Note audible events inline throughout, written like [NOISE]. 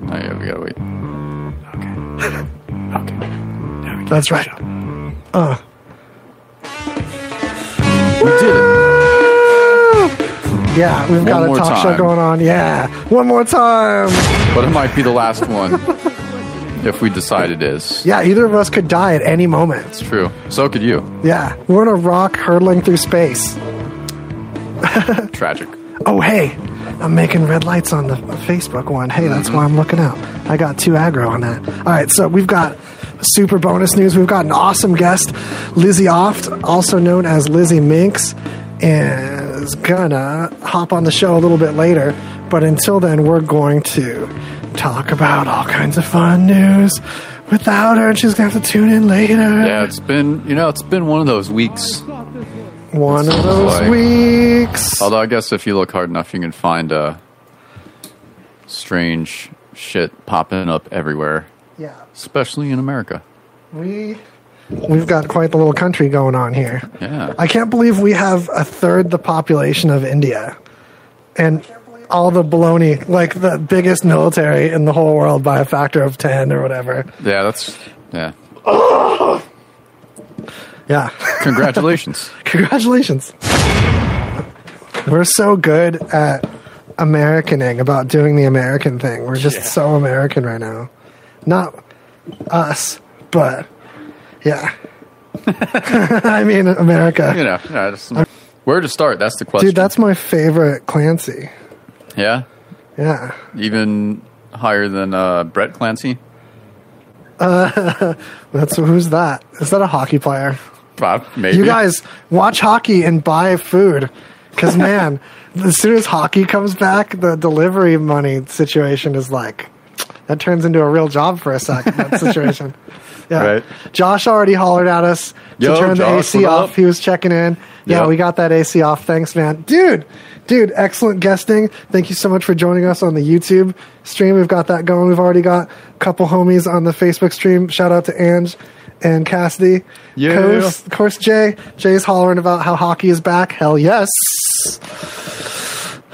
go. Wait. Okay. okay. Now we can That's right. shut. Uh, We did it. yeah, we've got a more talk show time. going on. Yeah, one more time. But it might be the last [LAUGHS] one if we decide it is. Yeah, either of us could die at any moment. True. So could you. Yeah, we're in a rock hurtling through space. Tragic. Oh, hey, I'm making red lights on the Facebook one. Hey, that's why I'm looking out. I got two aggro on that. All right, so we've got super bonus news. We've got an awesome guest, Lizzie Oft, also known as Lizzie Minx, is gonna hop on the show a little bit later. But until then, we're going to talk about all kinds of fun news. Without her, she's gonna have to tune in later. Yeah, it's been you know it's been one of those weeks. One of those Like- weeks. Although I guess if you look hard enough, you can find uh, strange shit popping up everywhere, Yeah. especially in America. We we've got quite the little country going on here. Yeah. I can't believe we have a third the population of India, and all the baloney, like the biggest military in the whole world by a factor of ten or whatever. Yeah, that's yeah. Yeah, [LAUGHS] Congratulations. congratulations. We're so good at Americaning about doing the American thing. We're just so American right now. Not us, but yeah. [LAUGHS] I mean, America. you know, yeah, that's- where to start? That's the question. Dude, that's my favorite Clancy. yeah, Yeah. even higher than uh, Brett Clancy. That's who's that? Is that a hockey player? Bob, maybe You guys watch hockey and buy food. Cause man, [LAUGHS] as soon as hockey comes back, the delivery money situation is like that turns into a real job for a sec. [LAUGHS] That situation. Yeah. Right. Josh already hollered at us to Yo, turn the Josh, AC what off. up? He was checking in. Yeah, Yep. we got that AC off. Thanks, man. Dude, dude, excellent guesting. Thank you so much for joining us on the YouTube stream. We've got that going. We've already got a couple homies on the Facebook stream. Shout out to Ange and Cassidy. Yeah. Course, course Jay. Jay's hollering about how hockey is back. Hell yes. [SIGHS]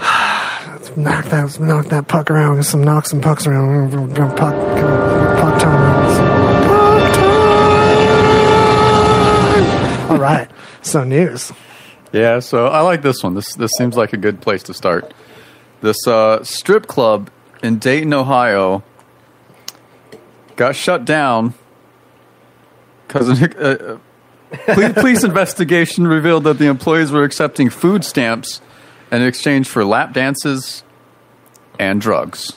Let's knock that let's knock that puck around. Get some knocks and pucks around. Puck, puck time. Puck time. All right. So news. Yeah, so I like this one. This this seems like a good place to start. This uh, strip club in Dayton, Ohio, got shut down because [LAUGHS] uh, uh, police, police investigation revealed that the employees were accepting food stamps in exchange for lap dances and drugs.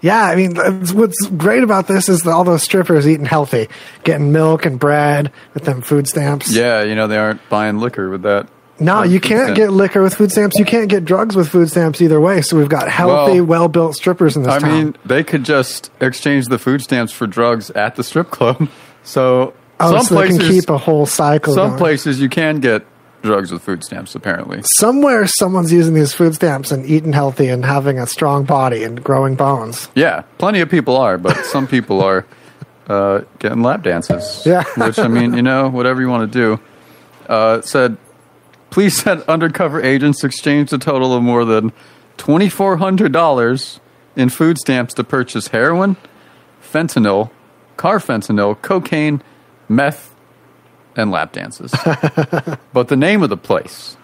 Yeah, I mean, that's- what's great about this is that all those strippers eating healthy, getting milk and bread with them food stamps. Yeah, you know they aren't buying liquor with that. No, Or you food can't stamp. get liquor with food stamps. You can't get drugs with food stamps either way. So we've got healthy, Well, well built strippers in this I town. mean, they could just exchange the food stamps for drugs at the strip club. [LAUGHS] So oh, some so places, they can keep a whole cycle. some going. places you can get drugs with food stamps. Apparently, Somewhere, someone's using these food stamps and eating healthy and having a strong body and growing bones. yeah, plenty of people are, but some people are uh, getting lap dances. Yeah. [LAUGHS] which I mean, you know, whatever you want to do. Uh, it said, police said undercover agents exchanged a total of more than twenty four hundred dollars in food stamps to purchase heroin, fentanyl, carfentanyl, cocaine, meth, and lap dances. but the name of the place,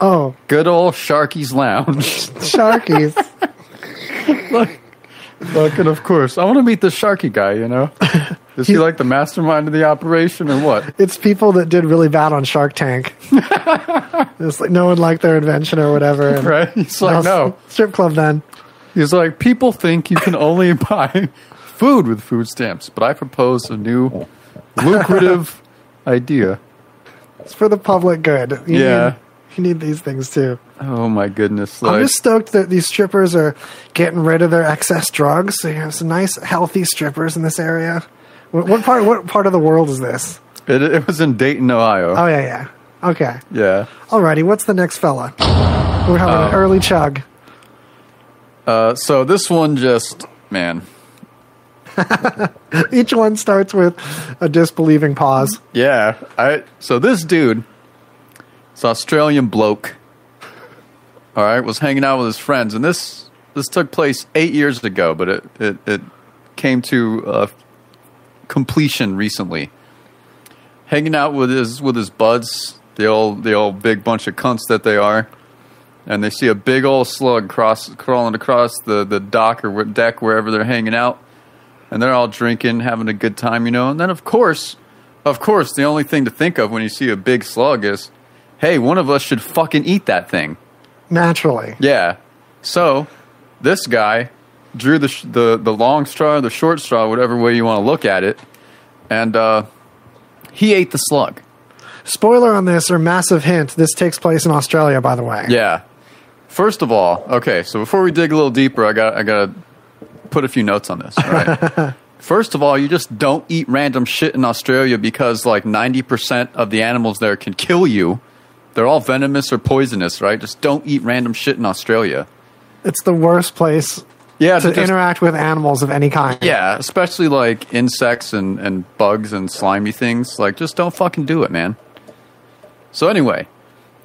Oh, good old Sharky's Lounge. Sharkies. [LAUGHS] Look, and of course, I want to meet the Sharky guy. You [LAUGHS] know, is he like the mastermind of the operation, or what? it's people that did really bad on Shark [LAUGHS] Tank. it's like no one liked their invention or whatever. [LAUGHS] and- Right? He's like, no. Strip club then. He's like, people think you can only [LAUGHS] buy food with food stamps, but I propose a new [LAUGHS] lucrative idea. It's for the public good. You Yeah. Need, you need these things too. Oh my goodness! I'm Like, just stoked that these strippers are getting rid of their excess drugs. So you have some nice, healthy strippers in this area. What, what part? What part of the world is this? it, it was in Dayton, Ohio. Oh yeah, yeah. Okay. yeah. Alrighty. What's the next fella? We're having an early chug. Uh, so this one just man. Each one starts with a disbelieving pause. Yeah. I so this dude, this Australian bloke, all right, was hanging out with his friends, and this this took place eight years ago, but it it, it came to uh, completion recently. Hanging out with his with his buds, the old the old big bunch of cunts that they are, and they see a big old slug cross crawling across the the dock or wh- deck wherever they're hanging out, and they're all drinking, having a good time, you know. And then of course, of course, the only thing to think of when you see a big slug is, hey, one of us should fucking eat that thing. Naturally. Yeah. So this guy drew the sh- the the long straw, the short straw, whatever way you want to look at it, and uh, he ate the slug. Spoiler on this, or massive hint, this takes place in Australia, by the way. Yeah. First of all, okay. So before we dig a little deeper, I got I got to put a few notes on this. All right. First of all, you just don't eat random shit in Australia because like ninety percent of the animals there can kill you. They're all venomous or poisonous, right? Just don't eat random shit in Australia. It's the worst place Yeah, to because- interact with animals of any kind. Yeah, especially like insects and, and bugs and slimy things. Like, just don't fucking do it, man. So, anyway,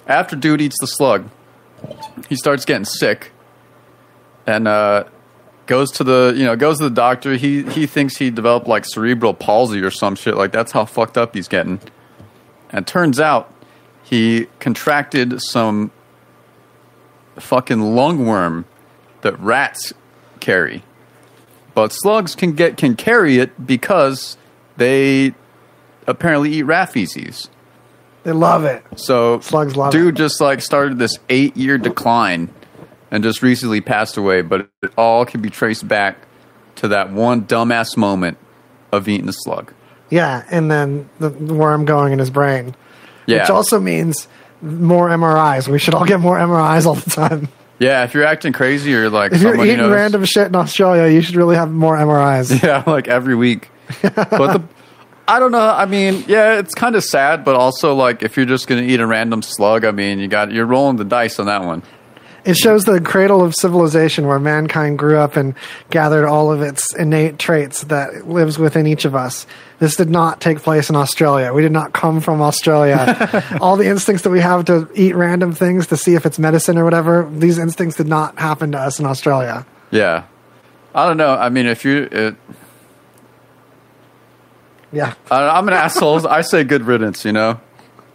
after dude eats the slug, he starts getting sick and uh, goes to the you know goes to the doctor. He he thinks he developed like cerebral palsy or some shit. Like that's how fucked up he's getting. And turns out he contracted some fucking lungworm that rats carry, but slugs can get can carry it because they apparently eat rat feces. They love it. So Slugs love dude just like started this eight year decline and just recently passed away, but it all can be traced back to that one dumbass moment of eating a slug. Yeah, and then the the worm going in his brain. Yeah. Which also means more MRIs. We should all get more MRIs all the time. yeah, if you're acting crazy or like If you're someone you eating know random shit in Australia, you should really have more [LAUGHS] MRIs. Yeah, like every [LAUGHS] week. but the I don't know. I mean, yeah, it's kind of sad, but also like if you're just gonna eat a random slug, I mean, you got you're rolling the dice on that one. It shows the cradle of civilization where mankind grew up and gathered all of its innate traits that lives within each of us. This did not take place in Australia. We did not come from Australia. all the instincts that we have to eat random things to see if it's medicine or whatever, these instincts did not happen to us in Australia. Yeah, I don't know. I mean, if you, uh, it, Yeah. I, I'm an asshole. I say good riddance. You know,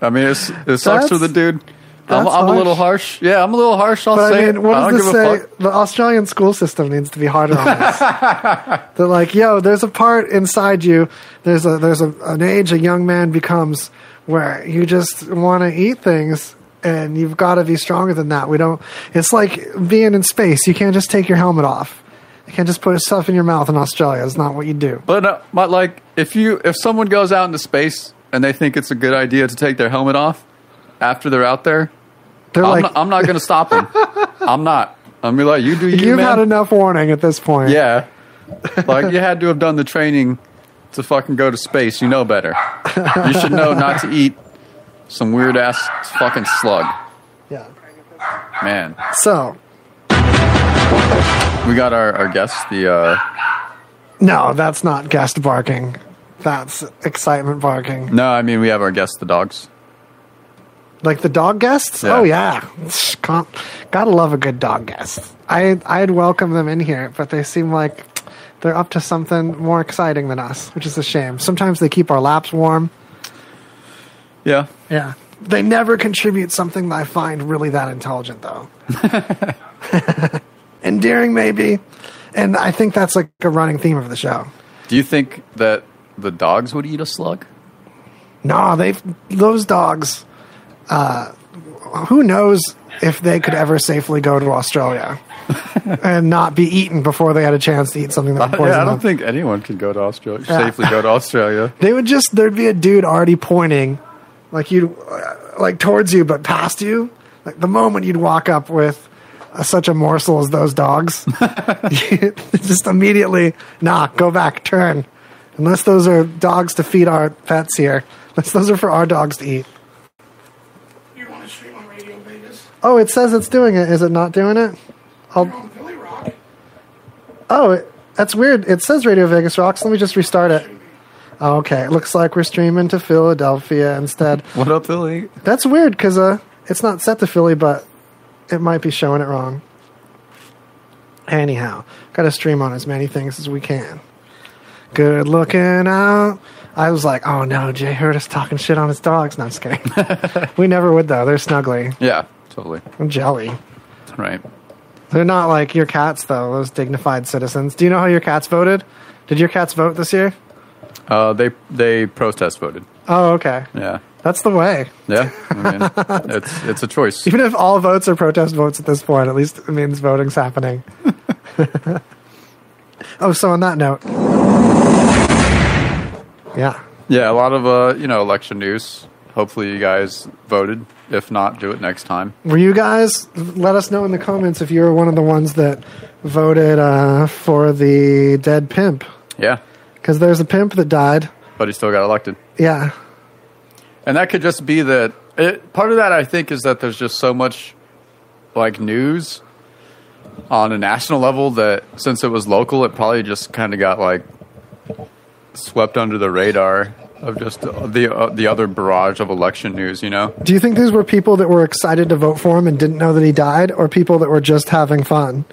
I mean, it's, it sucks That's- for the dude. I'm, that's I'm a little harsh. harsh. Yeah, I'm a little harsh. I'll But say I it. mean, what I does don't this give a say? fuck. The Australian school system needs to be harder [LAUGHS] on us. They're like, yo, there's a part inside you. There's a there's a, an age a young man becomes where you just want to eat things, and you've got to be stronger than that. We don't. It's like being in space. You can't just take your helmet off. You can't just put stuff in your mouth in Australia. It's not what you do. But uh, my, like, if you if someone goes out into space and they think it's a good idea to take their helmet off after they're out there, They're I'm like, not, I'm not going to stop [LAUGHS] them. I'm not. I'm gonna be like, you do you, you've man. had enough warning at this point. yeah, like you had to have done the training to fucking go to space. You know better. You should know not to eat some weird ass fucking slug, Yeah. man. So We got our, our guest, the uh no, that's not guest barking. That's excitement barking. No, I mean we have our guest the dogs. Like the dog guests? Yeah. Oh yeah, Can't, gotta love a good dog guest. I I'd welcome them in here, but they seem like they're up to something more exciting than us, which is a shame. Sometimes they keep our laps warm. Yeah. Yeah, they never contribute something that I find really that intelligent, though. [LAUGHS] Endearing, maybe, and I think that's like a running theme of the show. Do you think that the dogs would eat a slug? No, they those dogs. Uh, who knows if they could ever safely go to [LAUGHS] Australia and not be eaten before they had a chance to eat something that would poison Oh, yeah, I them. don't think anyone could go to Australia Yeah. safely go to Australia. they would just there'd be a dude already pointing, like you, like towards you, but past you. Like the moment you'd walk up with uh, such a morsel as those dogs, [LAUGHS] just immediately, nah, go back, turn. Unless those are dogs to feed our pets here. Unless those are for our dogs to eat. You want to stream on Radio Vegas? Oh, it says it's doing it. Is it not doing it? You're on Philly Rock? Oh, it, that's weird. It says Radio Vegas Rocks. Let me just restart it. Oh, okay, it looks like we're streaming to Philadelphia instead. What up, Philly? That's weird because uh, it's not set to Philly, but it might be showing it wrong. Anyhow, got to stream on as many things as we can. Good looking out. I was like, oh no, Jay heard us talking shit on his dogs. No, I'm just kidding. we never would though. They're snuggly. Yeah, totally. I'm jelly. Right. They're not like your cats though. Those dignified citizens. Do you know how your cats voted? Did your cats vote this year? Uh, they they protest voted. Oh, okay. Yeah. That's the way. Yeah. I mean, it's it's a choice. [LAUGHS] Even if all votes are protest votes at this point, at least it means voting's happening. oh, so on that note. Yeah. Yeah, a lot of uh, you know, election news. Hopefully you guys voted. If not, do it next time. Were you guys? Let us know in the comments if you were one of the ones that voted uh, for the dead pimp. Yeah. Because there's a pimp that died. But he still got elected. Yeah. And that could just be that it, part of that I think is that there's just so much like news on a national level that since it was local, it probably just kind of got like swept under the radar of just the uh, the other barrage of election news, you know? Do you think these were people that were excited to vote for him and didn't know that he died, or people that were just having fun?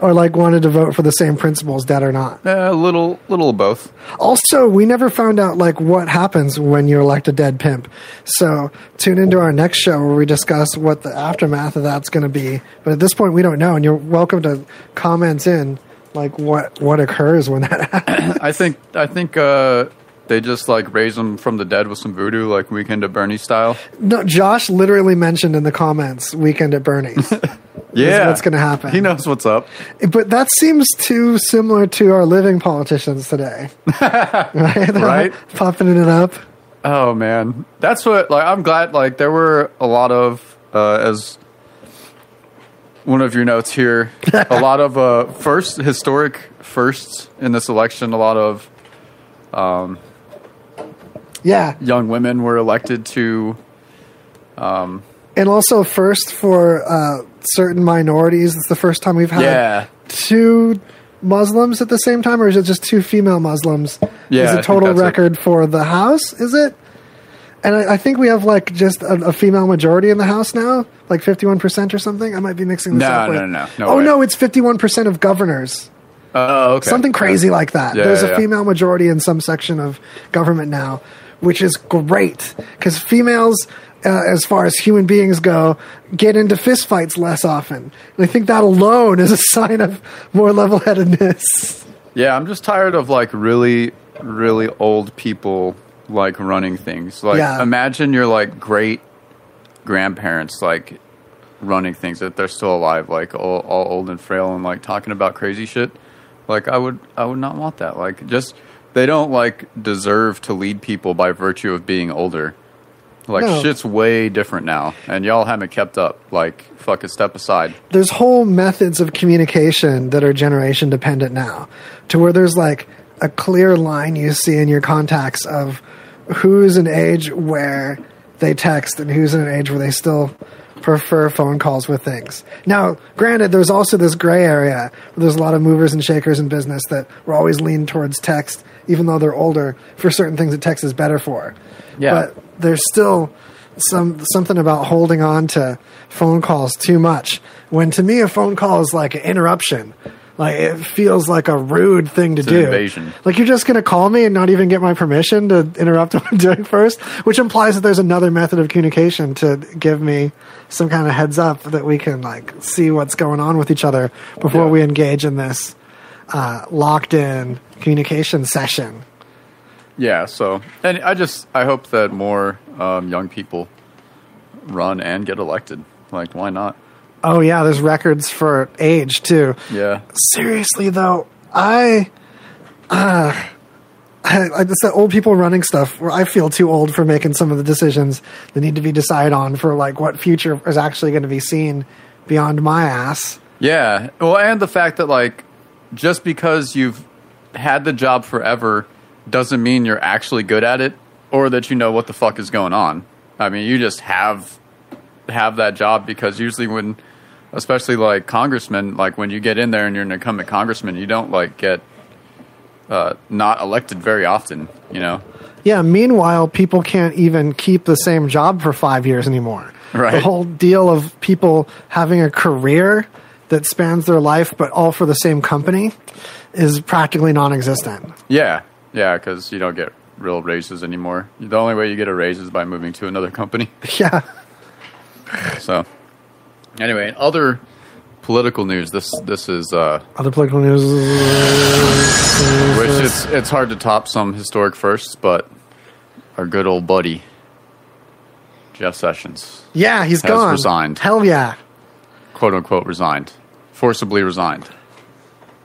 Or like wanted to vote for the same principles, dead or not. Eh, A little little of both. Also, we never found out like what happens when you elect a dead pimp. So tune into our next show where we discuss what the aftermath of that's going to be. But at this point, we don't know, and you're welcome to comment in like what what occurs when that [LAUGHS] happens. I think I think uh, they just like raised him from the dead with some voodoo, like Weekend at Bernie style. No, Josh literally mentioned in the comments weekend [LAUGHS] at Bernie's. Yeah, what's gonna happen. He knows what's up. But that seems too similar to our living politicians today. [LAUGHS] right? They're [LAUGHS] Right. Popping it up. Oh man, that's what like I'm glad like there were a lot of uh, as one of your notes here, [LAUGHS] a lot of uh, first historic firsts in this election. A lot of Yeah. young women were elected to. And also, first for uh, certain minorities, it's the first time we've had Yeah. two Muslims at the same time, or is it just two female Muslims? Yeah, I Is a think total that's it. record for the House, is it? And I, I think we have like just a, a female majority in the House now, like 51% or something. I might be mixing this No, up. with- no, no, no. No oh, way. no, it's 51% of governors. Oh, okay. something crazy like that. Yeah, There's yeah, a yeah. female majority in some section of government now, which is great because females, uh, as far as human beings go, get into fistfights less often. And I think that alone is a sign of more level headedness. Yeah, I'm just tired of like really, really old people like running things. Like, Yeah. imagine your like great grandparents like running things that they're still alive, like all, all old and frail, and like talking about crazy shit. Like, I would, I would not want that. Like, just they don't like deserve to lead people by virtue of being older. Like, No. shit's way different now, and y'all haven't kept up. Like, fucking step aside. There's whole methods of communication that are generation dependent now, to where there's like a clear line you see in your contacts of who's an age where they text and who's in an age where they still prefer phone calls with things. Now, granted, there's also this gray area where there's a lot of movers and shakers in business that were always leaned towards text, even though they're older, for certain things that text is better for. Yeah. But there's still some something about holding on to phone calls too much. When to me a phone call is like an interruption. Like it feels like a rude thing to an do. invasion. Like you're just going to call me and not even get my permission to interrupt [LAUGHS] what I'm doing first, which implies that there's another method of communication to give me some kind of heads up that we can like see what's going on with each other before Yeah. we engage in this uh, locked in communication session. Yeah, so and I just I hope that more um, young people run and get elected. Like, why not? Oh yeah, there's records for age too. Yeah, seriously though, I, uh, I, I just the old people running stuff where I feel too old for making some of the decisions that need to be decided on for like what future is actually going to be seen beyond my ass. yeah. Well, and the fact that like just because you've had the job forever doesn't mean you're actually good at it or that you know what the fuck is going on. I mean, you just have have that job because usually when especially like congressmen like when you get in there and you're an incumbent congressman, you don't like get uh, not elected very often, you know. Yeah. Meanwhile, people can't even keep the same job for five years anymore. Right. The whole deal of people having a career that spans their life, but all for the same company, is practically non-existent. [LAUGHS] Yeah, yeah, because you don't get real raises anymore. The only way you get a raise is by moving to another company. [LAUGHS] Yeah, So, anyway, in other political news. This this is uh, other political news. which it's it's hard to top some historic firsts, but our good old buddy Jeff Sessions, Yeah, he's Has gone. resigned. Hell yeah! quote unquote, resigned, forcibly resigned.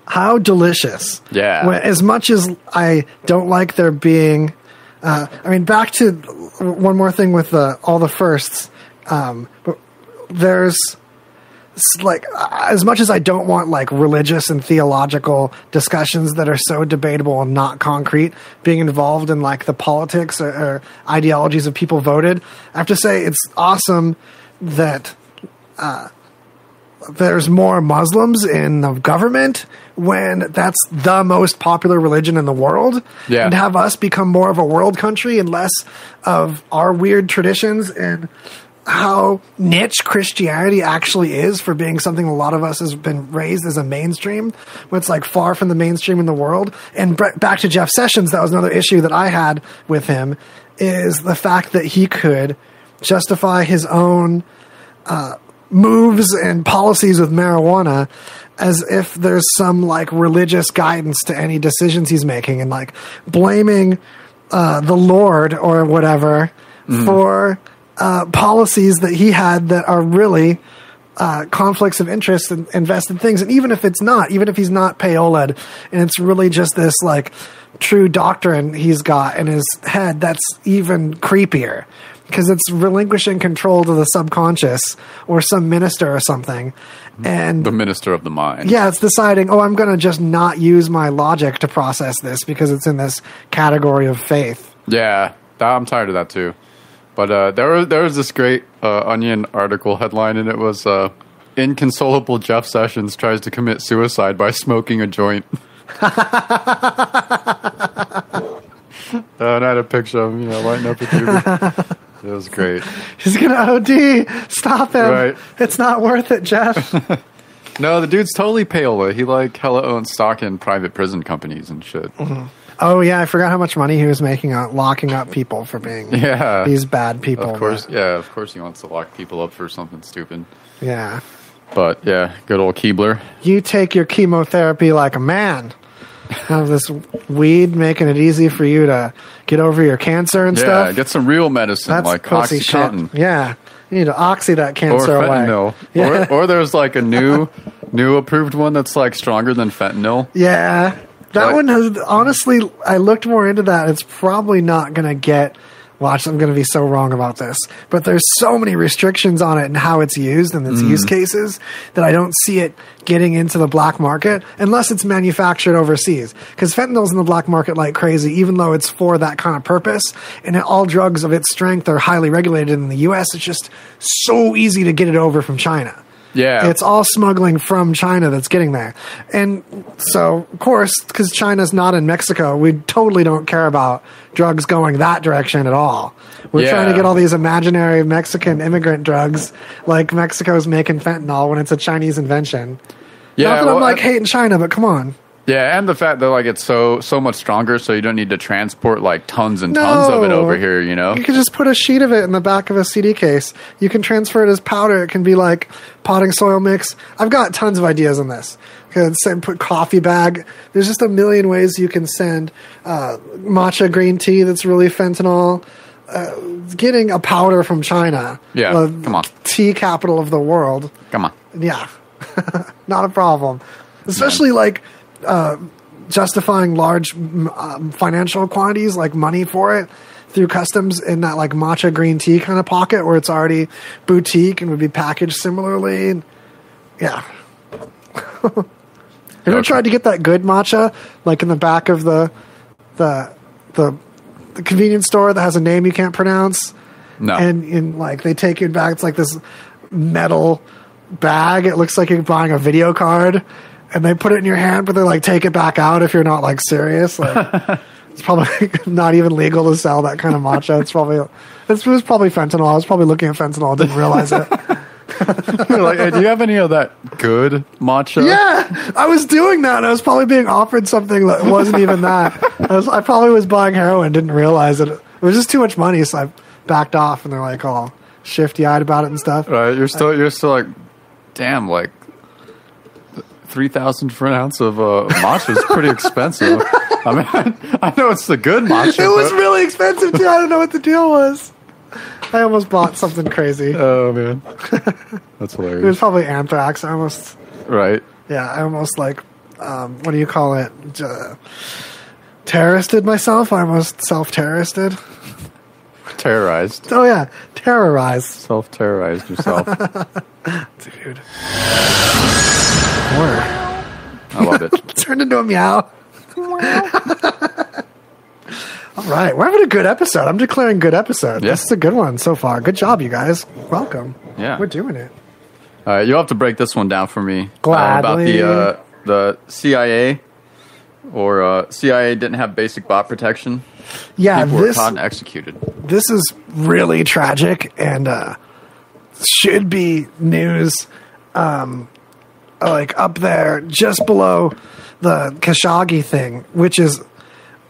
How delicious! Yeah. When- as much as I don't like there being, uh, I mean, back to one more thing with the, all the firsts. Um, but there's s- like uh, as much as I don't want like religious and theological discussions that are so debatable and not concrete being involved in like the politics or, or ideologies of people voted. I have to say it's awesome that uh, there's more Muslims in the government when that's the most popular religion in the world. Yeah. And have us become more of a world country and less of our weird traditions and how niche Christianity actually is for being something a lot of us has been raised as a mainstream, but it's like far from the mainstream in the world. And br- back to Jeff Sessions, that was another issue that I had with him is the fact that he could justify his own moves and policies with marijuana as if there's some like religious guidance to any decisions he's making and like blaming uh, the Lord or whatever for uh, policies that he had that are really uh, conflicts of interest and invested things. And even if it's not, even if he's not paoled and it's really just this like true doctrine he's got in his head, that's even creepier because it's relinquishing control to the subconscious or some minister or something. And Mm-hmm. The minister of the mind. yeah, it's deciding, oh, I'm going to just not use my logic to process this because it's in this category of faith. Yeah, that, I'm tired of that too. But uh, there was there was this great uh, Onion article headline, and it was uh, "Inconsolable Jeff Sessions tries to commit suicide by smoking a joint." [LAUGHS] Uh, and I had a picture of him, you know, lighting up a cube. it was great. He's going [LAUGHS] to OD. Stop him. Right. It's not worth it, Jeff. No, the dude's totally payola. He like hella owns stock in private prison companies and shit. oh, yeah, I forgot how much money he was making on locking up people for being [LAUGHS] Yeah, these bad people. of course. Yeah, of course he wants to lock people up for something stupid. Yeah. But yeah, good old Keebler. You take your chemotherapy like a man. Have this weed making it easy for you to get over your cancer and Yeah, stuff. get some real medicine like pussy OxyContin Yeah. You need to oxy that or cancer away. fentanyl. Yeah. Or, [LAUGHS] or there's like a new new approved one that's like stronger than fentanyl. yeah. That Like- one has honestly I looked more into that. It's probably not gonna get watch, I'm gonna be so wrong about this. But there's so many restrictions on it and how it's used and its use cases that I don't see it getting into the black market unless it's manufactured overseas. Because fentanyl's in the black market like crazy, even though it's for that kind of purpose. And all drugs of its strength are highly regulated in the US. It's just so easy to get it over from China. Yeah. It's all smuggling from China that's getting there. And so, of course, because China's not in Mexico, we totally don't care about drugs going that direction at all. We're Yeah. trying to get all these imaginary Mexican immigrant drugs, like Mexico's making fentanyl when it's a Chinese invention. yeah, not that well, I'm like and- hating China, but come on. yeah, and the fact that like it's so so much stronger, so you don't need to transport like tons and tons of it No. over here. You know, You could just put a sheet of it in the back of a CD case. You can transfer it as powder. It can be like potting soil mix. I've got tons of ideas on this. You could send, put coffee bag. There's just a million ways you can send uh, matcha green tea that's really fentanyl. Uh, getting a powder from China. Yeah, the come on. Tea capital of the world. come on. Yeah, [LAUGHS] not a problem. Especially like uh, justifying large m- um, financial quantities, like money for it, through customs in that like matcha green tea kind of pocket where it's already boutique and would be packaged similarly. And, yeah. [LAUGHS] Have you ever Okay. tried to get that good matcha, like in the back of the the the, the convenience store that has a name you can't pronounce? No, [LAUGHS] and in like they take it back. It's like this metal bag. It looks like you're buying a video card, and they put it in your hand, but they like take it back out if you're not like serious. Like, it's probably [LAUGHS] not even legal to sell that kind of matcha. It's probably it's, it was probably fentanyl. I was probably looking at fentanyl, didn't realize it. They're like, hey, do you have any of that good matcha? Yeah, I was doing that, and I was probably being offered something that wasn't even that. I, was, I probably was buying heroin, didn't realize it. It was just too much money, so I backed off, and they're like all shifty eyed about it and stuff. Right. You're still you're still like, damn, like three thousand for an ounce of uh, matcha is [LAUGHS] pretty expensive. I mean, [LAUGHS] I know it's the good matcha. It was but- really expensive too. I don't know what the deal was. [LAUGHS] I almost bought something [LAUGHS] crazy. It oh man, [LAUGHS] that's was hilarious. probably anthrax. I almost, Right. yeah, I almost like, um, what do you call it? J- terroristed myself. I almost self terroristed. Terrorized. Oh yeah, terrorized, Self terrorized yourself. dude. [LAUGHS] Word. I love [LAUGHS] it. Turned into a meow. [LAUGHS] All right, we're having a good episode. I'm declaring good episode. Yeah. This is a good one so far. Good job, you guys. Welcome. Yeah. we're doing it. All right, you'll have to break this one down for me. uh, about Gladly. the uh, the CIA or uh, CIA didn't have basic bot protection. Yeah, People were this caught and executed. this is really tragic and uh, should be news um, like up there just below the Khashoggi thing, which is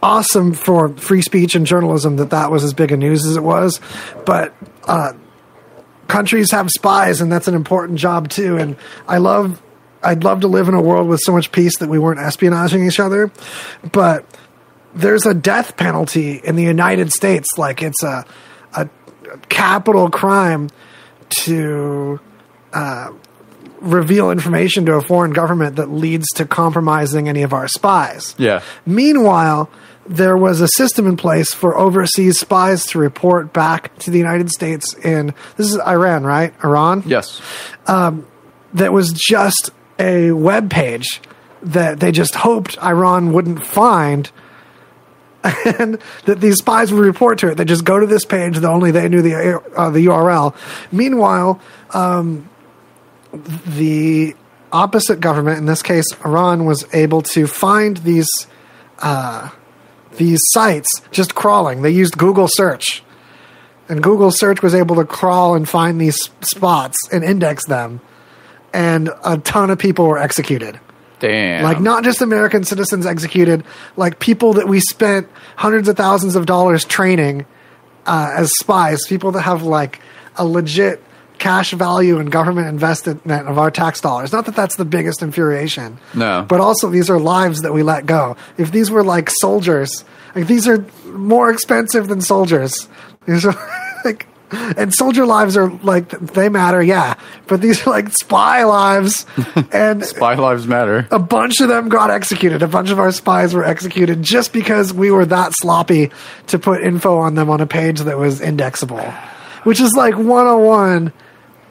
awesome for free speech and journalism that that was as big a news as it was. But uh, countries have spies, and that's an important job too. And I love, I'd love to live in a world with so much peace that we weren't espionaging each other, but there's a death penalty in the United States. Like it's a a capital crime to uh, reveal information to a foreign government that leads to compromising any of our spies. Yeah. Meanwhile, there was a system in place for overseas spies to report back to the United States in this is Iran, right? Iran Yes. that was just a web page that they just hoped Iran wouldn't find [LAUGHS] and that these spies would report to it. They just go to this page that only they knew the uh, the URL. Meanwhile, um, the opposite government, in this case Iran, was able to find these uh, these sites just crawling. They used Google search, and Google search was able to crawl and find these spots and index them. And a ton of people were executed. Damn. Like not just American citizens executed, like people that we spent hundreds of thousands of dollars training uh, as spies, people that have like a legit cash value and government investment of our tax dollars. Not that that's the biggest infuriation. No. But also these are lives that we let go. If these were like soldiers, like these are more expensive than soldiers. These are [LAUGHS] like and soldier lives are like they matter, yeah. But these are like spy [LAUGHS] lives and Spy lives matter. a bunch of them got executed. A bunch of our spies were executed just because we were that sloppy to put info on them on a page that was indexable, which is like 101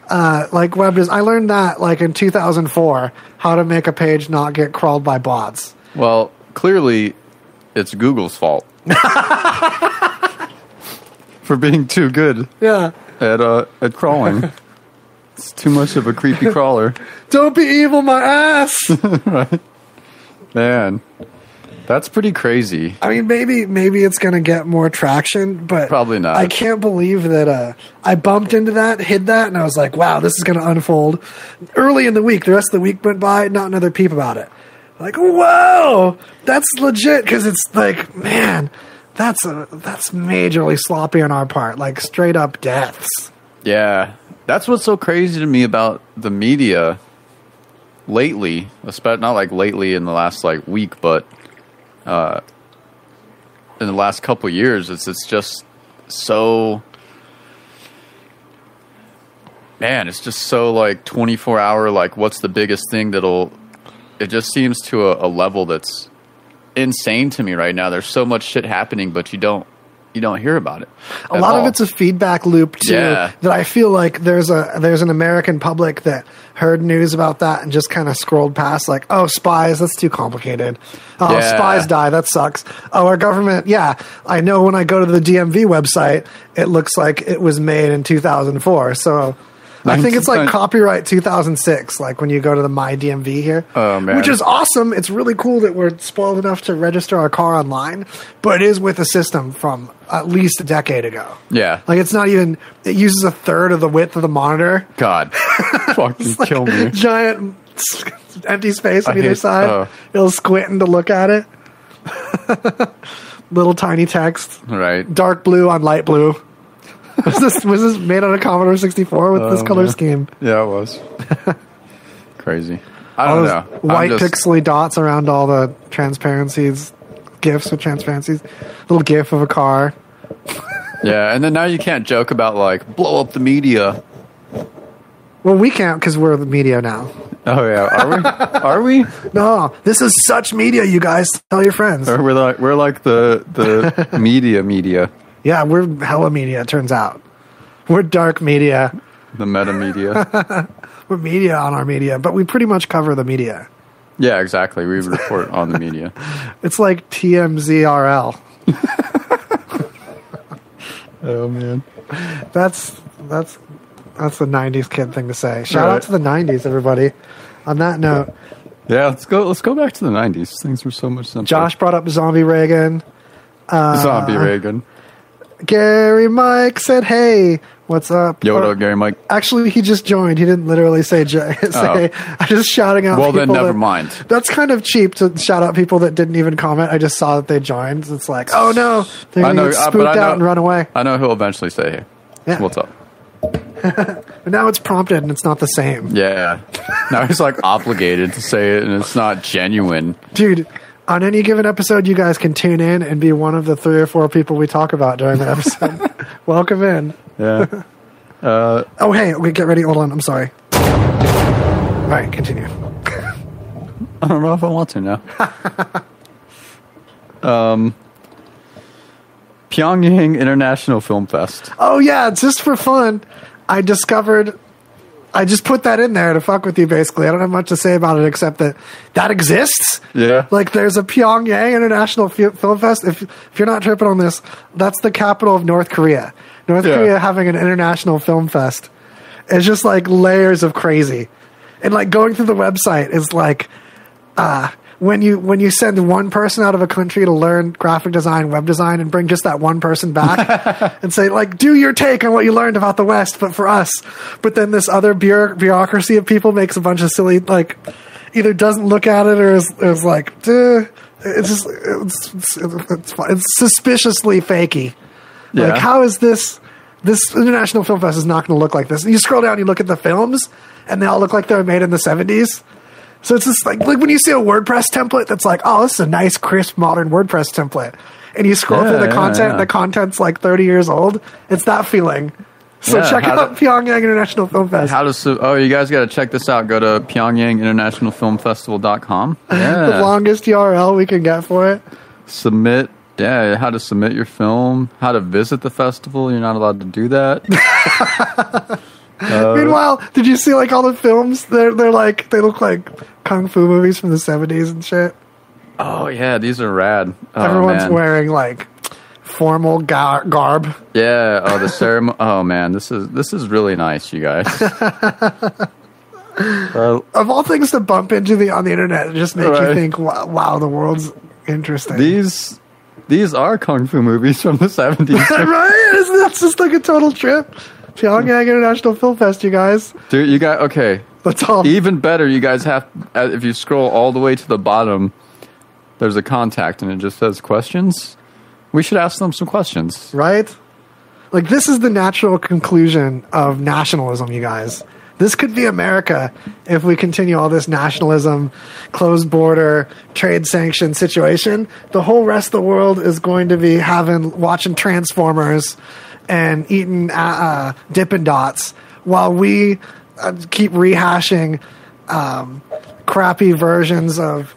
uh, like web design. I learned that like in 2004 how to make a page not get crawled by bots. Well, clearly, it's Google's [LAUGHS] fault [LAUGHS] for being too good Yeah. at uh, at crawling. It's too much of a creepy crawler, Don't be evil, my ass. man. That's pretty crazy. I mean, maybe maybe it's gonna get more traction, but Probably not. I can't believe that uh, I bumped into that, hid that, and I was like, "Wow, this is gonna unfold." Early in the week, the rest of the week went by, not another peep about it. Like, whoa, that's legit because it's like, man, that's a that's majorly sloppy on our part, like straight up deaths. Yeah, that's what's so crazy to me about the media lately, especially not like lately in the last like week, but uh, in the last couple of years, it's it's just so man, it's just so like twenty four hour like what's the biggest thing that'll it just seems to a, a level that's insane to me right now. There's so much shit happening, but you don't you don't hear about it. a lot of it's a feedback loop too Yeah. that I feel like there's a there's an American public that heard news about that and just kind of scrolled past like oh spies that's too complicated oh Yeah. spies die that sucks oh our government yeah I know when I go to the DMV website it looks like it was made in 2004 so I think it's like Nineteen- copyright 2006 like when you go to the my DMV here Oh, man. which is awesome it's really cool that we're spoiled enough to register our car online but it is with a system from at least a decade ago yeah. [LAUGHS] like it's not even. It uses a third of the width of the monitor. God. Fucking kill me. Giant [LAUGHS] s- empty space on I either hate- side. oh. It'll squinting to look at it. [LAUGHS] Little tiny text. Right. Dark blue on light blue. [LAUGHS] was this was this made on a Commodore 64 with this Oh, color man. scheme? Yeah, it was. [LAUGHS] Crazy. I All don't those know. I'm white just- pixely dots around all the transparencies, gifs with transparencies. Little gif of a car. Yeah, and then now you can't joke about like blow up the media. Well, we can't because we're the media now. Oh yeah, are we? Are we? No, this is such media, you guys. Tell your friends. Or we're like we're like the [LAUGHS] the media media, Yeah, we're hella media, it turns out. We're dark media. the meta media. We're media on our media, but we pretty much cover the media. [LAUGHS] Yeah, exactly. We report on the [LAUGHS] media. It's like TMZRL. Oh man. That's that's that's the '90s kid thing to say. Shout out Right. to the '90s, everybody. On that note, Yeah, let's go. Let's go back to the '90s. Things were so much simpler. Josh uh, brought up Zombie Reagan. Zombie Reagan. Gary Mike said, "Hey, what's up?" Yo, what Or- up, Gary Mike? Actually, he just joined. He didn't literally [LAUGHS] say. Jo- say I'm just shouting out. Oh. Well, then people never that- mind. That's kind of cheap to shout out people that didn't even comment. I just saw that they joined. It's like, oh no, they're I gonna know, get uh, spooked but I out know- and run away. I know he'll eventually say, "Hey, Yeah. what's up?" But now it's prompted and it's not the same, Yeah. Now he's [LAUGHS] like obligated to say it, and it's not genuine. dude. On any given episode, you guys can tune in and be one of the three or four people we talk about during the [LAUGHS] episode. Welcome in. Yeah. Oh hey, we get ready. Hold on, I'm sorry. All right, continue. I don't know if I want to [LAUGHS] now. um, Pyongyang International Film Fest. Oh yeah, just for fun, I discovered. I just put that in there to fuck with you. Basically, I don't have much to say about it except that that exists. Yeah. like there's a Pyongyang International F- Film Fest. If if you're not tripping on this, that's the capital of North Korea. North Yeah. Korea having an international film fest is just like layers of crazy, and like going through the website is like uh, when you when you send one person out of a country to learn graphic design, web design, and bring just that one [LAUGHS] person back and say like, do your take on what you learned about the West, but for us. But then this other bureau- bureaucracy of people makes a bunch of silly like, either doesn't look at it or is, is like, Duh. it's just it's it's, it's, fu- it's suspiciously fakey. Like, Yeah. how is this? This international film fest is not going to look like this. And you scroll down, you look at the films, and they all look like they were made in the seventies. So it's just like like when you see a WordPress template that's like, oh, this is a nice, crisp, modern WordPress template, and you scroll Yeah, through the yeah, content, yeah. and the content's like thirty years old. It's that feeling. So Yeah, check how out Pyongyang International Film Fest. How does oh you guys got to check this out? Go to Pyongyang International Film Festival.com. [LAUGHS] [LAUGHS] the Yeah. longest URL we can get for it. submit. Yeah, how to submit your film, how to visit the festival. You're not allowed to do [LAUGHS] that. Oh. Meanwhile, did you see like all the films? They're they're like they look like kung fu movies from the seventies and shit. oh yeah, these are rad. Oh, Everyone's man. wearing like formal gar- garb. Yeah. Oh, the ceremony. oh man, this is this is really nice, you guys. Uh, Of all things to bump into the on the internet, it just makes you Right. think, wow, wow, the world's interesting. these these are kung fu movies from the 70s. [LAUGHS] right? Isn't that just like a total trip? Pyongyang International Film Fest, you guys. Dude, you got okay. That's all. Even better, you guys have uh, if you scroll all the way to the bottom, there's a contact and it just says questions. We should ask them some questions. right? Like this is the natural conclusion of nationalism, you guys. This could be America if we continue all this nationalism, closed border, trade sanction situation. The whole rest of the world is going to be having watching Transformers and eating uh, uh, Dippin' Dots while we uh, keep rehashing um, crappy versions of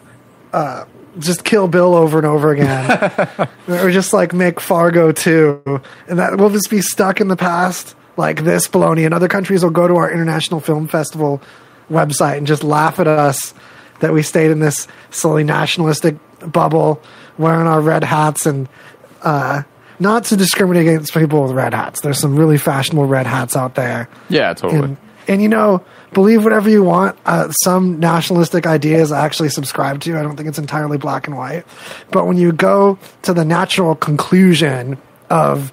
uh, just kill Bill over and over again, or just like make Fargo too, and that we'll just be stuck in the past like this baloney. And other countries will go to our international film festival website and just laugh at us that we stayed in this silly nationalistic bubble, wearing our red hats and. Uh, not to discriminate against people with red hats. There's some really fashionable red hats out there. Yeah, totally. And, and you know, believe whatever you want. Uh, some nationalistic ideas I actually subscribe to. I don't think it's entirely black and white. But when you go to the natural conclusion of,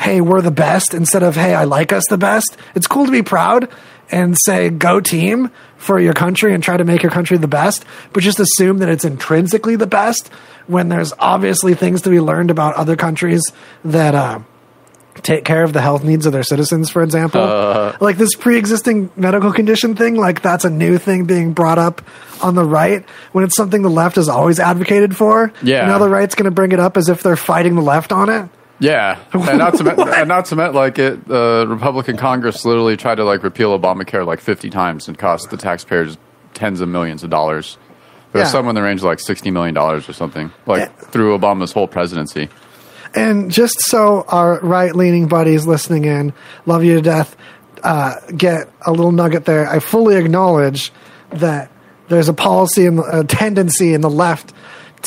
hey, we're the best, instead of, hey, I like us the best, it's cool to be proud. and say go team for your country and try to make your country the best, but just assume that it's intrinsically the best when there's obviously things to be learned about other countries that uh, take care of the health needs of their citizens, for example. like this pre existing medical condition thing, like that's a new thing being brought up on the right when it's something the left has always advocated for. Yeah. Now the right's going to bring it up as if they're fighting the left on it. Yeah, and not to [LAUGHS] me- and not to met like it, the Republican Congress literally tried to like repeal Obamacare like fifty times and cost the taxpayers tens of millions of dollars. There was Yeah. somewhere in the range of like sixty million dollars or something, like Yeah. through Obama's whole presidency. And just so our right leaning buddies listening in, love you to death, uh, get a little nugget there. I fully acknowledge that there's a policy and a tendency in the left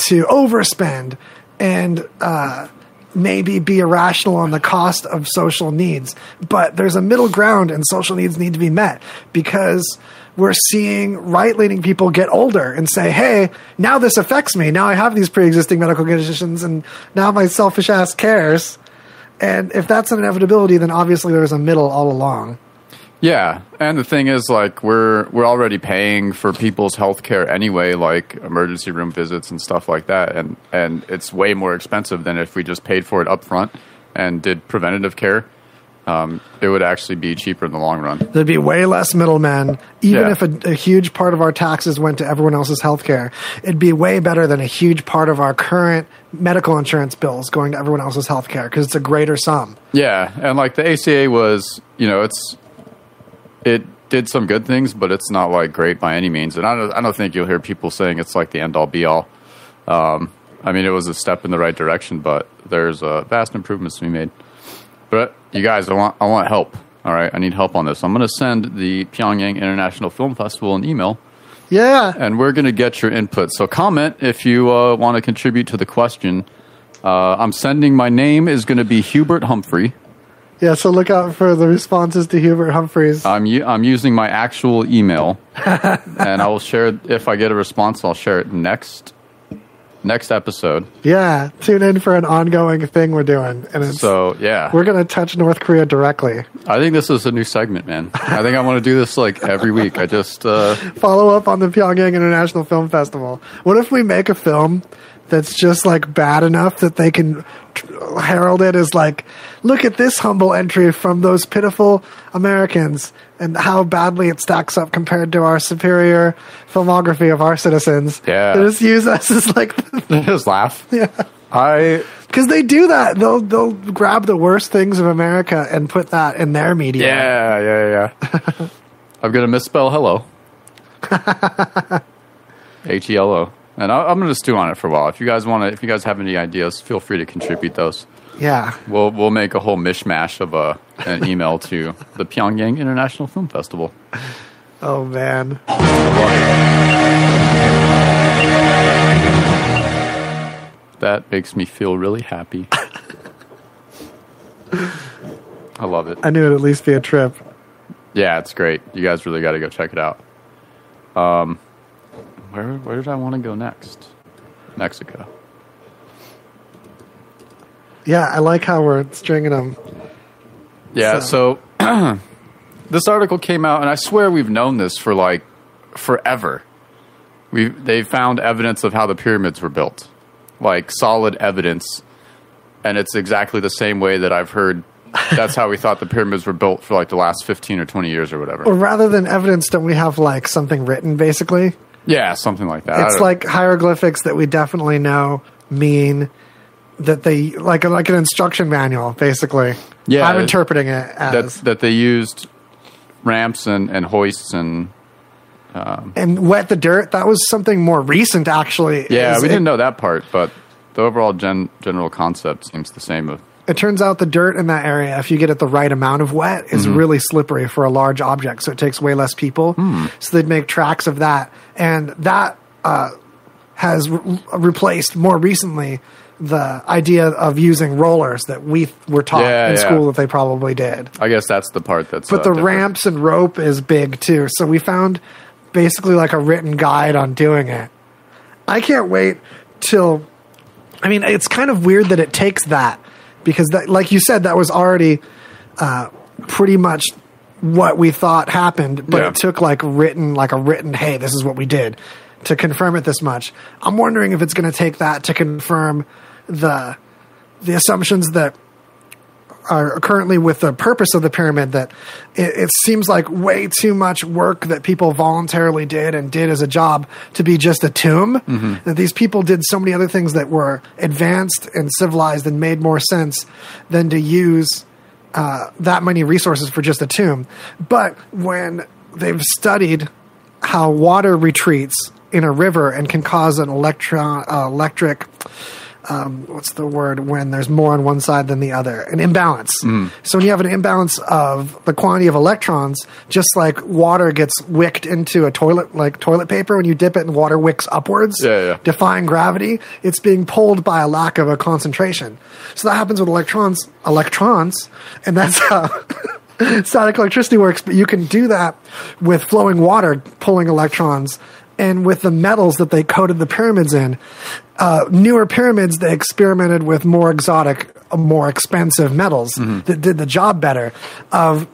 to overspend and uh, maybe be irrational on the cost of social needs. But there's a middle ground, and social needs need to be met because we're seeing right leaning people get older and say, hey, now this affects me. Now I have these pre existing medical conditions, and now my selfish ass cares. And if that's an inevitability, then obviously there's a middle all along. Yeah, and the thing is, like, we're we're already paying for people's health care anyway, like emergency room visits and stuff like that, and and it's way more expensive than if we just paid for it up front and did preventative care. Um, it would actually be cheaper in the long run. There'd be way less middlemen, even Yeah. if a, a huge part of our taxes went to everyone else's healthcare. It'd be way better than a huge part of our current medical insurance bills going to everyone else's healthcare because it's a greater sum. Yeah, and like the ACA was, you know, it's it did some good things, but it's not like great by any means. And I don't, I don't think you'll hear people saying it's like the end all be all. Um, I mean, it was a step in the right direction, but there's uh, vast improvements to be made. But you guys, I want I want help. All right, I need help on this. I'm going to send the Pyongyang International Film Festival an email, Yeah. and we're going to get your input. So comment if you uh, want to contribute to the question. Uh, I'm sending my name is going to be Hubert Humphrey. Yeah. So look out for the responses to Hubert Humphreys. I'm u- I'm using my actual email, [LAUGHS] and I will share if I get a response. I'll share it next next episode. yeah. Tune in for an ongoing thing we're doing. And it's, So yeah, we're going to touch North Korea directly. I think this is a new segment, man. I think I want to do this like every week. I just uh, follow up on the Pyongyang International Film Festival. What if we make a film that's just like bad enough that they can t- herald it as like, look at this humble entry from those pitiful Americans and how badly it stacks up compared to our superior filmography of our citizens. Yeah. They just use us as like, [LAUGHS] [LAUGHS] just laugh. yeah. I Because they do that. They'll they'll grab the worst things of America and put that in their media. yeah yeah yeah. [LAUGHS] I'm gonna misspell [LAUGHS] hello. H e l o, and I, I'm gonna stew on it for a while. If you guys want to, if you guys have any ideas, feel free to contribute those. Yeah. We'll we'll make a whole mishmash of a an email to the Pyongyang International Film Festival. Oh man. That makes me feel really happy. I love it. I knew it'd at least be a trip. Yeah, it's great. You guys really got to go check it out. Um, where where did I want to go next? Mexico. Yeah, I like how we're stringing them. Yeah, So- so, [CLEARS THROAT] this article came out, and I swear we've known this for like forever. We they found evidence of how the pyramids were built, like solid evidence, and it's exactly the same way that I've [LAUGHS] heard. That's how we thought the pyramids were built for like the last fifteen or twenty years or Well, whatever. rather than evidence, don't we have like something written basically? Yeah, something like that. I It's don't- like hieroglyphics that we definitely know mean that they like like an instruction manual basically. Yeah, I'm it- interpreting it that as that they used ramps and, and hoists and and wet the dirt. That was something more recent actually. yeah, is we it- didn't know that part, but the overall gen, general concept seems the same. Of It turns out the dirt in that area, if you get it the right amount of wet, is Mm-hmm. really slippery for a large object. So it takes way less people. Hmm. So they'd make tracks of that. And that uh, has re- replaced more recently the idea of using rollers that we th- were taught Yeah, in yeah. school that they probably did. I guess that's the part that's But uh, the different. ramps and rope is big too. So we found basically like a written guide on doing it. I can't wait till. I mean, it's kind of weird that it takes that because, that, like you said, that was already uh, pretty much what we thought happened, but Yeah. it took like written, like a written, hey, this is what we did to confirm it this much. I'm wondering if it's going to take that to confirm the the assumptions that are currently with the purpose of the pyramid that it, it seems like way too much work that people voluntarily did and did as a job to be just a tomb that these people did so many other things that were advanced and civilized and made more sense than to use uh, that many resources for just a tomb but when they've studied how water retreats in a river and can cause an electron uh, electric what's the word when there's more on one side than the other an imbalance Mm. so when you have an imbalance of the quantity of electrons just like water gets wicked into a toilet like toilet paper when you dip it and water wicks upwards Yeah, yeah. defying gravity it's being pulled by a lack of a concentration so that happens with electrons electrons and that's [LAUGHS] how static electricity works but you can do that with flowing water pulling electrons and with the metals that they coated the pyramids in uh, newer pyramids, they experimented with more exotic, uh, more expensive metals that did the job better. Of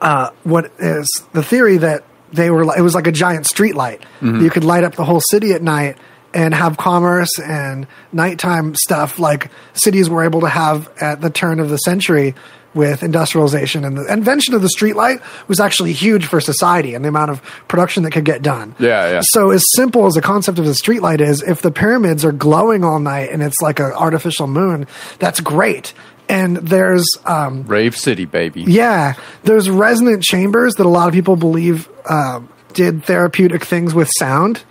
uh, what is the theory that they were? It was like a giant street light. Mm-hmm. You could light up the whole city at night and have commerce and nighttime stuff like cities were able to have at the turn of the century with industrialization and the invention of the street light was actually huge for society and the amount of production that could get done Yeah, yeah. so as simple as the concept of the streetlight is, if the pyramids are glowing all night and it's like an artificial moon, that's great. And there's um, Rave City, baby. yeah, there's resonant chambers that a lot of people believe um, did therapeutic things with sound.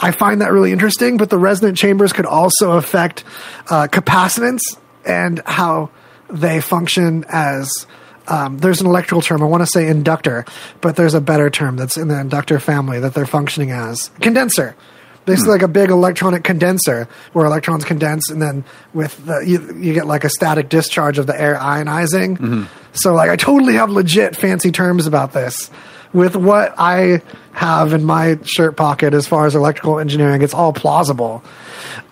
I find that really interesting, but the resonant chambers could also affect uh, capacitance and how they function as. Um, there's an electrical term. I want to say inductor, but there's a better term that's in the inductor family that they're functioning as condenser. This is like a big electronic condenser where electrons condense, and then with the, you, you get like a static discharge of the air ionizing. So, like, I totally have legit fancy terms about this. With what I have in my shirt pocket as far as electrical engineering, it's all plausible.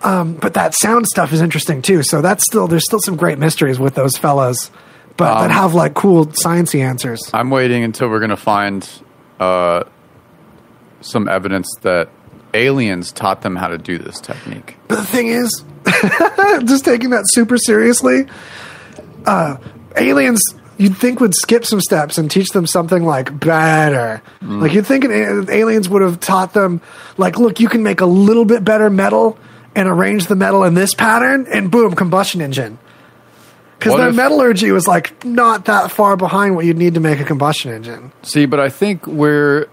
Um, but that sound stuff is interesting too. So that's still there's still some great mysteries with those fellas, but that have like cool sciency answers. I'm waiting until we're gonna find uh, some evidence that aliens taught them how to do this technique. But the thing is, [LAUGHS] just taking that super seriously, uh, aliens you'd think would skip some steps and teach them something like better. Mm. Like you'd think an, aliens would have taught them, like, look, you can make a little bit better metal and arrange the metal in this pattern, and boom, combustion engine. Because What their if- metallurgy was like not that far behind what you'd need to make a combustion engine. See, but I think we're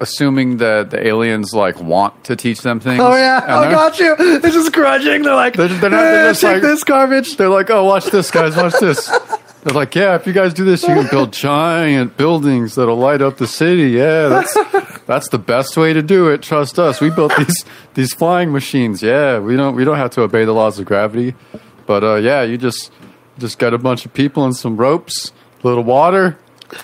assuming that the aliens like want to teach them things. Oh yeah, And oh they're- got you. They're just grudging. They're like, They're- they're not- they're "Eh, just take like- this garbage. They're like, oh, watch this, guys, watch this. They're like, yeah, if you guys do this, you can build giant buildings that'll light up the city. Yeah, that's that's the best way to do it. Trust us. We built these these flying machines. Yeah, we don't we don't have to obey the laws of gravity, but uh, yeah, you just just got a bunch of people and some ropes, a little water.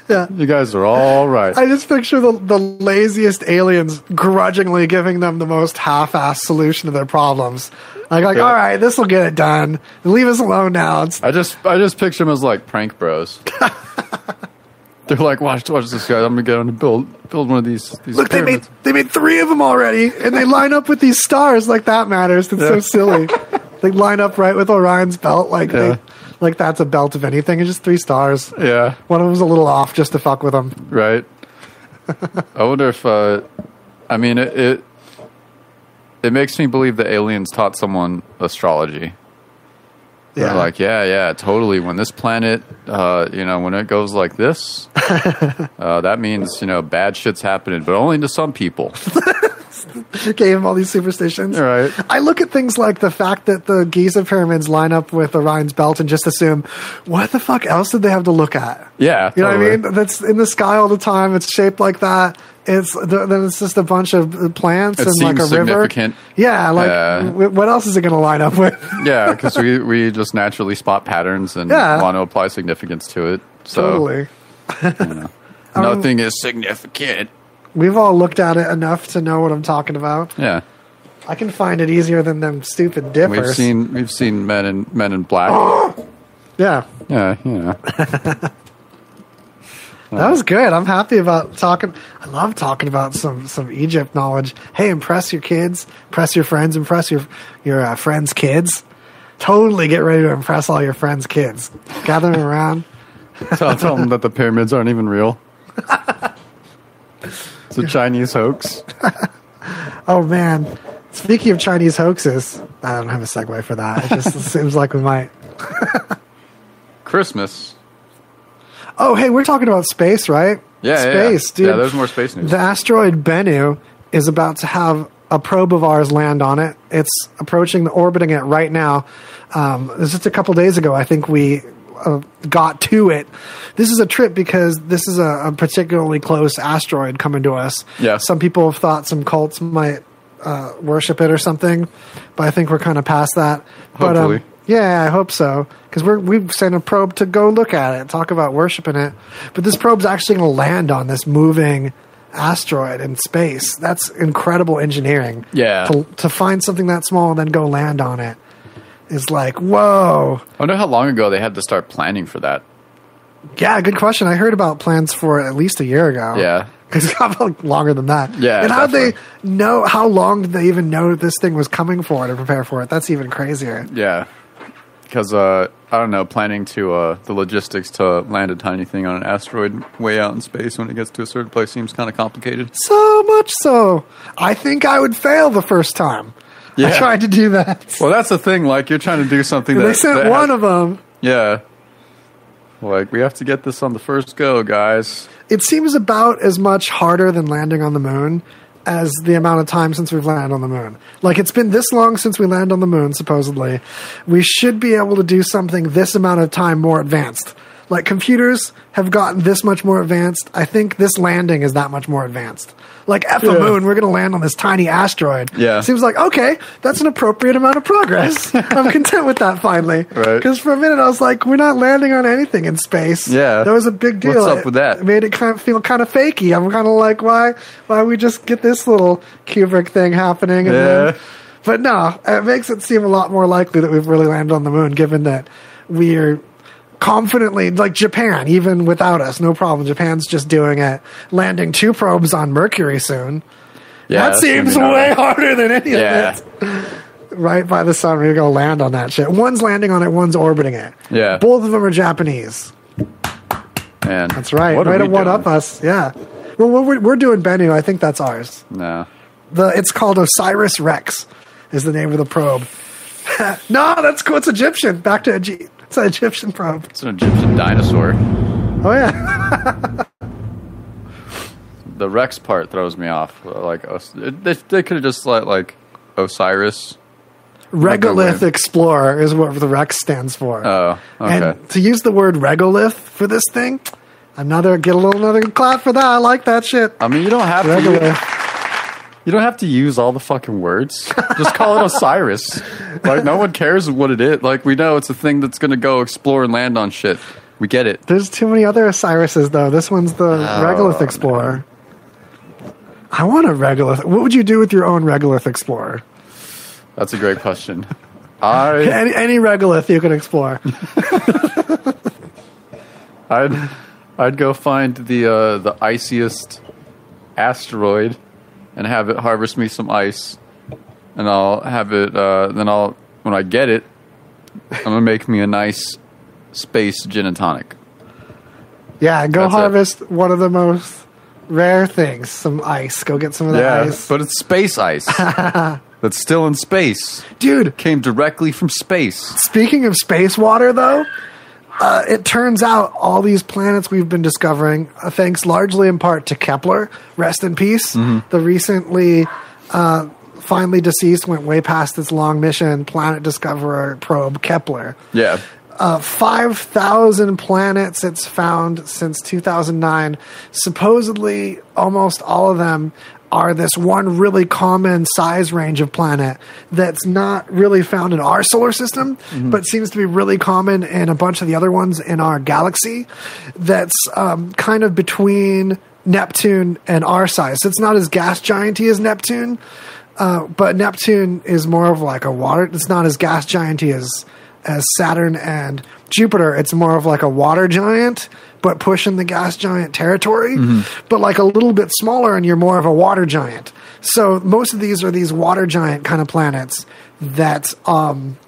Yeah. You guys are all right. I just picture the, the laziest aliens grudgingly giving them the most half-assed solution to their problems. Like, like Yeah. all right, this will get it done. Leave us alone now. It's, I just I just picture them as like prank bros. They're like, watch, watch this guy. I'm gonna get him to build build one of these. these look, they made pyramids." they made three of them already, and they line up with these stars. Like that matters. It's so Yeah. [LAUGHS] silly. they line up right with Orion's belt. Like Yeah. they, like that's a belt of anything. It's just three stars. Yeah, One of them's a little off just to fuck with them. [LAUGHS] right. I wonder if, uh, I mean, it, it it makes me believe the aliens taught someone astrology. They're like, yeah, yeah, totally. When this planet, uh, you know, when it goes like [LAUGHS] this, uh, that means you know bad shit's happening, but only to some people. [LAUGHS] gave him all these superstitions. Right. I look at things like the fact that the Giza pyramids line up with Orion's belt and just assume, what the fuck else did they have to look at? Yeah, You know totally. what I mean? That's in the sky all the time. It's shaped like that. It's th- then it's just a bunch of uh, plants It and like a seems river. significant. Yeah, like Yeah. w- what else is it going to line up with? Yeah, because we we just naturally spot patterns and Yeah. want to apply significance to it. So totally. Um, nothing is significant. We've all looked at it enough to know what I'm talking about. Yeah, I can find it easier than them stupid we've dippers. seen we've seen men in [LAUGHS] men in black. yeah. Yeah, yeah. That was good. I'm happy about talking. I love talking about some some Egypt knowledge. Hey, impress your kids, impress your friends, impress your your uh, friends' kids. Totally get ready to impress all your friends' kids. Gather them around. Tell, tell them that the pyramids aren't even real. It's a Chinese hoax. Oh man! Speaking of Chinese hoaxes, I don't have a segue for that. It just [LAUGHS] seems like we might. Christmas. Oh, hey, we're talking about space, right? Yeah, yeah, yeah. space, dude. Yeah, there's more space news. The asteroid Bennu is about to have a probe of ours land on it. It's approaching, orbiting it right now. Um, it was just a couple days ago, I think we uh, got to it. This is a trip because this is a, a particularly close asteroid coming to us. Yeah. Some people have thought some cults might uh, worship it or something, but I think we're kind of past that. But, um, Hopefully. yeah, I hope so because we're we've sent a probe to go look at it, talk about worshiping it. But this probe's actually going to land on this moving asteroid in space. That's incredible engineering. Yeah. to, to find something that small and then go land on it is like whoa. I wonder how long ago they had to start planning for that. Yeah, good question. I heard about plans for it at least a year ago. Yeah. [LAUGHS] Because it's probably longer than that. Yeah, And how they definitely. know, how long did they even know this thing was coming for to prepare for it? That's even crazier. Yeah. Because, uh, I don't know, planning to, uh, the logistics to land a tiny thing on an asteroid way out in space when it gets to a certain place seems kind of complicated. So much so. I think I would fail the first time. I Yeah. tried to do that. Well, that's the thing. Like, you're trying to do something that. they sent that one has- of them. Yeah. Like, we have to get this on the first go, guys. It seems about as much harder than landing on the moon as the amount of time since we've landed on the moon. Like it's been this long since we landed on the moon, supposedly. We should be able to do something this amount of time more advanced. Like computers have gotten this much more advanced. I think this landing is that much more advanced. Like F the Yeah. moon, we're gonna land on this tiny asteroid. Yeah. Seems like okay, that's an appropriate amount [LAUGHS] of progress. I'm content with that finally. Right. Because for a minute I was like, we're not landing on anything in space. Yeah. That was a big deal. What's up with that? It made it kind of feel kind of fakey. I'm kind of like, why, why we just get this little Kubrick thing happening? And Yeah. then, but no, it makes it seem a lot more likely that we've really landed on the moon, given that we're confidently like Japan, even without us, no problem. Japan's just doing it, landing two probes on Mercury soon. Yeah. that that's gonna be seems another- way harder than any Yeah. of it right by the sun. We're gonna land on that shit. One's landing on it, one's orbiting it. Yeah. both of them are Japanese. Man. That's right. What are Way to we one doing? up us. Yeah. Well, we're- we're, we're doing Bennu. I think that's ours. No. The it's called Osiris Rex, is the name of the probe. [LAUGHS] no, that's cool. It's Egyptian. Back to Egy- it's an Egyptian probe. It's an Egyptian dinosaur. Oh yeah. the Rex part throws me off. Like Os- they, they could have just let like Osiris. Regolith way. Explorer is what the Rex stands for. Oh, okay. And to use the word regolith for this thing, another get a little another clap for that. I like that shit. I mean, you don't have to. Regolith. Use, you don't have to use all the fucking words. Just call it Osiris. Like no one cares what it is. Like we know it's a thing that's gonna go explore and land on shit. We get it. There's too many other Osirises, though. This one's the Oh, Regolith Explorer. I want a Regolith. What would you do with your own Regolith Explorer? That's a great question. I Any, any Regolith you [LAUGHS] can explore. I'd I'd go find the uh, the iciest asteroid and have it harvest me some ice, and I'll have it. Uh, then I'll when I get it, I'm gonna make me a nice space gin and tonic. Yeah, go That's it. harvest one of the most rare things some ice. Go get some of the ice. but it's space [LAUGHS] ice that's still in space. Dude, Came directly from space. Speaking of space water, though, uh, it turns out all these planets we've been discovering, uh, thanks largely in part to Kepler, rest in peace, the recently uh, finally deceased, went way past its long mission, planet discoverer probe Kepler. Yeah, Uh, 5,000 planets it's found since 2009. Supposedly, almost all of them are this one really common size range of planet that's not really found in our solar system, but seems to be really common in a bunch of the other ones in our galaxy that's um, kind of between Neptune and our size. So it's not as gas gianty as Neptune, uh, but Neptune is more of like a water. It's not as gas gianty as as Saturn and Jupiter. It's more of like a water giant, but pushing the gas giant territory, Mm-hmm. but like a little bit smaller, and you're more of a water giant. So most of these are these water giant kind of planets that um,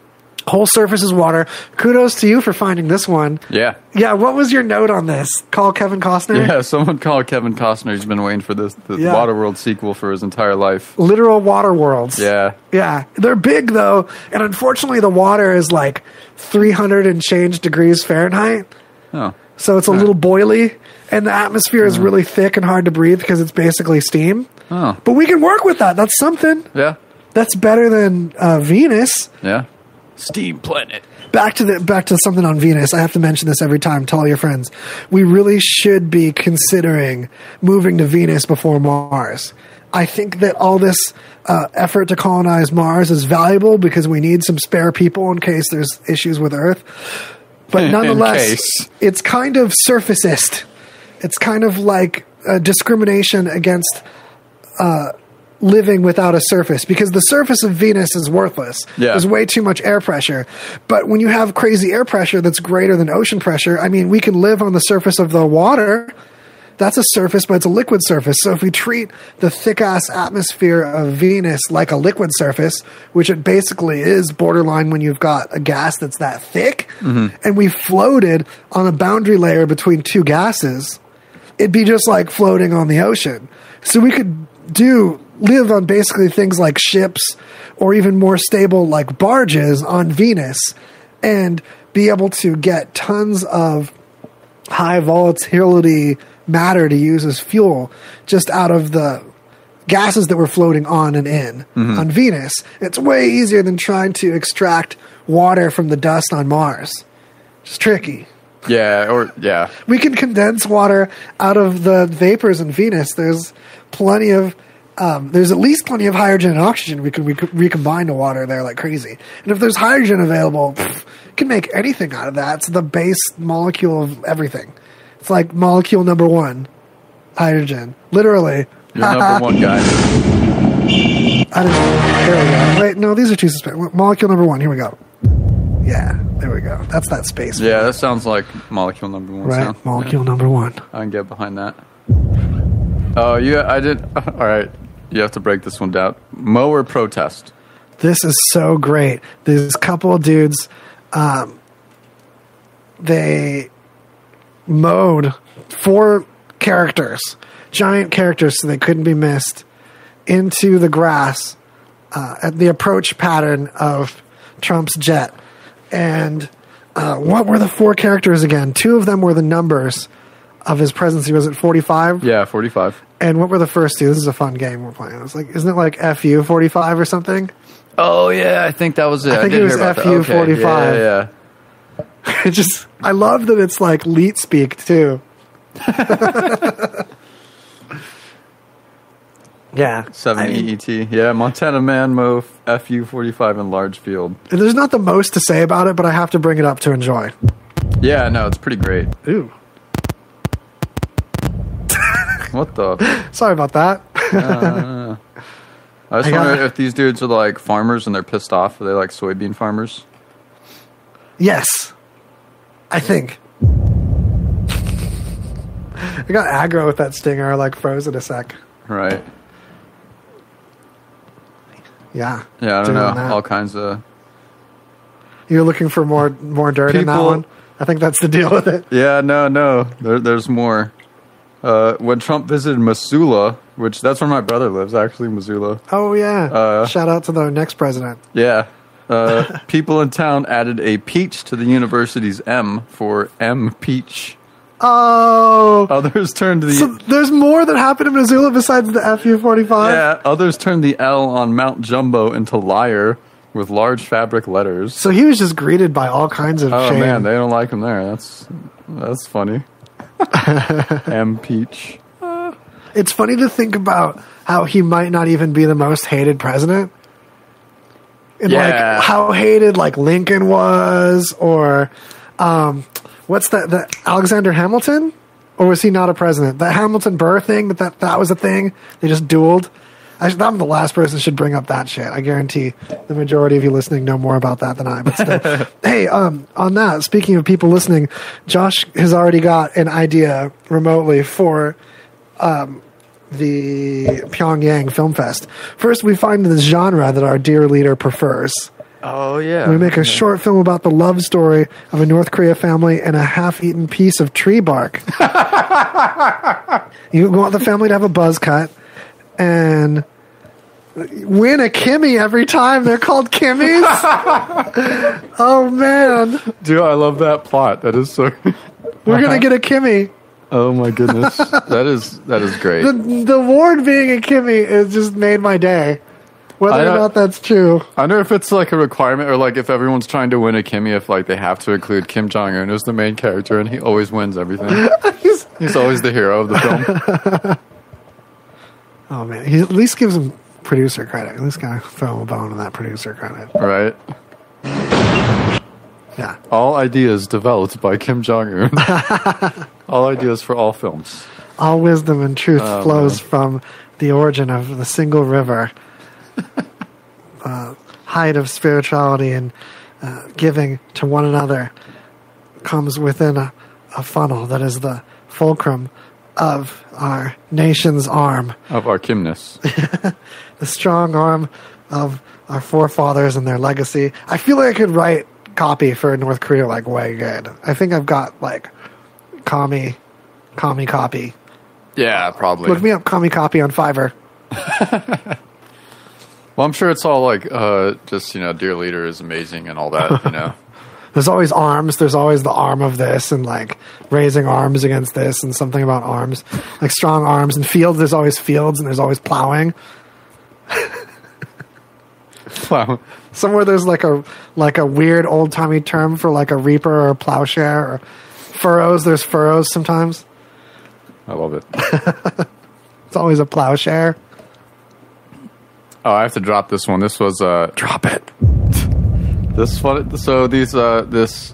whole surface is water. Kudos to you for finding this one. Yeah. Yeah, what was your note on this? Call Kevin Costner? Yeah, someone called Kevin Costner. He's been waiting for this the Yeah. Waterworld sequel for his entire life. Literal water worlds. Yeah. Yeah. They're big though, and unfortunately the water is like 300 and change degrees Fahrenheit, Oh. so it's a little boily, and the atmosphere is really thick and hard to breathe because it's basically steam. Oh. But we can work with that. That's something. Yeah. That's better than uh, Venus. Yeah. Steam planet. back to the back to something on Venus. I have to mention this every time. Tell all your friends. We really should be considering moving to Venus before Mars. I think that all this uh, effort to colonize Mars is valuable because we need some spare people in case there's issues with Earth. [LAUGHS] But In nonetheless, case. it's kind of surfacist. It's kind of like uh, discrimination against living without a surface because the surface of Venus is worthless. Yeah. There's way too much air pressure. But when you have crazy air pressure that's greater than ocean pressure, I mean, we can live on the surface of the water. That's a surface, but it's a liquid surface. So if we treat the thick ass atmosphere of Venus like a liquid surface, which it basically is borderline when you've got a gas that's that thick, and we floated on a boundary layer between two gases, it'd be just like floating on the ocean. So we could do live on basically things like ships or even more stable like barges on Venus and be able to get tons of high volatility matter to use as fuel just out of the gases that were floating on and in on Venus. It's way easier than trying to extract water from the dust on Mars. It's tricky Yeah, or yeah. we can condense water out of the vapors in Venus. There's plenty of um, there's at least plenty of hydrogen and oxygen we can rec- recombine to water there like crazy. And if there's hydrogen available, pff, can make anything out of that. It's the base molecule of everything. It's like molecule number one, hydrogen. Literally. You're [LAUGHS] number one guy. I don't There we go. Wait, no, these are two suspended. Molecule number one. Here we go. Yeah, there we go. That's that space. Yeah, that sounds like molecule number one. Right, sound. molecule number one. I can get behind that. Oh, yeah, I did. [LAUGHS] All right, you have to break this one down. Mow or protest? this is so great. This couple of dudes, um, they mowed four characters, giant characters, so they couldn't be missed, into the grass uh, at the approach pattern of Trump's jet. And uh, what were the four characters again? Two of them were the numbers of his presidency. Was it 45? Yeah, forty-five. And what were the first two? This is a fun game we're playing. It's like, isn't it like FU 45 or something? Oh yeah, I think that was it. I, think did it was hear about that. FU Okay, 45. Yeah, yeah, It just I love that it's like leet speak too. [LAUGHS] yeah. seven I mean, EET. Yeah, Montana man mow fu forty-five in large field. there's not the most to say about it, but I have to bring it up to enjoy. Yeah, no, it's pretty great. Ooh. What [LAUGHS] the? Sorry about that. [LAUGHS] I just I got- wonder if these dudes are like farmers and they're pissed off. Are they like soybean farmers? yes. I think. [LAUGHS] I got aggro with that stinger, I, like froze in a sec. Right. Yeah. Yeah, I don't Doing know. that. All kinds of. You're looking for more more dirt in that People- one? I think that's the deal with it. Yeah, no, no. There, there's more. Uh, when Trump visited Missoula, which that's where my brother lives, actually, Missoula. Oh yeah. Uh, Shout out to the next president. Yeah. [LAUGHS] Uh, people in town added a peach to the university's M for M Peach. Oh, Others turned the So there's more that happened in Missoula besides the FU 45? yeah. Others turned the L on Mount Jumbo into liar with large fabric letters. So he was just greeted by all kinds of Oh shame. man, they don't like him there. That's that's [LAUGHS] funny. M Peach. it's funny to think about how he might not even be the most hated president. And Yeah. like how hated like Lincoln was or um what's that the Alexander Hamilton? Or was he not a president? The Hamilton Burr thing that, that that was a thing. They just dueled. I should, I'm the last person should bring up that shit. I guarantee the majority of you listening know more about that than I. But still. hey, um, on that, speaking of people listening, Josh has already got an idea remotely for the Pyongyang Film Fest. First, we find the genre that our dear leader prefers. Oh yeah. We make a short film about the love story of a North Korea family and a half-eaten piece of tree bark. [LAUGHS] you want the family to have a buzz cut and win a Kimmy every time. They're called Kimmies. [LAUGHS] oh man, Dude, I love that plot. That is so. [LAUGHS] we're Uh-huh. gonna get a Kimmy. oh my goodness, that is that is great. The the ward being a Kimmy has just made my day. I Whether or don't- not that's true. [LAUGHS] I wonder if it's like a requirement or like if everyone's trying to win a Kimmy, if like they have to include Kim Jong Un as the main character, and he always wins everything. He's- He's always the hero of the [LAUGHS] film. Oh man, he at least gives him producer credit. At least gotta throw him a bone on that producer credit. Right? Yeah, All ideas developed by Kim Jong Un. [LAUGHS] all ideas for all films. all wisdom and truth flows from the origin of the single river, uh, height of spirituality and uh, giving to one another comes within a, a funnel that is the fulcrum of our nation's arm, Of our Kimness. the strong arm of our forefathers and their legacy. I feel like I could write copy for North Korea like way good. I think I've got like commie, commie copy. Yeah, probably. Look me up, commie copy on Fiverr. Well, I'm sure it's all like uh, just, you know, Dear Leader is amazing and all that, you know. There's always arms. There's always the arm of this and like raising arms against this and something about arms, like strong arms and fields. There's always fields and there's always plowing. [LAUGHS] Wow. Somewhere there's like a like a weird old timey term for like a reaper or a plowshare or furrows. There's furrows sometimes. I love it. It's always a plowshare. Oh, I have to drop this one. This was uh drop it. This one. So these uh this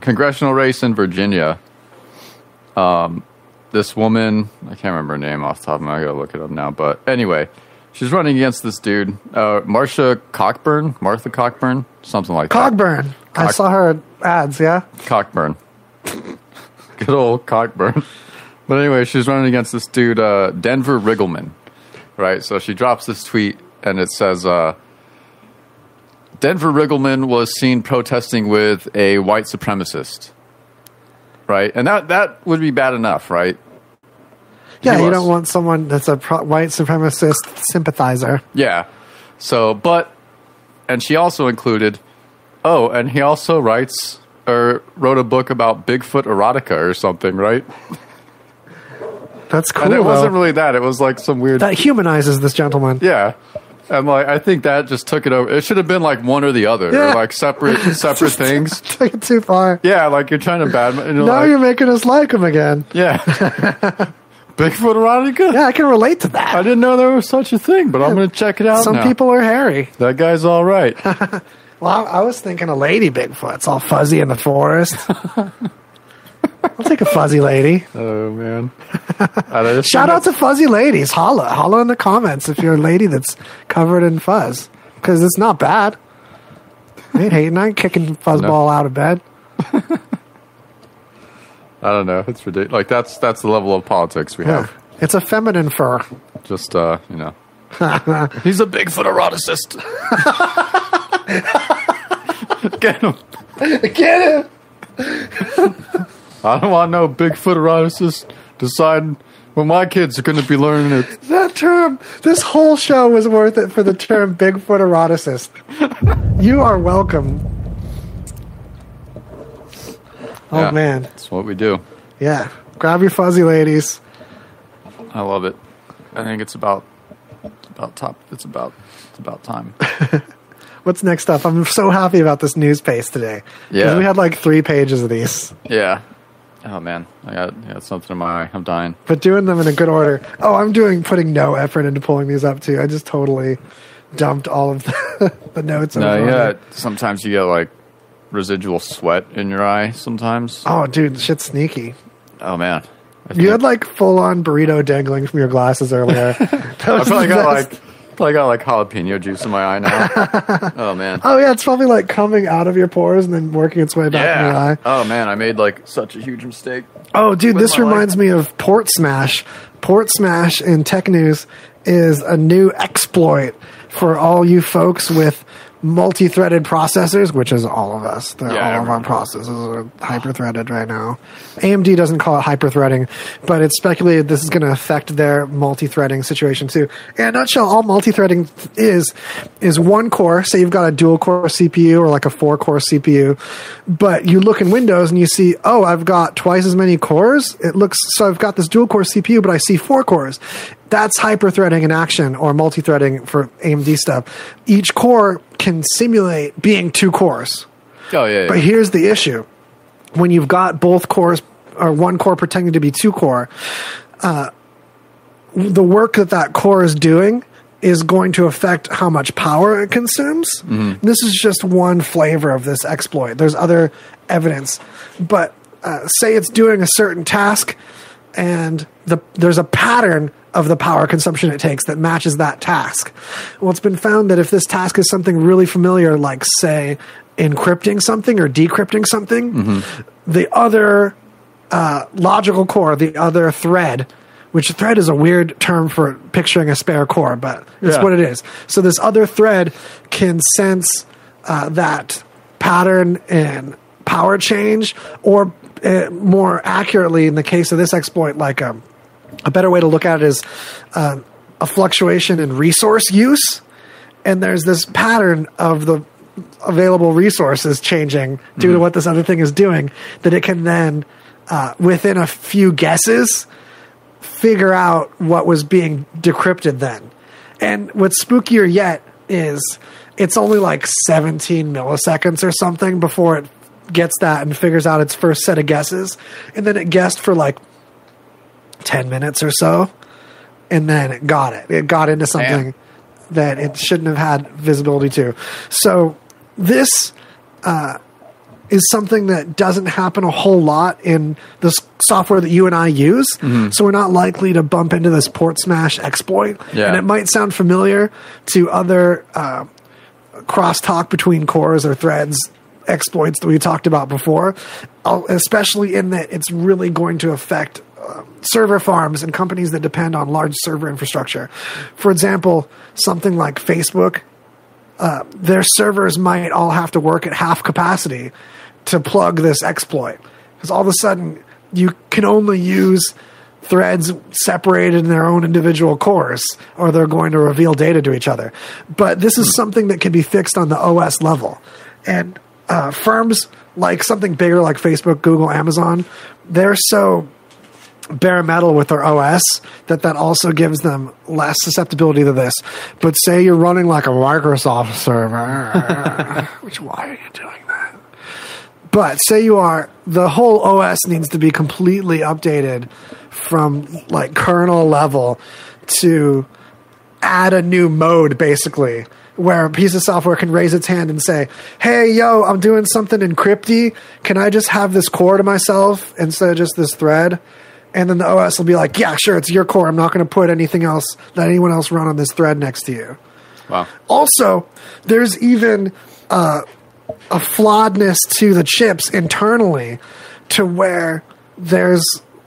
congressional race in Virginia. Um, this woman I can't remember her name off the top of my. I gotta look it up now. But anyway, she's running against this dude, uh, Marsha Cockburn, Martha Cockburn, something like Cogburn. I Cog- saw her ads. Yeah, that. Cockburn. [LAUGHS] Good old Cockburn. But anyway, she's running against this dude, uh, Denver Riggleman. Right? So she drops this tweet and it says, uh, Denver Riggleman was seen protesting with a white supremacist. Right? And that, that would be bad enough, right? yeah. He You was. don't want someone that's a pro- white supremacist sympathizer. Yeah. So, but, and she also included, oh, and he also writes or wrote a book about Bigfoot erotica or something, right? That's cool. And it though. wasn't really that. It was like some weird that humanizes this gentleman. [LAUGHS] Yeah. And like I think that just took it over. It should have been like one or the other, Yeah. or like [LAUGHS] separate separate things. [LAUGHS] Took it too far. Yeah, like you're trying to bad. You're Now like, you're making us like him again. [LAUGHS] [LAUGHS] yeah. Bigfoot erotica. Yeah, I can relate to that. I didn't know there was such a thing, but I'm gonna check it out. Some now. people are hairy. That guy's all [LAUGHS] right. Well, I, I was thinking a lady Bigfoot. It's all fuzzy in [LAUGHS] the forest. I'll take a fuzzy lady. oh [LAUGHS] man. I don't- Shout out to fuzzy ladies. Holla. Holla in the comments if you're a lady that's covered in fuzz. Because it's not bad. I ain't hating. I ain't kicking fuzzball out of bed. I don't know. It's ridiculous. Like that's that's the level of politics we Yeah. have. It's a feminine fur. Just uh, you [LAUGHS] know. He's a Bigfoot eroticist. [LAUGHS] Get him. Get it? I don't want no Bigfoot eroticist deciding when my kids are going to be learning it. That term, this whole show was worth it for the term Bigfoot eroticist. you are welcome. Oh, Yeah. man. That's what we do. Yeah. Grab your fuzzy ladies. I love it. I think it's about it's about top. It's about it's about time. What's next up? I'm so happy about this news page today. 'Cause Yeah. We had like three pages of these, [LAUGHS] yeah. Oh man, I got, I got something in my eye. I'm dying. but doing them in a good order. Oh, I'm doing putting no effort into pulling these up too. I just totally dumped all of [LAUGHS] the, the notes. in No, the Uh, yeah. folder. Sometimes you get like residual sweat in your eye. Sometimes. Oh, dude, shit's sneaky. [LAUGHS] Oh man. You had like full on burrito dangling from your glasses [LAUGHS] earlier. That I was probably the got best. like probably got like jalapeno juice in my eye [LAUGHS] now. oh man. Oh yeah, it's probably like coming out of your pores and then working its way back in your Yeah. eye. Oh man, I made like such a huge mistake. Oh, dude, With this my reminds me of Port Smash. Port Smash in tech news is a new exploit for all you folks with multi-threaded processors, which is all of us. They're- Yeah, all of our everyone. processors are hyper-threaded right now. AMD doesn't call it hyper-threading, but it's speculated this is going to affect their multi-threading situation too. In a nutshell, all multi-threading is is one core. Say you've got a dual-core CPU or like a four-core CPU, but you look in Windows and you see, oh, I've got twice as many cores. It looks so I've got this dual-core CPU, but I see four cores. That's hyper-threading in action or multi-threading for AMD stuff. Each core can simulate being two cores. Oh yeah. But yeah. here's the issue: when you've got both cores or one core pretending to be two core, uh, the work that that core is doing is going to affect how much power it consumes. This is just one flavor of this exploit. There's other evidence, but uh, say it's doing a certain task, and the there's a pattern of the power consumption it takes that matches that task. Well, it's been found that if this task is something really familiar, like say encrypting something or decrypting something, the other uh, logical core, the other thread, which thread is a weird term for picturing a spare core, but it's Yeah. what it is. So this other thread can sense uh, that pattern and power change, or uh, more accurately, in the case of this exploit, like um, a better way to look at it is um, a fluctuation in resource use and there's this pattern of the available resources changing due to what this other thing is doing that it can then uh, within a few guesses figure out what was being decrypted then and what's spookier yet is it's only like 17 milliseconds or something before it gets that and figures out its first set of guesses and then it guessed for like 10 minutes or so and then it got it it got into something Damn. that it shouldn't have had visibility to so this is something that doesn't happen a whole lot in the s- software that you and I use. So we're not likely to bump into this port smash exploit. Yeah. And it might sound familiar to other uh, crosstalk between cores or threads exploits that we talked about before, uh, especially in that it's really going to affect uh, server farms and companies that depend on large server infrastructure. For example, something like Facebook their servers might all have to work at half capacity to plug this exploit because all of a sudden you can only use threads separated in their own individual cores or they're going to reveal data to each other but this is something that can be fixed on the os level and uh, firms like something bigger like facebook google amazon they're so bare metal with their OS that that also gives them less susceptibility to this. But say you're running like a Microsoft server, [LAUGHS] which why are you doing that? But say you are the whole OS needs to be completely updated from like kernel level to add a new mode basically where a piece of software can raise its hand and say, "Hey, yo, I'm doing something in Crypty. Can I just have this core to myself instead of just this thread?" And then the OS will be like, "Yeah, sure, it's your core. I'm not going to put anything else let anyone else run on this thread next to you." Wow. Also, there's even uh, a flawedness to the chips internally to where there's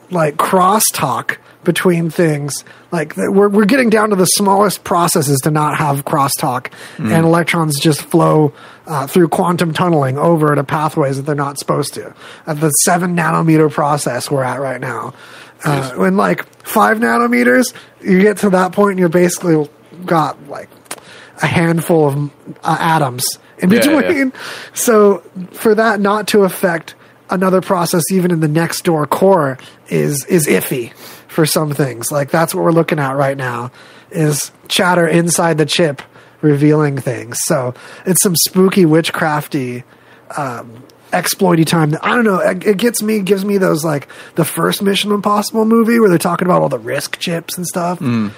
like crosstalk between things. Like th- we're, we're getting down to the smallest processes to not have crosstalk, and electrons just flow uh, through quantum tunneling over to pathways that they're not supposed to. At the seven nanometer process we're at right now. Uh, when like five nanometers, you get to that point and you're basically got like a handful of uh, atoms in Yeah, yeah. between. [LAUGHS] So for that not to affect another process, even in the next door core, is is iffy for some things. Like that's what we're looking at right now is chatter inside the chip revealing things. So it's some spooky witchcrafty exploity time. that- I don't know. It, it gets me, gives me those like the first Mission Impossible movie where they're talking about all the risk chips and stuff, and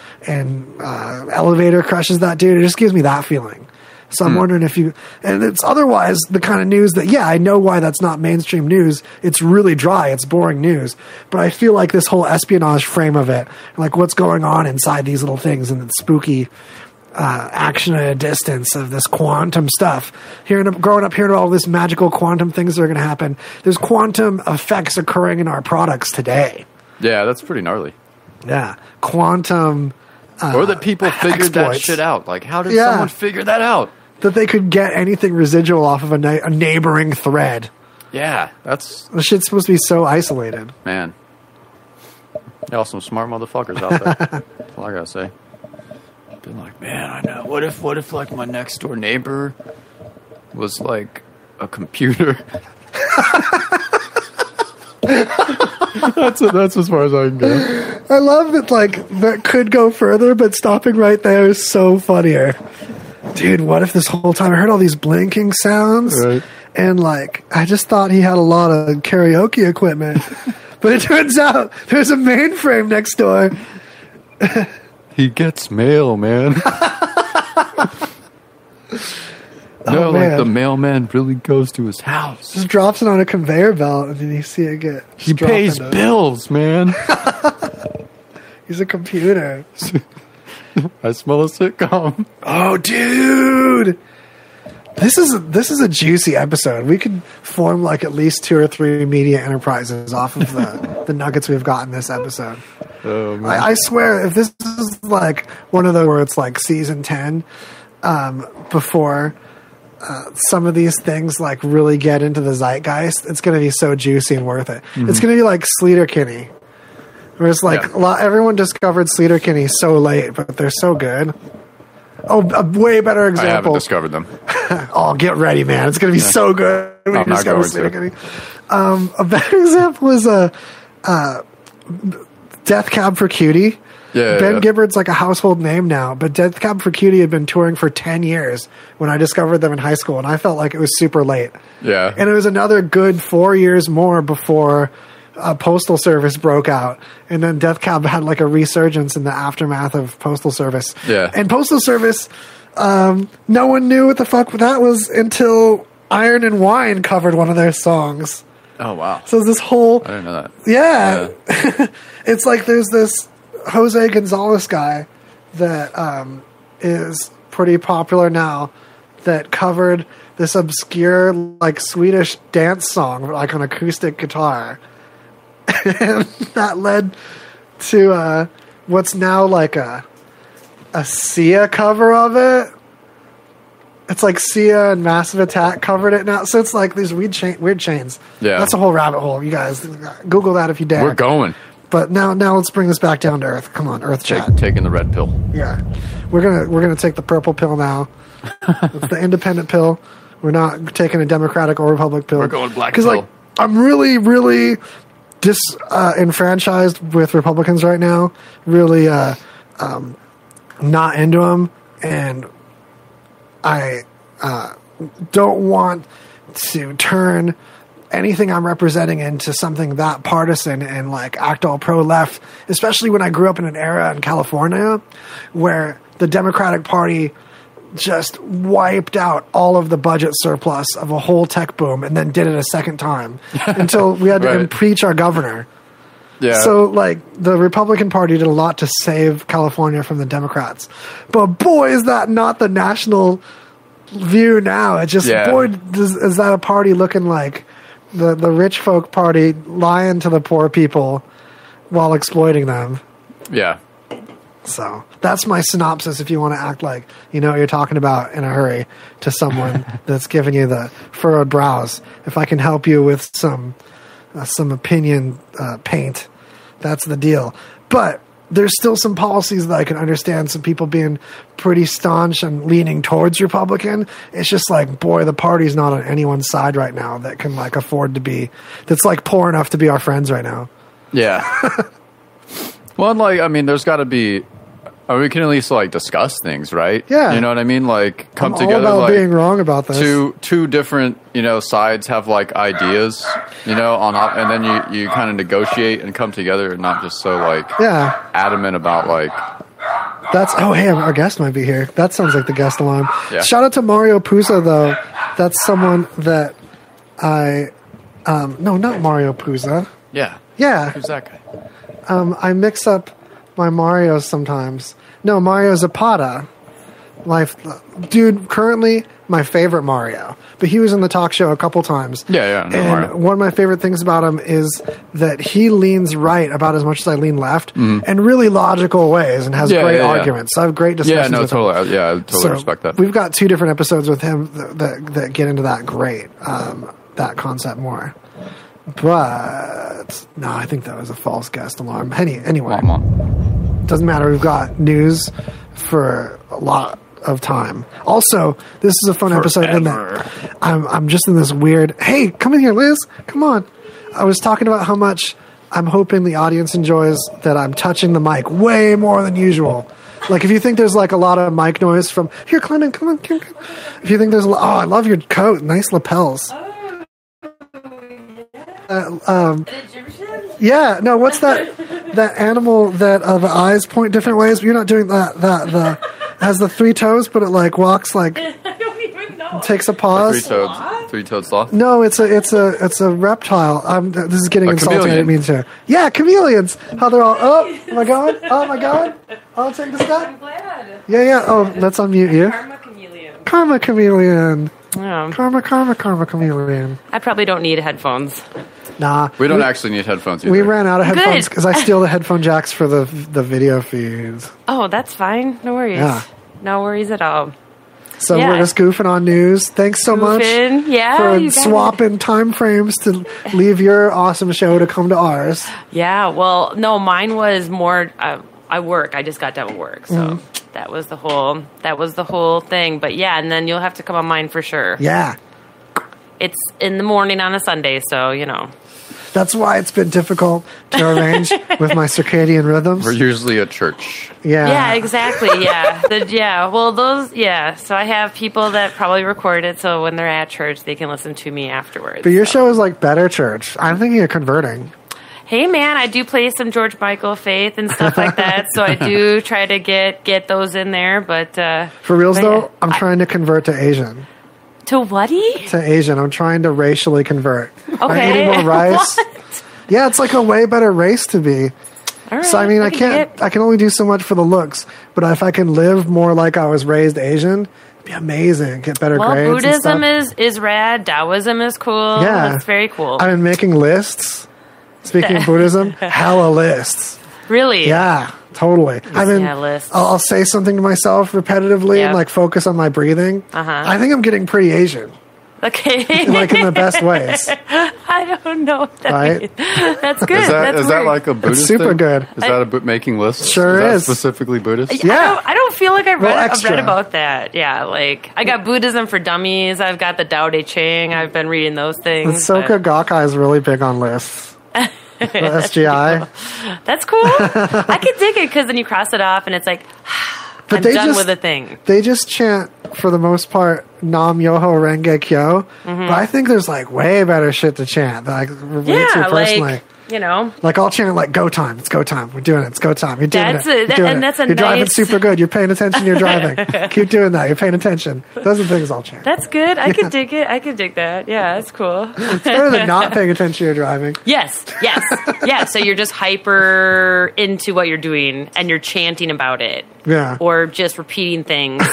uh, elevator crushes that dude. It just gives me that feeling. So I'm wondering if you, and it's otherwise the kind of news that, yeah, I know why that's not mainstream news. It's really dry. It's boring news. But I feel like this whole espionage frame of it, like what's going on inside these little things and it's spooky uh, action at a distance of this quantum stuff. Hearing growing up, hearing about all this magical quantum things that are going to happen. There's quantum effects occurring in our products today. Yeah, that's pretty gnarly. Yeah, quantum or that people [LAUGHS] figured that Uh, exploits. shit out. Like, how did Yeah. someone figure that out? that they could get anything residual off of a, na- a neighboring thread. Yeah, that's The shit's supposed to be so isolated. man. Y'all some smart motherfuckers out [LAUGHS] there. That's all I gotta say. Been like, man, I know. What if, what if, like, my next door neighbor was like a [LAUGHS] computer? [LAUGHS] that's that's as far as I can go. I love that. Like that could go further, but stopping right there is so funnier. Dude, what if this whole time I heard all these blinking sounds Right. and like I just thought he had a lot of karaoke [LAUGHS] equipment, but it turns out there's a mainframe next door. He gets mail, [LAUGHS] man. [LAUGHS] no, Oh, like man. the mailman really goes to his house. Just drops it on a conveyor belt and then you see it get. He pays bills, [LAUGHS] man. He's [LAUGHS] a computer. I smell a sitcom. Oh, dude. This is this is a juicy episode. We could form like at least two or three media enterprises off [LAUGHS] of the, the nuggets we've gotten this episode. Oh, man. I, I swear, if this is like one of those where it's like season ten, um, before uh, some of these things like really get into the zeitgeist, it's going to be so juicy and worth it. It's going to be like Sleater-Kinney, where it's like Mm-hmm. Yeah. a lot, everyone discovered Sleater-Kinney so late, but they're so good. Oh, a way better I haven't example. discovered them. oh, get ready, man! It's going to be so good when I'm you not discover going to. Sleater-Kinney. Um, a better [LAUGHS] example is a. Uh, Death Cab for Cutie. Yeah, ben yeah. Gibbard's like a household name now, but Death Cab for Cutie had been touring for 10 years when I discovered them in high school, and I felt like it was super late. Yeah. And it was another good four years more before uh, Postal Service broke out, and then Death Cab had like a resurgence in the aftermath of Postal Service. Yeah. And Postal Service, um, no one knew what the fuck that was until Iron and Wine covered one of their songs. oh, wow. So this whole I didn't know that. yeah. [LAUGHS] it's like there's this Jose Gonzalez guy that um, is pretty popular now that covered this obscure like Swedish dance song but like on acoustic guitar. [LAUGHS] and that led to uh, what's now like a a Sia cover of it. It's like Sia and Massive Attack covered it now, so it's like these weird, chain, weird chains. Yeah. that's a whole rabbit hole. You guys, Google that if you dare. We're going. But now, now let's bring this back down to earth. Come on, Earth Take, chat. taking the red pill. Yeah, we're gonna we're gonna take the purple [LAUGHS] pill now. it's the independent pill. We're not taking a Democratic or Republic pill. We're going black Because like pill. I'm really really disenfranchised with Republicans right now. Really uh, um, not into them, and I uh, don't want to turn anything I'm representing into something that partisan and like act all pro left, especially when I grew up in an era in California where the Democratic Party just wiped out all of the budget surplus of a whole tech boom and then did it a second time until we had to Right. impeach our governor. Yeah. So, like, the Republican Party did a lot to save California from the Democrats. But boy, is that not the national view now. It's just, Yeah. boy, does, is that a party looking like the, the rich folk party lying to the poor people while exploiting them. yeah. So, that's my synopsis if you want to act like you know what you're talking about in a hurry to someone that's giving you the furrowed brows. If I can help you with some uh, some opinion uh, paint. That's the deal. But there's still some policies that I can understand. Some people being pretty staunch and leaning towards Republican. It's just like, boy, the party's not on anyone's side right now that can like afford to be. That's like poor enough to be our friends right now. [LAUGHS] Yeah. well, and, like, I mean, there's got to be. I mean, we can at least, like, discuss things, right? Yeah. You know what I mean? Like, come I'm together. all about like, being wrong about this. two two different you know sides have like ideas you know on op- and then you you kind of negotiate and come together and not just so like yeah. adamant about like That's oh hey, our guest might be here. That sounds like the guest alarm. Yeah. Shout out to Mario Puzo though. That's someone that I um no not Mario Puzo. Yeah. Yeah, Who's that guy? um, I mix up my Mario's sometimes. No, Mario Zapata. Life, dude. Currently, my favorite Mario, but he was in the talk show a couple times. Yeah, yeah, I know and Mario. one of my favorite things about him is that he leans right about as much as I lean left, in really logical ways, and has Mm-hmm. Yeah, great yeah, yeah. arguments. I have great discussions. Yeah, no, with him. totally. I- Yeah, I totally So, respect that. We've got two different episodes with him that that, that get into that great um, that concept more. But no, I think that was a false guest alarm. Any anyway, Come on. doesn't matter. We've got news for a lot of time. Also, this is a fun episode in Forever. that I'm I'm just in this weird. Hey, come in here, Liz. Come on. I was talking about how much I'm hoping the audience enjoys that I'm touching the mic way more than usual. Like if you think there's like a lot of mic noise from here, Clement, come on. Come on. If you think there's a lo- oh, I love your coat, nice lapels. Yeah, no, [LAUGHS] what's that that animal that uh, the eyes point different ways? You're not doing that that the has the three toes but it like walks like [LAUGHS] I don't even know. takes a Three pause. toads. Three toed sloth. No, it's a it's a it's a reptile. I'm, this is getting A insulting. I didn't chameleon. mean to. Yeah, chameleons. How they're all oh my god, oh my god, I'll take this guy. I'm glad. Yeah, yeah. Oh, let's unmute you. Karma chameleon. Karma chameleon. Yeah. Karma, karma, karma chameleon. I probably don't need headphones. Nah, We don't actually need headphones either. we ran out of headphones Good. because I steal the headphone jacks for the the video feeds. Oh, that's fine. No worries. Yeah. No worries at all. So Yeah. we're just goofing on news. Thanks so Goofing. much Yeah, for you got it. swapping time frames to leave your awesome show to come to ours. Yeah. Well, no, mine was more. Uh, I work. I just got done with work, so Mm. that was the whole. That was the whole thing. But yeah, and then you'll have to come on mine for sure. Yeah. It's in the morning on a Sunday, so you know. That's why it's been difficult to [LAUGHS] arrange with my circadian rhythms. We're usually at church. yeah. Yeah, exactly. Yeah, the, yeah. Well, those. Yeah. So I have people that probably record it, so when they're at church, they can listen to me afterwards. But your show is like better church. I'm thinking of converting. hey man i do play some george michael faith and [LAUGHS] stuff like that so i do try to get get those in there but uh For reals but though, yeah. I'm trying to convert to Asian. to whaty To Asian. I'm trying to racially convert. I'm Okay. eating more [LAUGHS] rice. Yeah, it's like a way better race to be. All right, So I mean, I can can't. do it. I can only do so much for the looks. But if I can live more like I was raised Asian, it'd be amazing. Get better well grades. and stuff. buddhism is is rad taoism is cool Yeah. it's very cool I've been making lists. Speaking [LAUGHS] of Buddhism, hella lists. really Yeah, totally. I've been. yeah, lists. I'll, I'll say something to myself repetitively Yep. and like focus on my breathing. Uh-huh. I think I'm getting pretty Asian, okay like in the best ways. [LAUGHS] i don't know what that Right. means. [LAUGHS] that's good Is that that's is that weird. like a Buddhist? super thing? good. Is that a book making list? is. Sure That is. specifically Buddhist. I Yeah. don't, I don't feel like I read, Well, I've extra. read about that. Yeah, like I got Buddhism for Dummies. I've got the Tao Te Ching. I've been reading those things. but- Ahsoka Gakkai is really big on [LAUGHS] lists. The SGI. That's [LAUGHS] cool. I could dig it because then you cross it off and it's like, But I'm they done just- with a thing. they just chant for the most part Nam Yoho Renge Kyo, but I think there's like way better shit to chant that I relate Mm-hmm. Yeah, to personally. like Like, you know, I'll chant like "Go time, it's go time. We're doing it. It's go time. You're doing That's it. a- You're that- doing and it. that's a You're driving nice- super good. You're paying attention. You're [LAUGHS] driving. Keep doing that. You're paying attention. Those are the things I'll chant. that's good. I could dig it. I could dig that. Yeah, [LAUGHS] that's cool. It's better [LAUGHS] than not paying attention. You're driving. yes, yes, yeah. So you're just hyper into what you're doing and you're chanting about it, Yeah. or just [LAUGHS] repeating things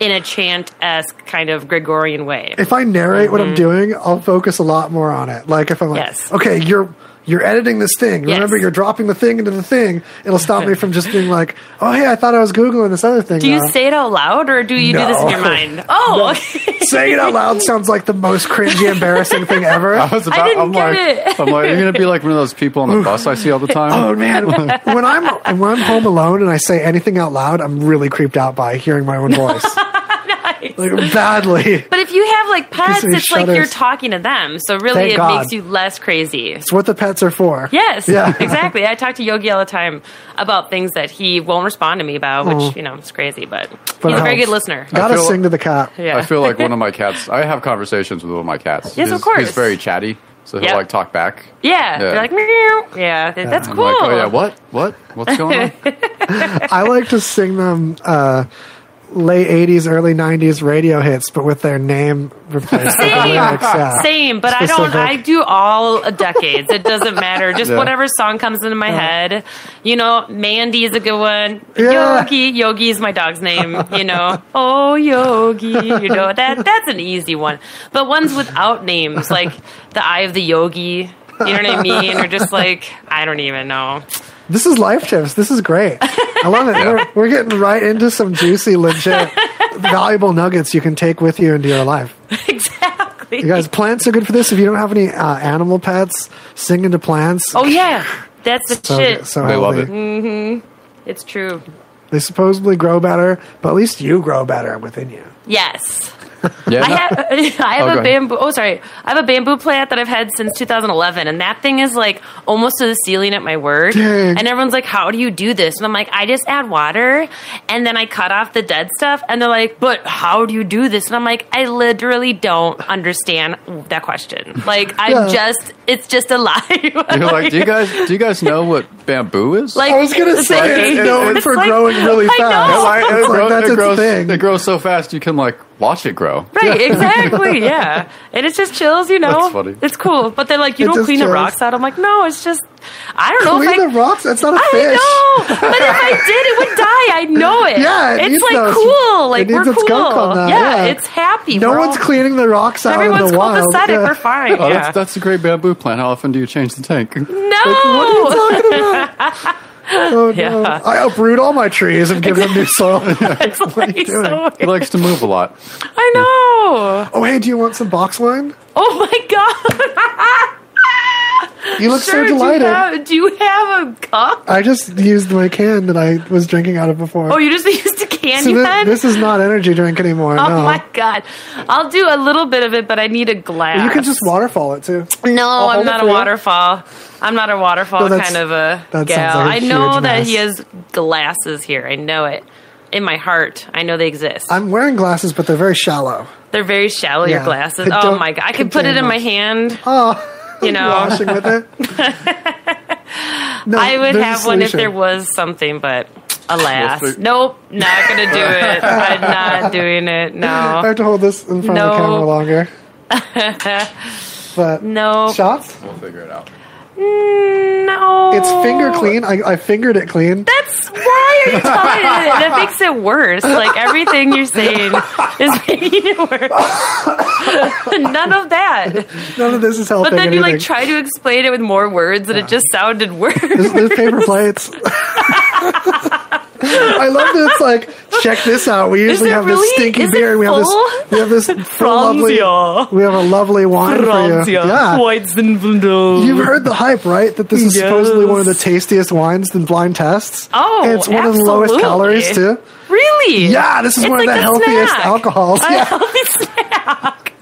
in a chant esque kind of Gregorian way. if I narrate what I'm doing, I'll focus a lot more on it. Like if I'm like, Mm-hmm. Yes. okay, you're you're editing this thing. Yes. Remember, you're dropping the thing into the thing. It'll stop me from just being like, oh hey, I thought I was googling this other thing. Do you now." say it out loud or do you do this in your No. [LAUGHS] mind? Oh, okay. [LAUGHS] Saying it out loud sounds like the most cringy, embarrassing [LAUGHS] [LAUGHS] thing I ever. was about, didn't am get like, it. I'm like, you're gonna be like one of those people on the bus I [LAUGHS] see all the time. Oh [LAUGHS] man, when I'm when I'm home alone and I say anything out loud, I'm really creeped out by hearing my own [LAUGHS] voice. Like, badly. But if you have like pets, me it's like you're shudders. talking to them. So really, Thank it God. makes you less crazy. It's what the pets are for. Yes, Yeah. [LAUGHS] exactly. I talk to Yogi all the time about things that he won't respond to me about, which you know it's crazy, but, Mm. But he's it a very helps. good listener. Gotta feel- sing to the cat. Yeah, [LAUGHS] I feel like one of my cats. I have conversations with one of my cats. Yes, he's, of course. He's very chatty, So he'll Yep. like talk back. Yeah, Yeah. they're like, meow. yeah, th- that's I'm cool. like, oh yeah, what? What? What's going on? [LAUGHS] I like to sing them uh, late '80s, early '90s radio hits, but with their name replaced. with the Same, lyrics, yeah. [LAUGHS] same, but I don't. Specific. I do all decades. It [LAUGHS] doesn't matter. Just Yeah. whatever song comes into my head. You know, Mandy is a good one. Yeah. Yogi, Yogi is my dog's name. [LAUGHS] You know, oh Yogi. You know that that's an easy one. But ones without names, like the Eye of the Yogi. You know [LAUGHS] what I mean? Or just like I don't even know. [LAUGHS] This is life tips. This is great. I love it. We're, we're getting right into some juicy, legit, valuable nuggets you can take with you into your life. exactly. You guys, plants are good for this. If you don't have any uh, animal pets, sing into plants. oh yeah, that's the so, shit. so They love healthy. Mm. it. it's true. They supposedly grow better, but at least you grow better within you. Yes. Yeah. I have, [LAUGHS] I Oh, have go a ahead. bamboo. Oh, sorry. I have a bamboo plant that I've had since 2011, and that thing is like almost to the ceiling at my work. Dang. And everyone's like, "How do you do this?" And I'm like, "I just add water, and then I cut off the dead stuff." And they're like, "But how do you do this?" And I'm like, "I literally don't understand that question. Like, I'm Yeah. just, it's just a lie." [LAUGHS] [LAUGHS] You're like, do you guys do you guys know what bamboo is? [LAUGHS] Like, I was gonna it's say like- it's known it's for like- growing really I fast. know. It's like- It's like that's it its grows, thing. It grows so fast you can like watch it grow. Right, [LAUGHS] exactly, yeah. And it's just chills, you know. That's funny. It's cool. But they're like, you It don't just clean the chills. rocks out. I'm like, no, it's just I don't know Clean if I the rocks. That's not a I fish. know. But if I did, it would die. I know it. Yeah, it needs it's like those- cool. it Like needs we're its cool. gunk on that, yeah, yeah. it's happy. No We're one's all- cleaning the rocks out Everyone's in the wild. copacetic. Yeah. We're fine. Oh, yeah. that's that's a great bamboo plant. How often do you change the tank? [LAUGHS] no. [LAUGHS] Oh, no. Yeah. I uproot all my trees and give them [LAUGHS] new soil. it's like doing? so. It likes to move a lot. I know. oh, hey, do you want some box wine? Oh my god. You look Sure, so do you delighted. have- Do you have a cup? I just used my can that I was drinking out of before. Oh, you just [LAUGHS] used a candy so thi- pen. this, is not energy drink anymore. Oh no. my god! I'll do a little bit of it, but I need a glass. You can just waterfall it too. No, I'll I'm hold it not for a you. waterfall. I'm not a waterfall No, that's- kind of a that sounds gal. like a I know huge that mess. he has glasses here. I know it in my heart. I know they exist. I'm wearing glasses, but they're very shallow. They're very shallow. Yeah. Your glasses. They Oh don't my god! I could put it in contain my much. hand. Oh, You [LAUGHS] know. washing with [LAUGHS] it. No, I would there's a have one if solution. there was something, but alas, We'll fig- nope, not gonna do it. I'm not doing it. I No, have to hold this in front of the No. camera longer. But [LAUGHS] no, shots. We'll figure it out. Mm, no. It's finger clean. I, I fingered it clean. That's why are you telling me that? That makes it worse. Like everything you're saying is [LAUGHS] making it worse. None of that. None of this is helping. But then you like anything. try to explain it with more words, and it just sounded worse. There's, [LAUGHS] there's paper plates. [LAUGHS] I love that it's like, check this out. We usually it have really- this stinky is it beer. We have full? this. We have this [LAUGHS] full lovely. Franzia. We have a lovely wine for you. Franzia. Yeah. Weizenbundel. You've heard the hype, right? That this is supposedly Yes. one of the tastiest wines in blind tests. Oh, And it's one of the lowest absolutely. calories too. Really? Yeah, this is It's one of like the a healthiest snack. [LAUGHS] alcohols. A Yeah, healthy snack.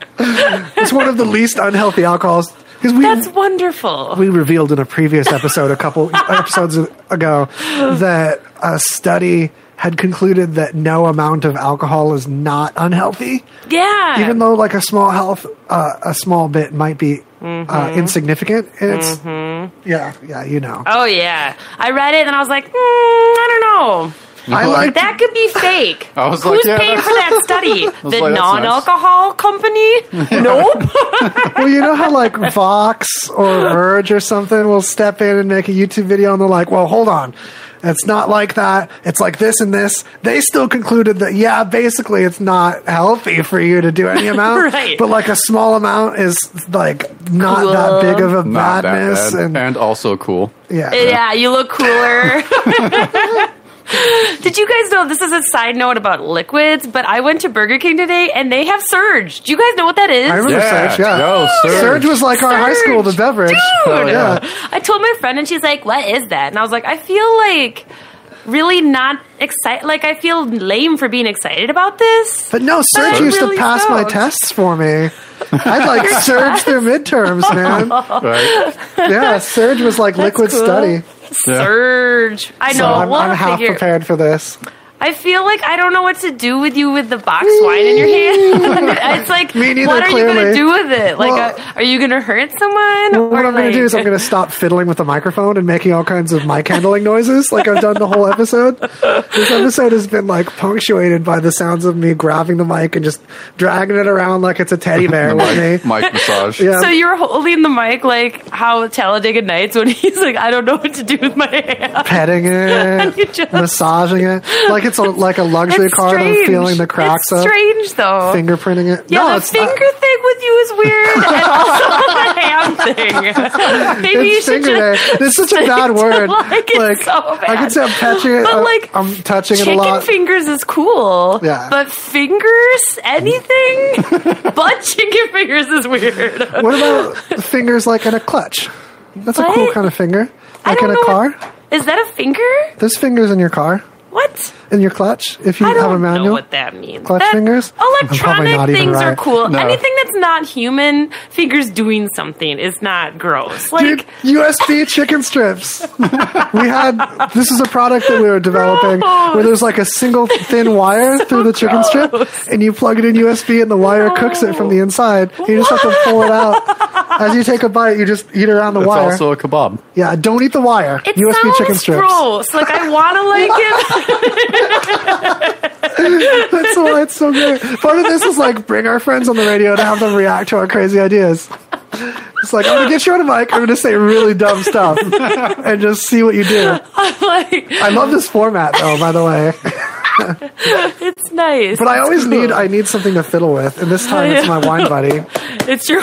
it's one of the least unhealthy alcohols because we [LAUGHS] That's wonderful. we revealed in a previous episode a couple episodes ago that a study had concluded that no amount of alcohol is not unhealthy yeah. even though like a small health uh, a small bit might be uh, Mm-hmm. insignificant it's yeah yeah you know oh yeah, I read it and I was like, mm, I don't know. i like That could [LAUGHS] be fake. I was like, Who's yeah, paying that's- for that [LAUGHS] study? was The like, that's non-alcohol [LAUGHS] company? nope. well you know how [LAUGHS] like vox or verge or something will step in and make a youtube video and they're like well hold on it's not like that it's like this and this they still concluded that yeah basically it's not healthy for you to do [LAUGHS] any amount Right. but like a small amount is like not Cool. that big of a Not that badness bad. and, and also cool. yeah yeah, you look [LAUGHS] cooler. Did you guys know this is a side note about liquids? But I went to Burger King today and they have Surge. Do you guys know what that is? I remember Yeah, Surge, yeah. yo, Surge. Surge was like our high Surge. school, the beverage. Oh, Dude! yeah. I told my friend and she's like, "What is that?" And I was like, "I feel like really not excited. Like I feel lame for being excited about this." But no, Surge I used really to pass my don't. tests for me. I'd [LAUGHS] like Surge through midterms, man. Right? Yeah, Surge was like liquid cool. study. Yeah. Surge. I know. So I'm, we'll I'm have to half figure- prepared for this. I feel like I don't know what to do with you with the box wine in your [LAUGHS] hand. [LAUGHS] it's like, Me neither, what are you going to clearly. do with it? Like, Well- uh, are you going to hurt someone? Well, what Or, I'm going like- to do is I'm going to stop fiddling with the microphone and making all kinds of mic handling noises like I've done the whole episode. This episode has been like punctuated by the sounds of me grabbing the mic and just dragging it around like it's a teddy bear with me. Mike massage. Yeah. So you're holding the mic like how Talladega Nights when [LAUGHS] he's like, I don't know what to do with my hand. [LAUGHS] Petting You [LAUGHS] it, just- massaging it, like it's a, like a luxury It's card. I'm strange. feeling the cracks It's up, strange though. fingerprinting it. yeah, no, the it's finger thing with you is weird, and also the [LAUGHS] hand [LAUGHS] thing. It's Maybe you should finger just day. It's such a bad word. like it [LAUGHS] so I can bad. say I'm touching it. But, uh, like, I'm touching it a Chicken lot. fingers is cool. Yeah. But fingers, anything [LAUGHS] but chicken fingers is weird. What [LAUGHS] about fingers like in a clutch? That's a cool What? kind of finger. I Like in don't a know car. what- Is that a finger? There's fingers in your car, What? in your clutch, if you I have a don't know manual. what that means. Clutch That- fingers? [LAUGHS] I'm probably Electronic not even things are right. cool. No. Anything that's not human fingers doing something is not gross. Like Dude, USB chicken strips. [LAUGHS] we had this is a product that we were developing where there's like a single thin wire through the chicken strip, and you plug it in USB, and the wire cooks it from the inside. You just have to pull it out as you take a bite. You just eat around the It's wire. also a kebab. yeah, don't eat the wire. it USB sounds chicken strips. gross. Like I want to like it. [LAUGHS] That's why it's so great. Part of this is like bring our friends on the radio to have them react to our crazy ideas. It's like I'm gonna get you on a mic. I'm gonna say really dumb stuff and just see what you do. I'm like I love this format though, by the way. it's nice. But I always need I need something to fiddle with, and this time it's my wine buddy it's your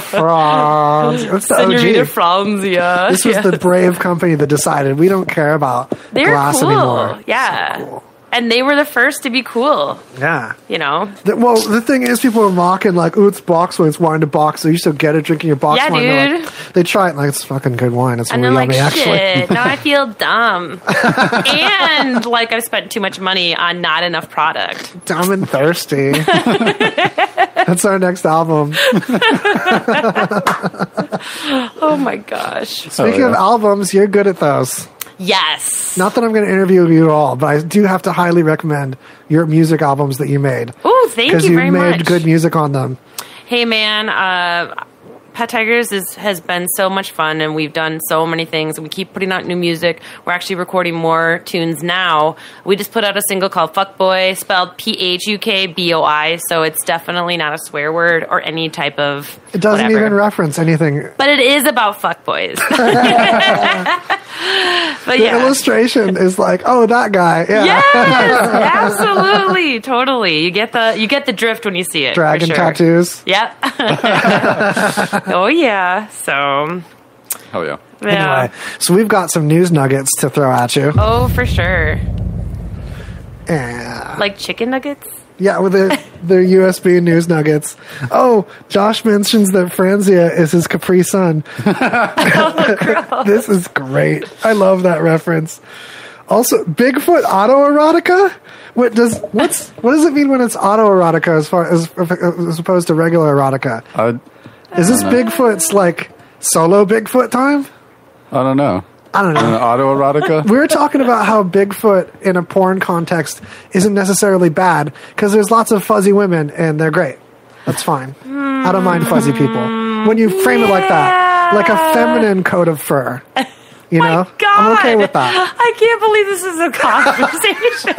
[LAUGHS] Franz. It's the Senorita OG. Franzia. This was Yeah. the brave company that decided we don't care about They're glass cool. anymore. Yeah. cool. And they were the first to be cool, Yeah. you know? The- well, the thing is, people are mocking like, "Ooh, it's box wine, it's wine to box." So you still get it drinking your box Yeah, wine. They're dude. Like, they try it like it's fucking good wine. It's And really then like, yummy, actually. shit, [LAUGHS] now I feel dumb. and like I've spent too much money on not enough product. Dumb and thirsty. [LAUGHS] That's our next album. Oh my gosh. Speaking Oh, of yeah. albums, you're good at those. Yes. Not that I'm going to interview you at all, but I do have to highly recommend your music albums that you made Oh, thank because you you, very made much. good music on them. hey man, uh, Pet Tigers is, has been so much fun, and we've done so many things. We keep putting out new music. We're actually recording more tunes now. We just put out a single called "Fuck Boy," spelled P H U K B O I, so it's definitely not a swear word or any type of. It doesn't whatever. even reference anything. but it is about fuck [LAUGHS] boys. but The yeah. [LAUGHS] illustration is like, oh, that guy. Yeah. Yes, absolutely, totally. You get the you get the drift when you see it. for Dragon sure. tattoos. [LAUGHS] Yep. oh yeah. So Oh yeah. yeah. Anyway, so we've got some news nuggets to throw at you. Oh, for sure. Oh. Yeah. Like chicken nuggets. Yeah, with their, their USB news nuggets. Oh, Josh mentions that Franzia is his Capri Sun. [LAUGHS] this is great. I love that reference. Also, Bigfoot autoerotica. What does what's what does it mean when it's autoerotica as far as as opposed to regular erotica? I Is this Bigfoot's like solo Bigfoot time? I don't know. I don't know. An auto erotica. [LAUGHS] we were talking about how Bigfoot in a porn context isn't necessarily bad because there's lots of fuzzy women and they're great. That's fine. I don't mind fuzzy people. When you frame it like that, like a feminine coat of fur. [LAUGHS] You know? God, I'm okay with that. I can't believe this is a conversation. [LAUGHS]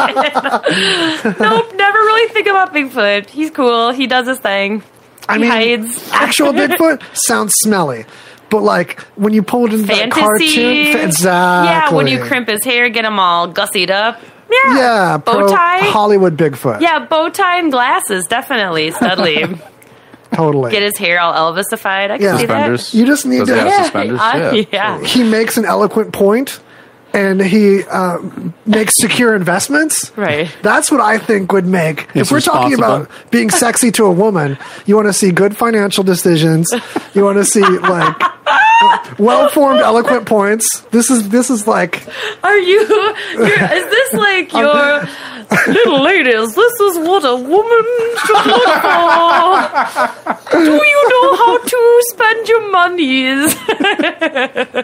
nope, never really think about Bigfoot. He's cool. He does his thing. I he mean, hides. actual [LAUGHS] Bigfoot sounds smelly. But like when you pull it into that Fantasy. cartoon, fa- exactly. Yeah, when you crimp his hair, get him all gussied up. Yeah. yeah, Bow pro tie. Hollywood Bigfoot, yeah, bow tie and glasses, definitely. Studley. [LAUGHS] totally. get his hair all Elvisified. I can Yeah. see that. Suspenders. You just need Does to- it have Yeah, suspenders. I- yeah. yeah. he makes an eloquent point and he uh, makes secure investments. Right. That's what I think would make. He's if we're talking about responsible. being sexy to a woman, you want to see good financial decisions. You want to see like well formed, eloquent points. This is this is like [LAUGHS] Are you? You're, is this like your little ladies? This is what a woman should look for. Do you know how to spend your monies?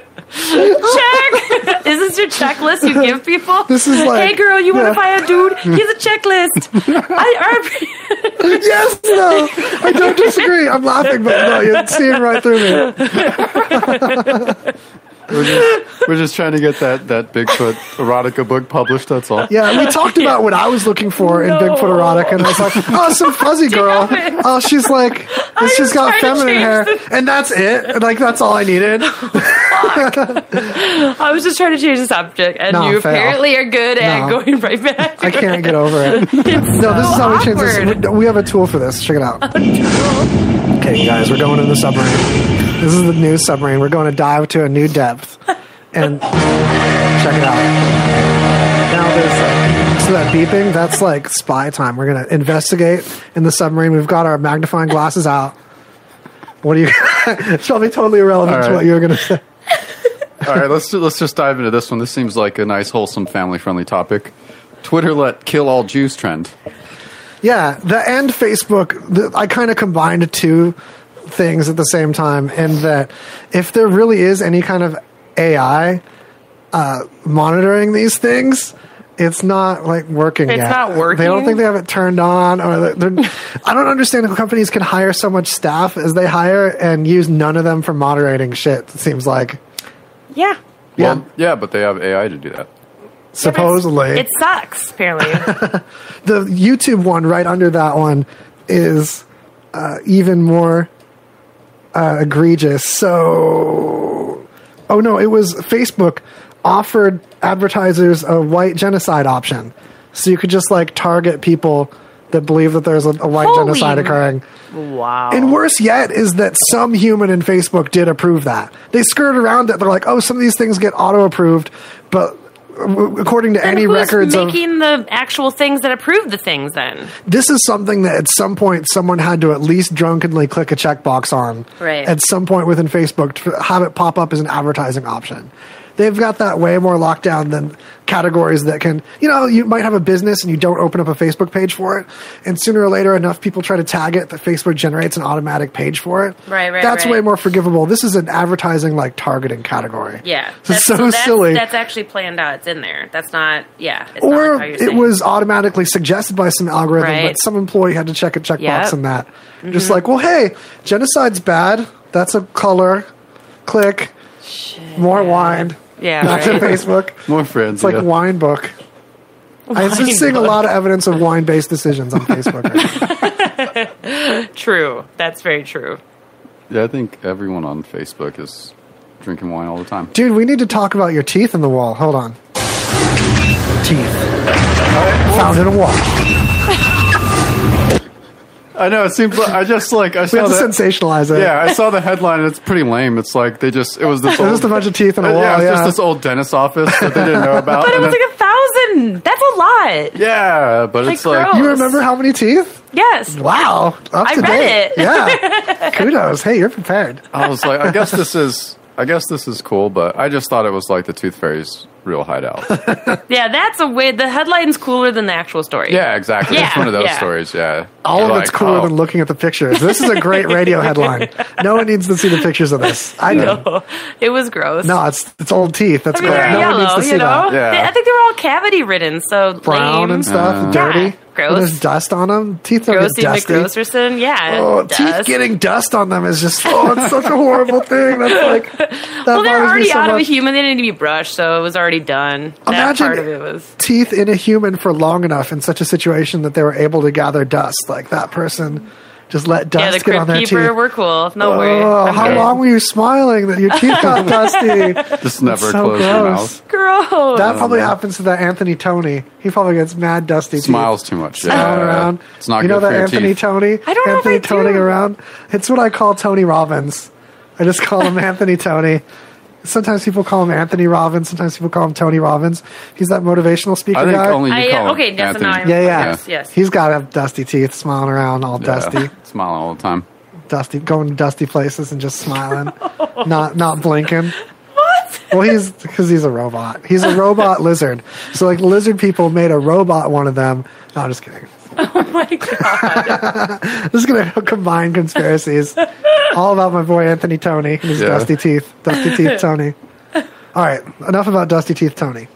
[LAUGHS] Check. Is this your checklist you give people? This is like- hey girl, you yeah. want to buy a [LAUGHS] dude? Here's a checklist. I, I, yes, no, I don't disagree. I'm laughing, but no, you're seeing right through me. We're just, we're just trying to get that, that [LAUGHS] Bigfoot erotica book published, that's all. Yeah, we [LAUGHS] talked about what I was looking for in No. Bigfoot erotica, and I was like, "Oh, some fuzzy girl. it. Oh, she's like, she's was got trying to feminine change hair, the- and that's it. Like that's all I needed. I was just trying to change the subject, and No, you fail. apparently are good at No. going right back. [LAUGHS] I can't get over it. No, this is how we change this. awkward. We, we have a tool for this. Check it out. Okay, you guys, we're going in the submarine. This is the new submarine. We're going to dive to a new depth, and check it out. Now there's like, so that beeping. That's like spy time. We're gonna investigate in the submarine. We've got our magnifying glasses out. What do you? [LAUGHS] Shall be totally irrelevant All to right. what you were gonna say. All right, let's ju- let's just dive into this one. This seems like a nice, wholesome, family-friendly topic. Twitter let kill all Jews trend. Yeah, the and Facebook, the, I kind of combined two things at the same time. And that if there really is any kind of AI uh, monitoring these things, it's not like working It's yet. not working? They don't think they have it turned on, or they're, [LAUGHS] they're- I don't understand how companies can hire so much staff as they hire and use none of them for moderating shit. It seems like Yeah. Yeah. Well, yeah, but they have AI to do that. supposedly It sucks, apparently. [LAUGHS] the YouTube one right under that one is uh, even more uh, egregious. So, oh no, it was Facebook offered advertisers a white genocide option, so you could just like target people that believe that there's a, a white Holy Oh. genocide occurring. wow. And worse yet is that some human in Facebook did approve that. They skirt around it. They're like, oh, some of these things get auto approved, but w- according to Then any who's records of making the actual things that approve the things then? this is something that at some point someone had to at least drunkenly click a checkbox on Right. at some point within facebook to have it pop up as an advertising option they've got that way more locked down than categories that can you know you might have a business and you don't open up a facebook page for it and sooner or later enough people try to tag it that facebook generates an automatic page for it Right, right, that's right. way more forgivable this is an advertising like targeting category Yeah. it's so that's, silly That's actually planned out. It's in there. That's not, yeah. It's not like or how you're it saying. was automatically suggested by some algorithm, Right. but some employee had to check a checkbox Yep. Mm-hmm. on that. Just like, well, hey, genocide's bad. That's a color. Click. More wine. Yeah, Back right. to Facebook. More friends. It's like yeah. wine [LAUGHS] book. I'm Wine just seeing a book. lot of evidence of wine based decisions on Facebook. [LAUGHS] Right now. True. That's very true. Yeah, I think everyone on Facebook is drinking wine all the time. Dude, we need to talk about your teeth in the wall. Hold on. Teeth. Found in a wall. I know. It seems like I just like I We saw have to that. sensationalize it. Yeah, I saw the headline. and It's pretty lame. It's like they just it was this There's old, just a bunch of teeth in a wall. Uh, yeah, Oh, Yeah, it's just this old dentist office that they didn't know about. But it and was then- like a thousand. That's a lot. yeah, but it's like, like gross. you remember how many teeth? Yes. Wow. Up I to read date. it. [LAUGHS] Yeah. Kudos. Hey, you're prepared. I was like, I guess this is I guess this is cool, but I just thought it was like the Tooth Fairy's real hideout. Yeah, that's a way. The headline's cooler than the actual story. Yeah, exactly. It's Yeah, one of those yeah. stories. Yeah, All You're of it's like, cooler oh. than looking at the pictures. This is a [LAUGHS] great radio headline. No one needs to see the pictures of this. I know. [LAUGHS] No, it was gross. No, it's it's old teeth. That's I mean, great. they're No one needs yellow, to see you know? that. Yeah. They- I think they were all cavity ridden, so Brown lame. and stuff, Uh. dirty. Yeah, gross. There's dust on them. Teeth don't Grossy get dusty. McGrocerson, yeah. Oh, teeth dust. getting dust on them is just oh, it's such a horrible thing. That's like [LAUGHS] that well, they're bothers me already so out of a much. human. They didn't need to be brushed, so it was already done. that Imagine- part of it was. teeth in a human for long enough in such a situation that they were able to gather dust. Like that person just let dust Yeah, the get on crypt their keeper teeth. were cool. No worries. Oh, I'm how good. long were you smiling that your teeth [LAUGHS] got dusty? Just never so close your gross. mouth. Gross. That probably Oh, man. happens to that Anthony Tony. He probably gets mad dusty. teeth Smiles too much. smiling Yeah, around. it's not you good know for that your Anthony teeth. Tony. I don't know if Anthony I do. Tony around. It's what I call Tony Robbins. I just call [LAUGHS] him Anthony Tony. Sometimes people call him Anthony Robbins. Sometimes people call him Tony Robbins. He's that motivational speaker I think guy. only you I, call him okay, yes, Anthony. and I'm- yeah, yeah. Yes, yes. He's got to have dusty teeth, smiling around, all Yeah, dusty, smiling all the time. dusty, going to dusty places and just [LAUGHS] smiling, not not blinking. Well, he's because he's a robot. [LAUGHS] He's a robot lizard. So, like, lizard people made a robot one of them. No, I'm just kidding. [LAUGHS] Oh [LAUGHS] my god. This is going to [LAUGHS] combine conspiracies. All about my boy Anthony Tony and his Yeah. [LAUGHS] dusty teeth. Dusty teeth Tony. All right, enough about Dusty Teeth Tony.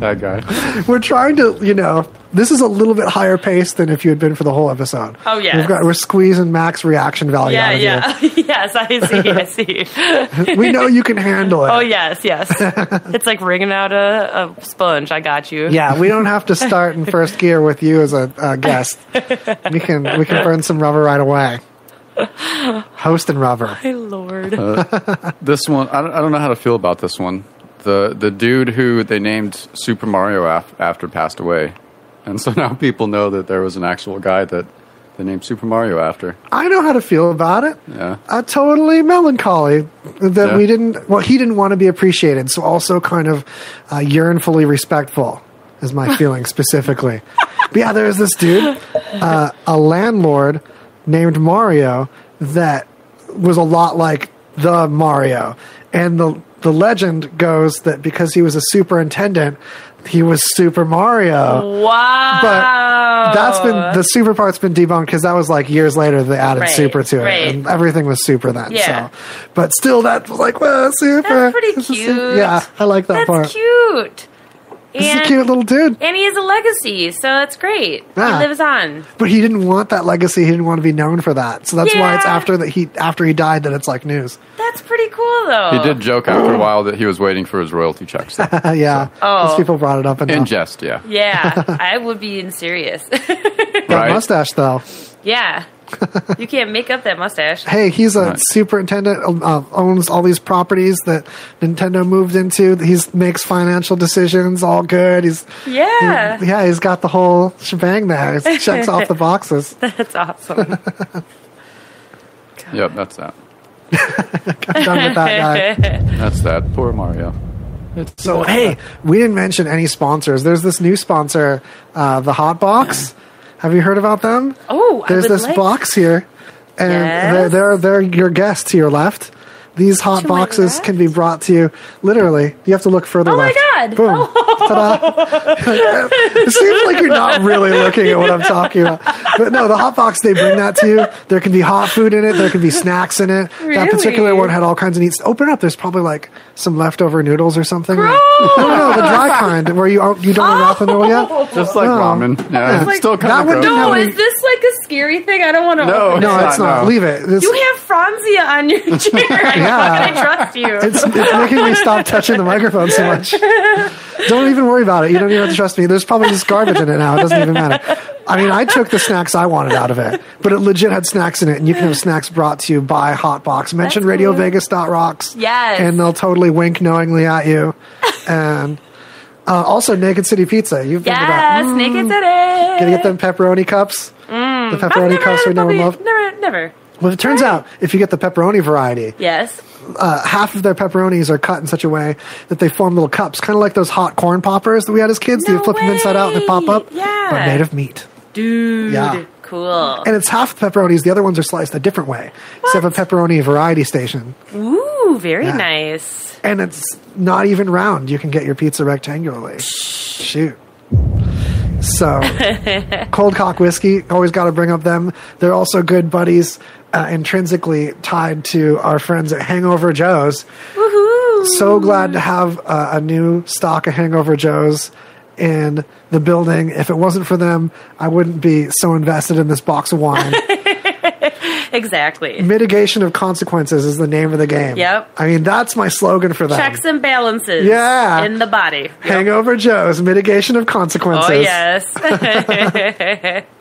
That guy. We're trying to, you know, this is a little bit higher pace than if you had been for the whole episode. Oh, yes. We've got, we're squeezing max reaction value Yeah, out of yeah. [LAUGHS] yes, I see. I [LAUGHS] see. you. We know you can [LAUGHS] handle it. oh [LAUGHS] yes, yes. It's like wringing out a, a sponge. I got you. Yeah, we don't have to start in first gear with you as a, a [LAUGHS] guest. We can we can burn some rubber right away. Host and rubber. My lord. Uh, This one, I don't, I don't know how to feel about this one. The the dude who they named Super Mario af- after passed away, and so [LAUGHS] now people know that there was an actual guy that they named Super Mario after. I know how to feel about it. Yeah. Uh, totally melancholy that Yeah. we didn't. Well, he didn't want to be appreciated, so also kind of uh, yearnfully respectful is my [LAUGHS] feeling specifically. But yeah, there's this dude, uh, a landlord named Mario that was a lot like the Mario, and the the legend goes that because he was a superintendent, he was Super Mario. wow. But that's been the super part's been debunked because that was like years later they added Right, super to it, right. and everything was super then. Yeah. So, but still, that was like well, super. That's pretty This is su- cute. Yeah, I like that That's part. cute. He's And, a cute little dude, and he has a legacy, so that's great. Yeah. He lives on. but he didn't want that legacy. He didn't want to be known for that. So that's why it's Yeah. after that he after he died that it's like news. [LAUGHS] That's pretty cool, though. He Uh. did joke after a while that he was waiting for his royalty [LAUGHS] checks. though. yeah, Oh. these people brought it up In enough. jest, yeah. [LAUGHS] Yeah, I would be in serious. [LAUGHS] that right. mustache though. yeah, you can't make up that mustache. Hey, he's a Right. superintendent. Uh, owns all these properties that Nintendo moved into. He makes financial decisions. All good. He's [LAUGHS] Yeah, Yeah, he's got the whole shebang there. He checks off the boxes. that's awesome. Yep, that's that. I'm done with that guy. That's that. Poor Mario. [LAUGHS] So, hey, we didn't mention any sponsors. There's this new sponsor, uh, the Hot Box. Have you heard about them? Oh, I there's would this like- box here, and Yes. they're, they're they're your guest to your left. These hot To my boxes left? can be brought to you literally. You have to look further Oh my left. God. Oh. Boom. Ta-da. [LAUGHS] it seems like you're not really looking at what I'm talking about. But no, the hot box they bring that to you. There can be hot food in it. There can be snacks in it. That particular Really? one had all kinds of neat. Open it up. There's probably like some leftover noodles or something. Gross. Oh! No, no, the dry kind where you you don't unwrap the noodle yet. Just like No. ramen. Yeah, It's like- still Oh. That kind one of didn't gross. No, have any- is this like a scary thing? I don't want to. No, open it. No, it's No, not. no. Leave it. It's, You have Franzia on [LAUGHS] your chair. I fucking trust you. it's, it's making me stop touching the microphone so much. Don't even worry about it. You don't even have to trust me. There's probably just garbage in it now. It doesn't even matter. I mean, I took the snacks I wanted out of it, but it legit had snacks in it, and you can have snacks brought to you by Hotbox. Mention That's cool. RadioVegas.rocks. Yes. And they'll totally wink knowingly at you. And uh, also, Naked City Pizza. You've been about. yes, naked today. Gonna get them pepperoni cups. the I've pepperoni never cups we had a know and puppy- love. Never, never. Well, it turns out if you get the pepperoni variety, Yes. uh, half of their pepperonis are cut in such a way that they form little cups, kind of like those hot corn poppers that we had as kids. that you No flip them inside out and they pop way. up. Yeah. But made of meat. Dude. Yeah. Cool. And it's half pepperonis. The other ones are sliced a different way. So you have a pepperoni variety station. Ooh, very Yeah. nice. And it's not even round. You can get your pizza rectangularly. Shoot. So, [LAUGHS] Cold Cock Whiskey, always got to bring up them. They're also good buddies, uh, intrinsically tied to our friends at Hangover Joe's. Woohoo. so glad to have uh, a new stock of Hangover Joes in the building. If it wasn't for them, I wouldn't be so invested in this box of [LAUGHS] wine. Mm. Exactly. Mitigation of consequences is the name of the game. Yep. I mean, that's my slogan for them. Checks and balances. Yeah. In the body. Hangover Joe's, mitigation of Oh, consequences. yes. [LAUGHS]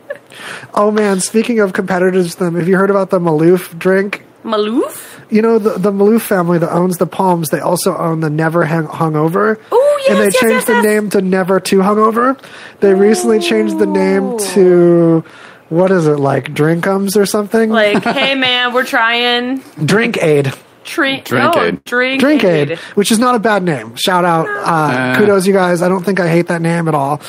Oh, man, speaking of competitors, to them, have you heard about the Maloof drink? Maloof? You know the the Maloof family that owns the Palms. They also own the Never Hang- Hungover. Ooh, yes, and they yes, changed yes, the yes. name to Never Too Hungover. They recently changed the name to what is it like Drinkums or something? Like, hey, man, we're trying. Drink Aid, Drink, Drink oh, aid. [LAUGHS] Drink, Drink Aid, which is not a bad name. Shout out, uh, Uh. kudos you guys. I don't think I hate that name at all.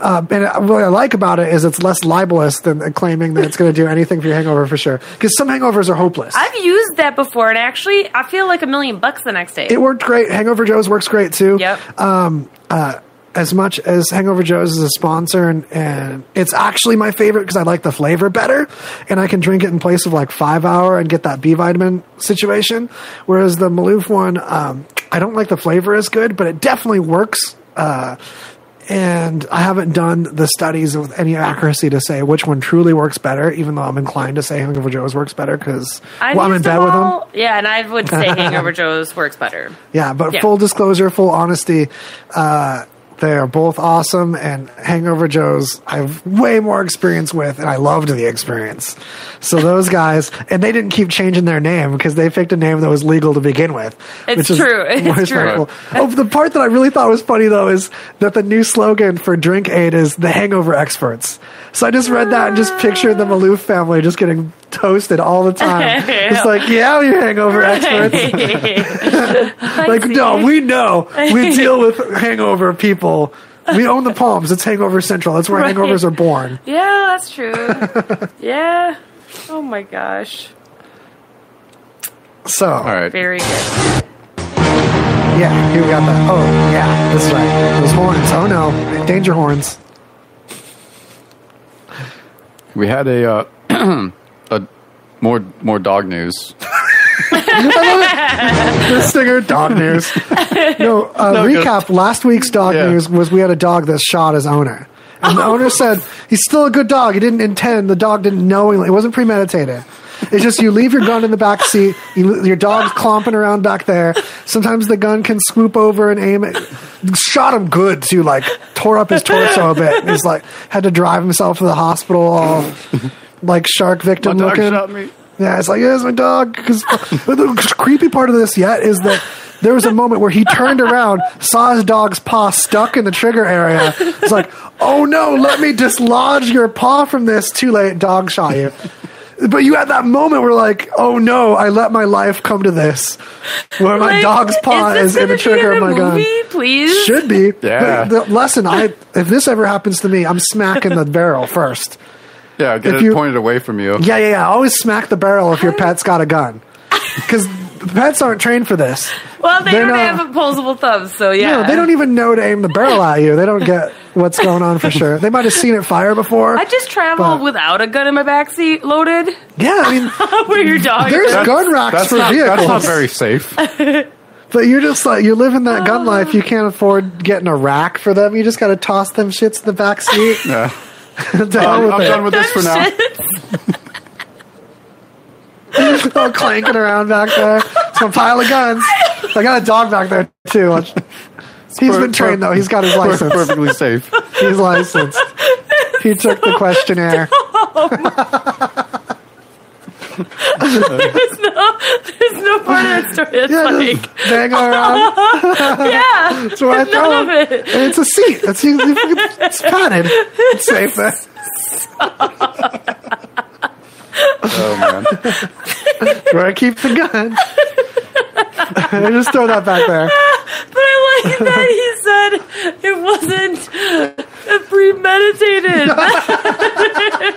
Uh, and uh, what I like about it is it's less libelous than claiming that it's going to do anything for your hangover for sure. Because some hangovers are hopeless. I've used that before, and actually, I feel like a million bucks the next day. it worked great. Hangover Joe's works great too. yep. um, uh, as much as Hangover Joe's is a sponsor, and, and it's actually my favorite because I like the flavor better, and I can drink it in place of like Five Hour and get that B vitamin situation. Whereas the Maloof one, um, I don't like the flavor as good, but it definitely works. Uh, and I haven't done the studies with any accuracy to say which one truly works better, even though I'm inclined to say Hangover Joe's works better because I've well, I'm in used bed them with them. all. Yeah, and I [LAUGHS] would say Hangover Joe's works better. Yeah, but Yeah. full disclosure, full honesty, uh, they are both awesome. And Hangover Joe's, I have way more experience with, and I loved the experience. So those guys, and they didn't keep changing their name because they picked a name that was legal to begin with. It's [LAUGHS] true. It's more true. respectful. Oh, the part that I really thought was funny though is that the new slogan for Drink Aid is the Hangover Experts. So I just read that and just pictured the Maloof family just getting toasted all the [LAUGHS] time. it's like, yeah, you're hangover experts [LAUGHS] like no we know we deal with hangover people we own the palms it's hangover central that's where Right. hangovers are born Yeah, [LAUGHS] that's true. yeah. Oh my gosh. so All right. Very good. yeah here we got that oh yeah that's right those horns oh no danger horns We had a uh, [CLEARS THROAT] a more more dog news. the stinger [LAUGHS] dog news no, uh, good. recap last week's dog Yeah. Oh. news was we had a dog that shot his owner and the owner said he's still a good dog he didn't intend the dog didn't knowingly it wasn't premeditated it's just you leave your gun in the back seat you, your dog's clomping around back there sometimes the gun can swoop over and aim at shot him good too like tore up his torso a bit he's like had to drive himself to the hospital all like shark victim My [LAUGHS] dog looking shot me. yeah, it's like, yeah, it's my dog. Because [LAUGHS] the creepy part of this yet is that there was a moment where he turned around, saw his dog's paw stuck in the trigger area. It's like, oh no, let me dislodge your paw from this. Too late, dog shot you. But you had that moment where, like, oh no, I let my life come to this, where my Like, dog's paw is this in gonna the be trigger of in a my gun. movie, Please. Should be. Yeah. The, the lesson I, if this ever happens to me, I'm smacking the barrel first. Yeah, get If it you- pointed away from you. Yeah, yeah, yeah. Always smack the barrel if your pet's got [LAUGHS] a gun. Because pets aren't trained for this. well, they They're don't not- have opposable thumbs, so yeah. No, they don't e- even know to aim the barrel at you. They don't get what's going on for sure. They might have seen it fire before. I just travel But- without a gun in my backseat loaded. [LAUGHS] yeah, I mean, Where your dog there's [LAUGHS] is. gun racks That's for not, vehicles. that's not very [LAUGHS] safe. But you're just like you're living that gun Uh. life. You can't afford getting a rack for them. You just got to toss them shits in the back seat. [LAUGHS] [LAUGHS] Yeah. to hell I'm, with I'm it. done with this for [LAUGHS] now. [LAUGHS] [LAUGHS] all clanking around back there. It's a pile of guns. I got a dog back there [LAUGHS] too. He's per- been trained per- though. He's got his We're license. perfectly [LAUGHS] safe. He's licensed. He took the questionnaire. There's no, [LAUGHS] there's no part of that story. It's Yeah, [LAUGHS] like, just dangle around. yeah, That's where I none found of it. [LAUGHS] And it's a seat. It's, it's padded. It's safe there. Oh man. Where I keep the gun. [LAUGHS] I just throw that back there. But I like that he said it wasn't premeditated. I-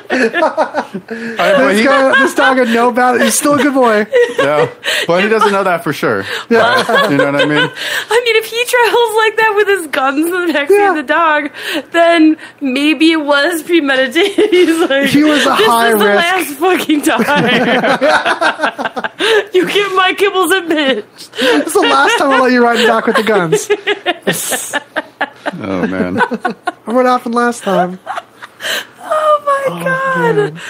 but, This, he, guy, this dog had no bad. He's still a good boy. no, but he doesn't know that for sure. [LAUGHS] Yeah. You know what I mean? [LAUGHS] I mean, if he travels like that with his guns in the backseat Yeah. of the dog, then maybe it was premeditated. [LAUGHS] He's like, He was a this high is the risk." last fucking [LAUGHS] time. you give my kibbles a bitch. It's the last time I let you ride me back with the guns. Oh man. [LAUGHS] I went off and last time. Oh my god.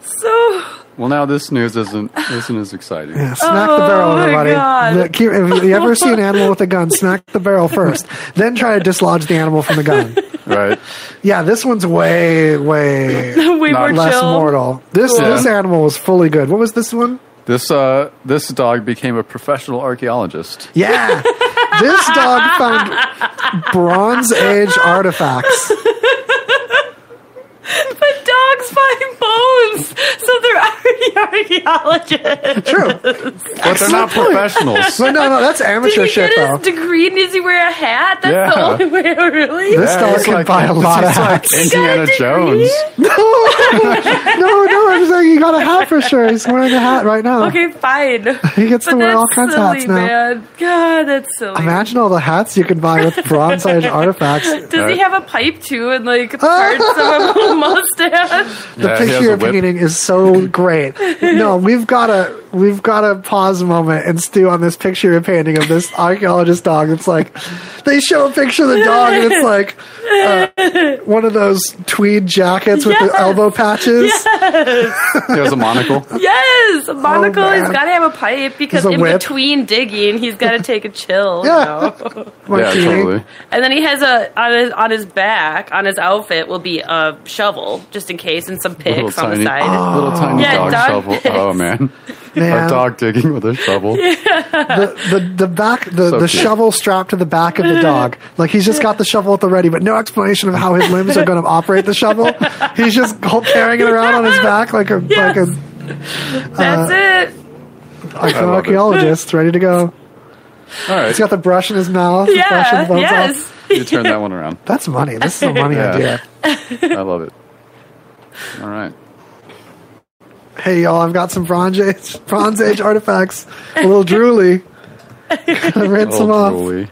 So [LAUGHS] Well, now this news isn't isn't as exciting. Yeah, smack the Oh barrel, my everybody. God. Look, keep- if you ever [LAUGHS] see an animal with a gun, smack the barrel first, then try to dislodge the animal from the gun. Right. Yeah, this one's way, way we Not were less chill. mortal. This Yeah. this animal was fully good. What was this one? This uh this dog became a professional archaeologist. [LAUGHS] Yeah, this dog found Bronze Age artifacts. But dogs find bones, so they're already archaeologist. True. But they're not [LAUGHS] professionals. No, no, no. That's Did amateur he shit, get his though. [LAUGHS] degree? Does he wear a hat? That's the Yeah. only way, really. This Yeah, dog it's can like- buy a lot of it's like hats. Indiana He's got a Jones. degree. No, no, no. I'm saying you got a hat for sure. He's wearing a hat right now. [LAUGHS] Okay, fine. He gets But to wear that's all kinds of silly, hats now. Man. God, that's silly. Imagine all the hats you can buy with Bronze Age artifacts. The Does he have a pipe too [LAUGHS] and like parts of a mustache? Yeah, he has picture a you're whip. painting [LAUGHS] is so great. No, we've got to we've got to pause a moment and stew on this picture you're painting of this archaeologist dog. It's like they show a picture of the dog and it's like uh, one of those tweed jackets with Yes. the elbow patches. He has a monocle. Yes, a monocle. he's Oh, man. got to have a pipe because There's a in whip. between digging, he's got to take a chill. Yeah. [LAUGHS] You know? Yeah, Martini. totally. And then he has a on his on his back on his outfit will be a shovel just in case and some Little picks on tiny, the side. Ah. little tiny Yeah, dog, dog shovel. picks. Oh man, Man, a dog digging with a shovel. the, the the back the, So the cute. shovel strapped to the back of the dog. Like he's just got the shovel at the ready, but no explanation of how his limbs are going to operate the shovel. He's just ho- carrying it around on his back like a Yes. like a That's it. love like an it. [LAUGHS] archaeologist ready to go. All right, He's got the brush in his mouth. he's brushing the Yeah. bones off. Yes. you turn [LAUGHS] that one around. That's money. This is [LAUGHS] a money Yeah. idea. I love it. All right. Hey y'all, I've got some Bronze Age Bronze Age artifacts. A little [LAUGHS] drooly. Gotta rinse them Little off. drooly.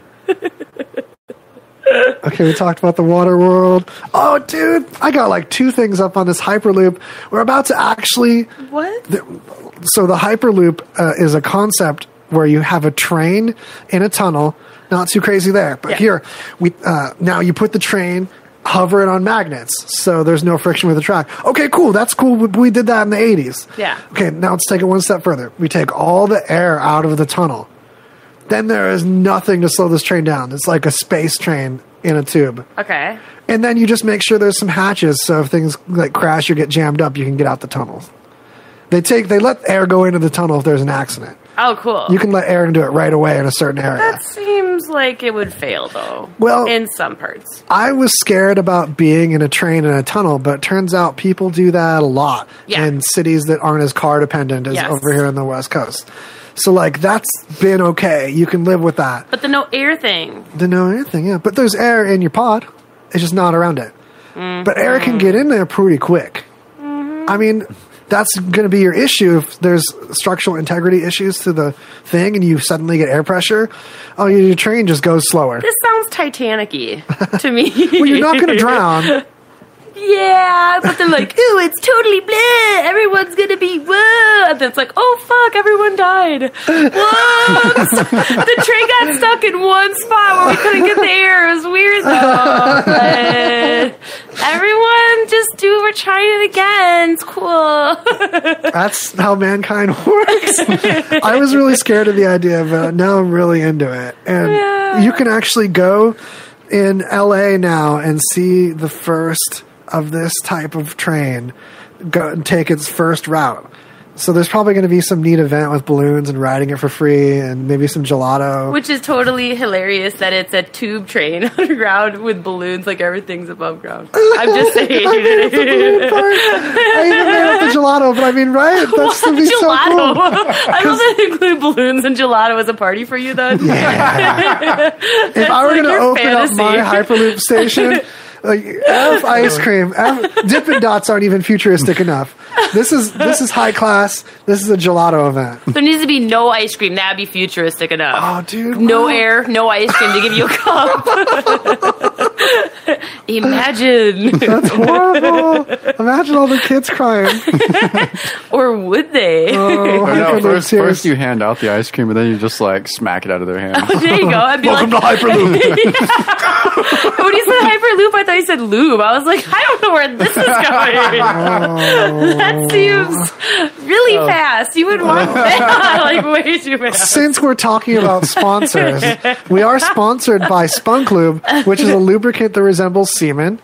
Okay, we talked about the water world. Oh, dude, I got like two things up on this Hyperloop. We're about to actually. What? So, the Hyperloop uh, is a concept where you have a train in a tunnel. Not too crazy there, but Yeah. here we uh, now you put the train, hover it on magnets, so there's no friction with the track. Okay, cool. That's cool. We, we did that in the 80s. Yeah. Okay, now let's take it one step further. We take all the air out of the tunnel. Then there is nothing to slow this train down. It's like a space train in a tube. okay. And then you just make sure there's some hatches so if things like crash or get jammed up, you can get out the tunnels. They take they let air go into the tunnel if there's an accident. Oh, cool. You can let air into it right away in a certain area. That seems like it would fail though. Well- in some parts. I was scared about being in a train in a tunnel, but it turns out people do that a lot Yeah. in cities that aren't as car dependent as Yes. over here on the West Coast. So like that's been okay. You can live with that. But the no air thing. Didn't know anything, yeah. But there's air in your pod. It's just not around it. But air can get in there pretty quick. I mean, that's going to be your issue if there's structural integrity issues to the thing and you suddenly get air pressure. Oh, your, your train just goes slower. This sounds Titanic-y to me. Well, you're not going [LAUGHS] to drown. Yeah, but they're [LAUGHS] like, ooh, it's totally bleh. Everyone's gonna be whoa. And then it's like, oh fuck, everyone died. [LAUGHS] Whoops! the train got stuck in one spot where we couldn't get the air. It was weird though. But everyone, just do. We're trying it again. It's cool. [LAUGHS] That's how mankind [LAUGHS] works. I was really scared of the idea, but now I'm really into it. And Yeah. you can actually go in LA now and see the first of this type of train go and take its first route. So there's probably going to be some neat event with balloons and riding it for free, and maybe some gelato. Which is totally hilarious that it's a tube train [LAUGHS] underground with balloons, like everything's above ground. I'm just [LAUGHS] saying. Balloon park. I even made up the gelato, but I mean, right? That's going to be so [LAUGHS] [LAUGHS] gelato. cool. I love that they include balloons and gelato as a party for you, though. If I were like going to your open fantasy. up my Hyperloop station, like F ice cream, F, Dippin' Dots aren't even futuristic enough. This is this is high class. This is a gelato event. There needs to be no ice cream. That'd be futuristic enough. Oh, dude, no wow. air, no ice cream to give you a cup. [LAUGHS] Imagine. That's horrible. Imagine all the kids crying. or would they? Oh, Or no, Hyperloop first, tears. first you hand out the ice cream, and then you just like smack it out of their hand. [LAUGHS] [LAUGHS] there you go. I'd be like, Hyperloop. when you said hyperloop, I thought you said lube. I was like, I don't know where [LAUGHS] this is going. [LAUGHS] that seems really Oh. fast. You would want that [LAUGHS] like way too fast. since we're talking about sponsors, we are sponsored by Spunk Lube, which is a lubricant that resembles semen.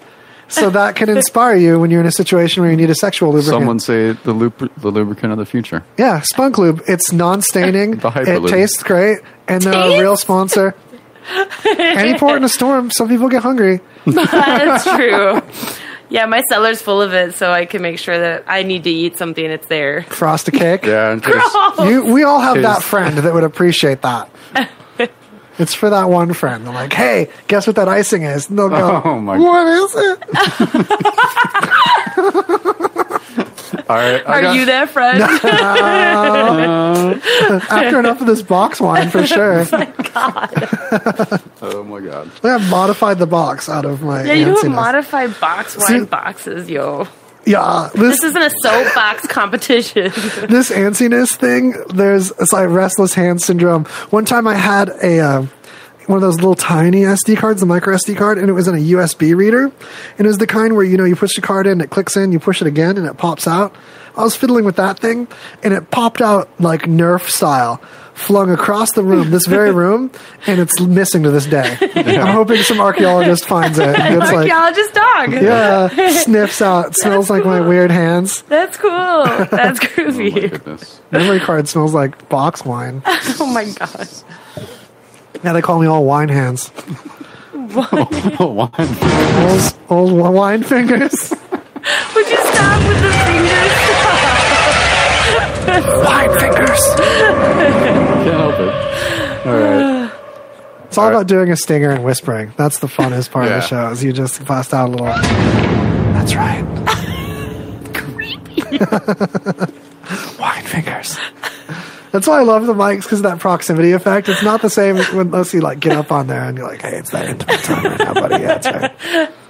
So that can inspire you when you're in a situation where you need a sexual [LAUGHS] lubricant. Someone say the lub- the lubricant of the future. Yeah, Spunk Lube. It's [LAUGHS] non-staining. The Hyper it Lube. tastes great, and they're a Tastes? real [LAUGHS] sponsor. and you pour it in a storm. Some people get hungry. That's true. Yeah, my cellar's full of it, so I can make sure that I need to eat something. It's there. Frost a cake. Yeah, [LAUGHS] in case, You, we all have that Cheers. friend that would appreciate that. [LAUGHS] it's for that one friend. They're like, hey, guess what that icing is? And they'll go, Oh, my- what is it? all right. I Are got- you that friend? After enough of this box wine, for [LAUGHS] sure. Oh my [LAUGHS] god. I have modified the box out of my. yeah, you don't antsiness. modify box wine See- boxes, yo. Yeah, This isn't a [LAUGHS] soapbox competition. this antsiness thing, there's it's like restless hand syndrome. One time I had a uh, one of those little tiny SD cards, the micro SD card, and it was in a USB reader, and it was the kind where you know you push the card in, it clicks in, you push it again, and it pops out. I was fiddling with that thing, and it popped out like Nerf style, flung across the room, this very room, and it's missing to this day. I'm hoping some archaeologist finds it. It's like, Archaeologist dog. yeah, sniffs out, smells like my weird hands. That's cool. Oh That's my groovy. goodness. [LAUGHS] Memory card smells like box wine. [LAUGHS] Oh my god. Now they call me all wine hands. Oh, wine. Old, old wi- wine fingers. Would you stop with the fingers? wine fingers. Can't help it. All right. It's all about doing a stinger and whispering. That's the funnest part of Yeah. the show. Is you just bust out a little. That's right. Creepy. [LAUGHS] wine fingers. That's why I love the mics because of that proximity effect. It's not the same unless you like get up on there and you're like, "Hey, it's that intimate time right now, buddy." Yeah, that's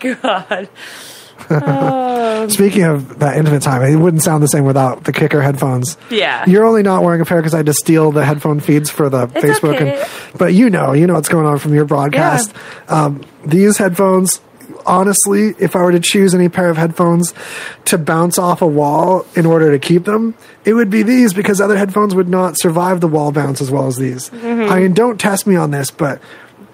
right. [LAUGHS] God. Speaking of that intimate time, it wouldn't sound the same without the kicker headphones. Yeah. You're only not wearing a pair because I had to steal the headphone feeds for the It's Facebook. okay. And, but you know, you know what's going on from your broadcast. Um, these headphones, honestly, if I were to choose any pair of headphones to bounce off a wall in order to keep them, it would be these because other headphones would not survive the wall bounce as well as these. Mm-hmm. I mean, don't test me on this, but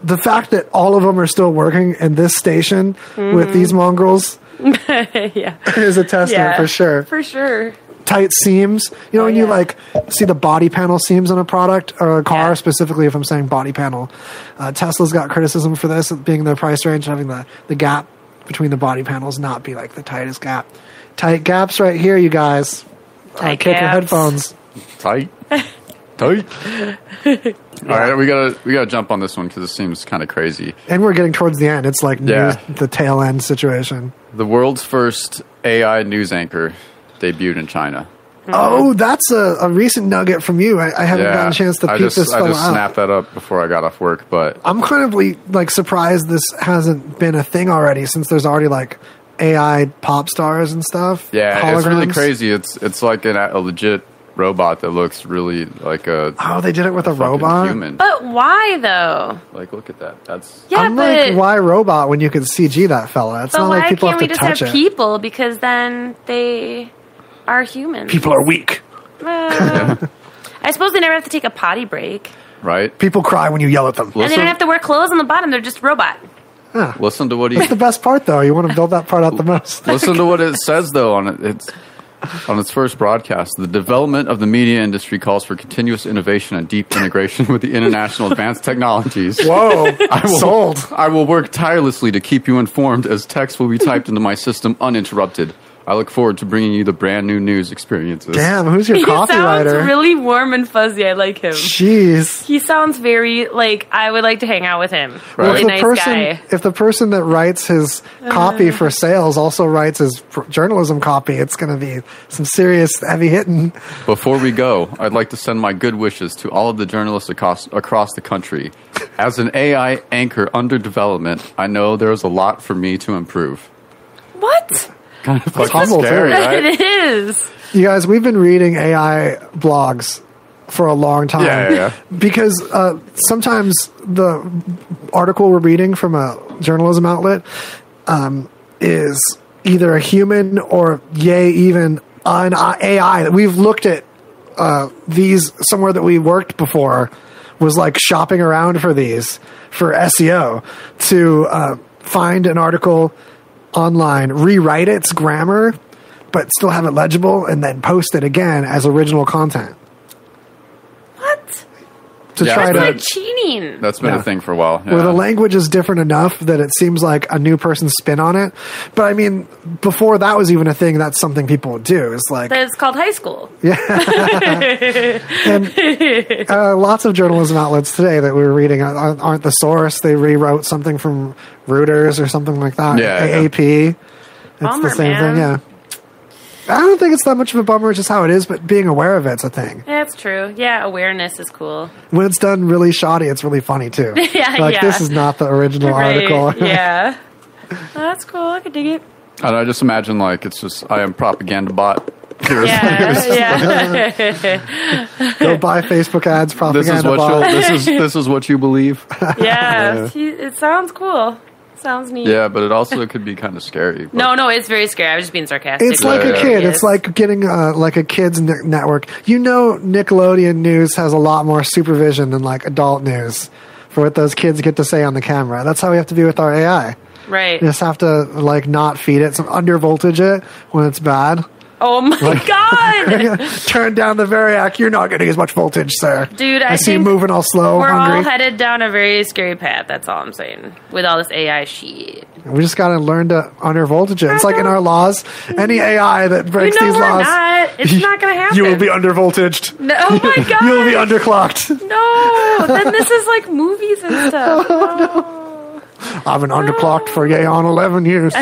the fact that all of them are still working in this station Mm-hmm. with these mongrels yeah. is a testament Yeah. for sure For sure. tight seams. You know, when you yeah. like see the body panel seams on a product or a car, Yeah. specifically if I'm saying body panel. Uh, Tesla's got criticism for this being their price range, having the, the gap between the body panels not be like the tightest gap. Tight gaps right here, you guys. Tight kick your gaps. headphones. [SIGHS] Tight. [LAUGHS] Tight. All right, we gotta we gotta jump on this one because it seems kind of crazy. And we're getting towards the end. It's like Yeah. near the tail end situation. The world's first AI news anchor debuted in China. Mm-hmm. Oh, that's a, a recent nugget from you. I, I haven't gotten a chance to I peep just this I fella just out. snapped that up before I got off work, but I'm kind of le- like surprised this hasn't been a thing already, since there's already like AI pop stars and stuff. yeah, it's really holograms. crazy. It's it's like an, a legit robot that looks really like a Oh, they did it with a fucking robot. human. But why though? Like, look at that. That's Yeah, I'm but like, why robot when you can CG that fella? It's but not why like people have can't we to just touch have it. people? Because then they are human. people are weak. Well, [LAUGHS] I suppose they never have to take a potty break. right. People cry when you yell at them. And they Listen, don't have to wear clothes on the bottom. They're just robot. listen to what he That's the best part, though. You want to build that part out the [LAUGHS] most. Listen to what it says though on it, its on its first broadcast. The development of the media industry calls for continuous innovation and deep integration [LAUGHS] with the international advanced technologies. Whoa, [LAUGHS] sold. I will work tirelessly to keep you informed as text will be typed into my system uninterrupted. I look forward to bringing you the brand new news experiences. Damn, who's your [LAUGHS] He sounds copywriter? really warm and fuzzy. I like him. Jeez. He sounds very like I would like to hang out with him. Well, if Really the nice person, guy. Uh. if the person that writes his copy for sales also writes his pr- journalism copy, it's going to be some serious heavy hitting. Before we go, I'd like to send my good wishes to all of the journalists across, across the country. As an AI anchor under development, I know there is a lot for me to improve. What? Kind of fucking humble, too. [LAUGHS] scary, right? It is. You guys, we've been reading AI blogs for a long time Yeah, yeah, yeah. because uh, sometimes the article we're reading from a journalism outlet um, is either a human or yay even an AI that we've looked at uh, these somewhere that we worked before was like shopping around for these for SEO to uh, find an article online, rewrite its grammar, but still have it legible, and then post it again as original content. What? to Yeah. try That's what to They're cheating. That's been Yeah. a thing for a while. where the yeah. language is different enough that it seems like a new person's spin on it. But I mean, before that was even a thing, that's something people would do. It's like, That's called high school. and uh, lots of journalism outlets today that we were reading aren't aren't the source. They rewrote something from Reuters or something like that. Yeah, yeah. AAP. It's Bummer, the same man. thing. Yeah. I don't think it's that much of a bummer. It's just how it is, but being aware of it's a thing. That's true. Yeah, awareness is cool. When it's done really shoddy, it's really funny too. [LAUGHS] Yeah, like yeah. this is not the original Right. article. [LAUGHS] [LAUGHS] Yeah. Oh, that's cool. I could dig it. I, don't know, I just imagine like it's just I am propaganda bot. Here's- [LAUGHS] Yeah. yeah. Go buy Facebook This ads, is propaganda. what bot. you'll, this is this is what you believe. [LAUGHS] yeah. He- It sounds cool. Sounds neat. Yeah, but it also could be kind of scary. but- No, no, it's very scary. I was just being sarcastic. It's like Yeah, a yeah. kid. It It's is. like getting uh, like a kid's ne- network. You know, Nickelodeon news has a lot more supervision than like adult news for what those kids get to say on the camera. That's how we have to be with our AI. right. You just have to like not feed it, some under voltage it when it's bad. [LAUGHS] Oh my [LAUGHS] god, Turn down the variac. You're not getting as much voltage, sir. dude! I, I, see you think moving all slow, We're all hungry. headed down a very scary path. That's all I'm saying. With all this AI shit, we just gotta learn to under voltage it. It's like in our laws. Any AI that you breaks know these we're laws, not. [LAUGHS] It's not going to happen. you will be under voltaged. No, [LAUGHS] oh my god! You will be underclocked. no. [LAUGHS] Then this is like movies and stuff. Oh, I've been underclocked for yay on 11 [LAUGHS] years.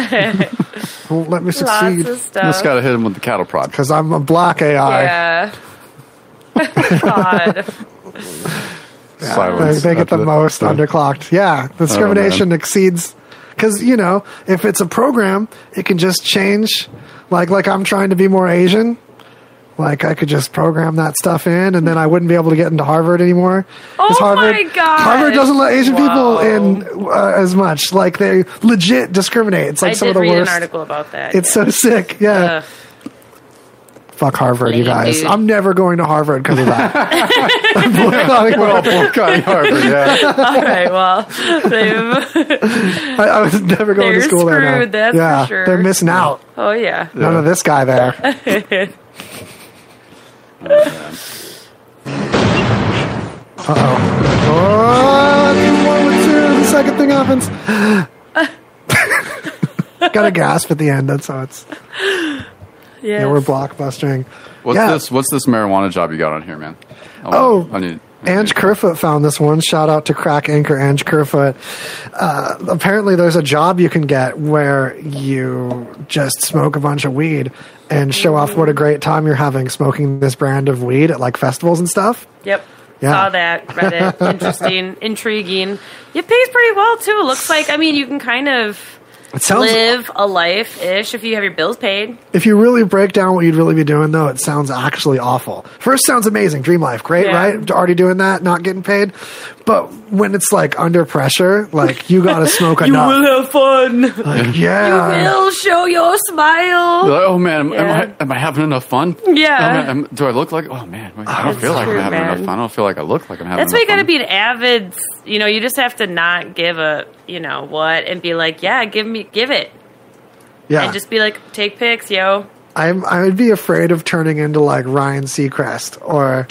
Won't let me Lots succeed of Just stuff. gotta hit him with the cattle prod. because I'm a black AI. Yeah. [LAUGHS] god. They, Silence. they get the after that. most Yeah. [LAUGHS] underclocked. Yeah, discrimination exceeds. Because, you know, if it's a program, it can just change. Like, like I'm trying to be more Asian. Like, I could just program that stuff in, and then I wouldn't be able to get into Harvard anymore. 'Cause Oh Harvard, my God. Harvard doesn't let Asian Wow. people in uh, as much. Like, they legit discriminate. It's [LAUGHS] like I some of did the read worst. an article about that. It's uh, yeah. so sick. Yeah. Ugh. Fuck Harvard, you Lame, guys. dude. I'm never going to Harvard because of [LAUGHS] that. [LAUGHS] I'm boycotting Well, Harvard. poor [LAUGHS] Connie Harper, yeah. all right. Well, they've- I, I was never going to They're school there. now. screwed, that's yeah, for sure. they're missing out. oh yeah. None of this guy [LAUGHS] there. Oh, I need one with two. The second thing happens. [LAUGHS] Got a gasp at the end. That's how it's. Yes. Yeah, we're blockbustering. What's Yeah. this? What's this marijuana job you got on here, man? I want- Oh, I need. I need- Ange Kerfoot found this one. Shout out to crack anchor Ange Kerfoot. Uh, apparently, there's a job you can get where you just smoke a bunch of weed and show off what a great time you're having smoking this brand of weed at like festivals and stuff. Yep. Yeah. Saw that. Read it. [LAUGHS] Interesting. intriguing. It pays pretty well too. Looks like I mean you can kind of It sounds. live a life ish if you have your bills paid. If you really break down what you'd really be doing, though, it sounds actually awful. First sounds amazing, dream life, great, Yeah. right? Already doing that, not getting paid. But when it's like under pressure, like you gotta [LAUGHS] smoke enough. have [LAUGHS] fun. Like, yeah. Will show your You're smile. like, oh man, am, am Yeah. I am I having enough fun? Yeah. Oh, man, am- do I look like? Oh man, I don't That's feel like true, I'm having man. enough fun. I don't feel like I look like I'm having. That's uh, why you enough got to fun. be an avid. You know, you just have to not give a you know what and be like, yeah, give me, give it, yeah. and just be like, take pics, yo. I'm I would be afraid of turning into like Ryan Seacrest or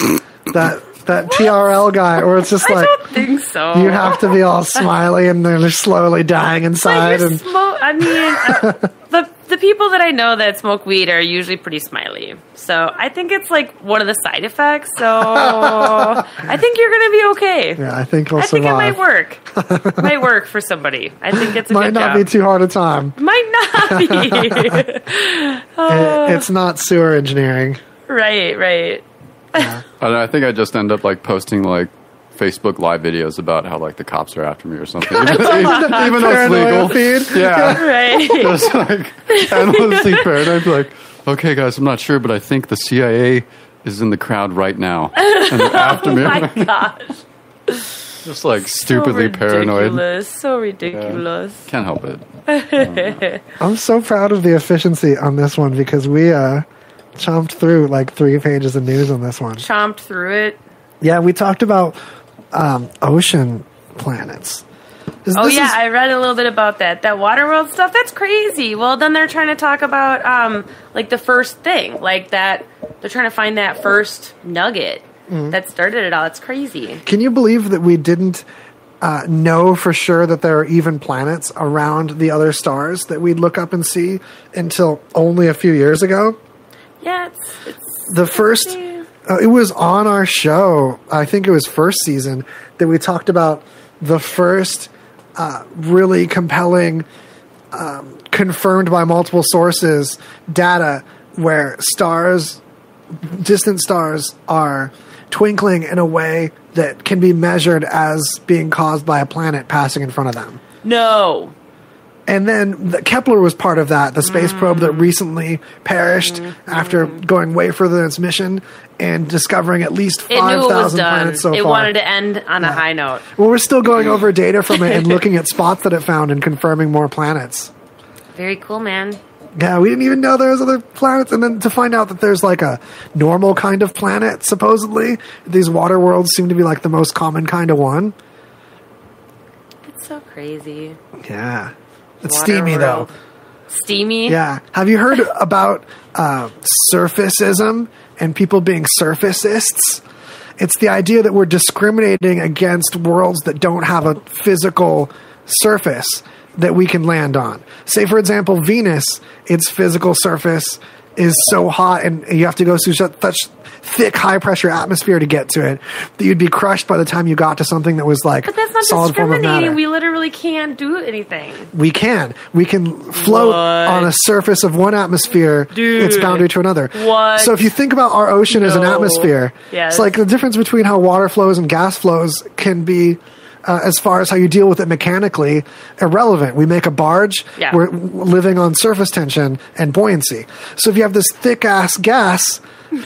that that TRL guy, or it's just I like don't think so. you have to be all smiley and they're just slowly dying But inside, you're and smo- I [LAUGHS] mean, uh, the the people that I know that smoke weed are usually pretty smiley. So I think it's like one of the side effects. [LAUGHS] So I think you're gonna be okay. yeah, I think he'll I think it survive. might [LAUGHS] work. might work for somebody. I think it's a Might good not job. be too hard a time. [LAUGHS] might not be. [LAUGHS] Uh. It- it's not sewer engineering. right, right. I, don't know, I think I just end up like posting like Facebook live videos about how like the cops are after me or [LAUGHS] something, [LAUGHS] even, even though it's Paranoia legal. feed. [LAUGHS] Yeah, [LAUGHS] Right. just like endlessly [LAUGHS] paranoid. Be like, okay, guys, I'm not sure, but I think the CIA is in the crowd right [LAUGHS] now and they're after me. Oh My gosh. just like stupidly so paranoid. ridiculous. So ridiculous. Can't help it. I'm so proud of the efficiency on this one because we uh chomped through like three pages of news on this one. Chomped through it. Yeah, we talked about um, ocean planets. This- Oh this yeah, is- I read a little bit about that. That Waterworld stuff, that's crazy. Well, then they're trying to talk about um like the first thing, like that they're trying to find that first nugget Mm-hmm. that started it all. It's crazy. Can you believe that we didn't uh, know for sure that there are even planets around the other stars that we'd look up and see until only a few years ago? Yeah, it's, it's The first, uh, it was on our show, I think it was first season, that we talked about the first uh, really compelling, um, confirmed by multiple sources data where stars distant stars are twinkling in a way that can be measured as being caused by a planet passing in front of them. no. And then the Kepler was part of that, the space Mm. probe that recently perished after going way further in its mission and discovering at least It knew it was 5,000 done. planets so it far. wanted to end on a high note. well, we're still going over data from it [LAUGHS] and looking at spots that it found and confirming more planets. Very cool, man. Yeah, we didn't even know there was other planets, and then to find out that there's like a normal kind of planet. Supposedly, these water worlds seem to be like the most common kind of one. It's so crazy. Yeah, it's Water steamy world. though. Steamy. Yeah, have you heard about uh, surfacism and people being surfacists? It's the idea that we're discriminating against worlds that don't have a physical surface that we can land on. Say, for example, Venus, its physical surface is so hot and you have to go through such, such thick, high pressure atmosphere to get to it that you'd be crushed by the time you got to something that was like But that's not solid form of matter discriminating. We literally can't do anything. we can. We can float What? on a surface of one atmosphere, Dude. its boundary to another. What? So if you think about our ocean as an No. atmosphere, Yes. it's like the difference between how water flows and gas flows can be. Uh, as far as how you deal with it mechanically, irrelevant. We make a barge. Yeah. We're w- living on surface tension and buoyancy. So if you have this thick ass gas,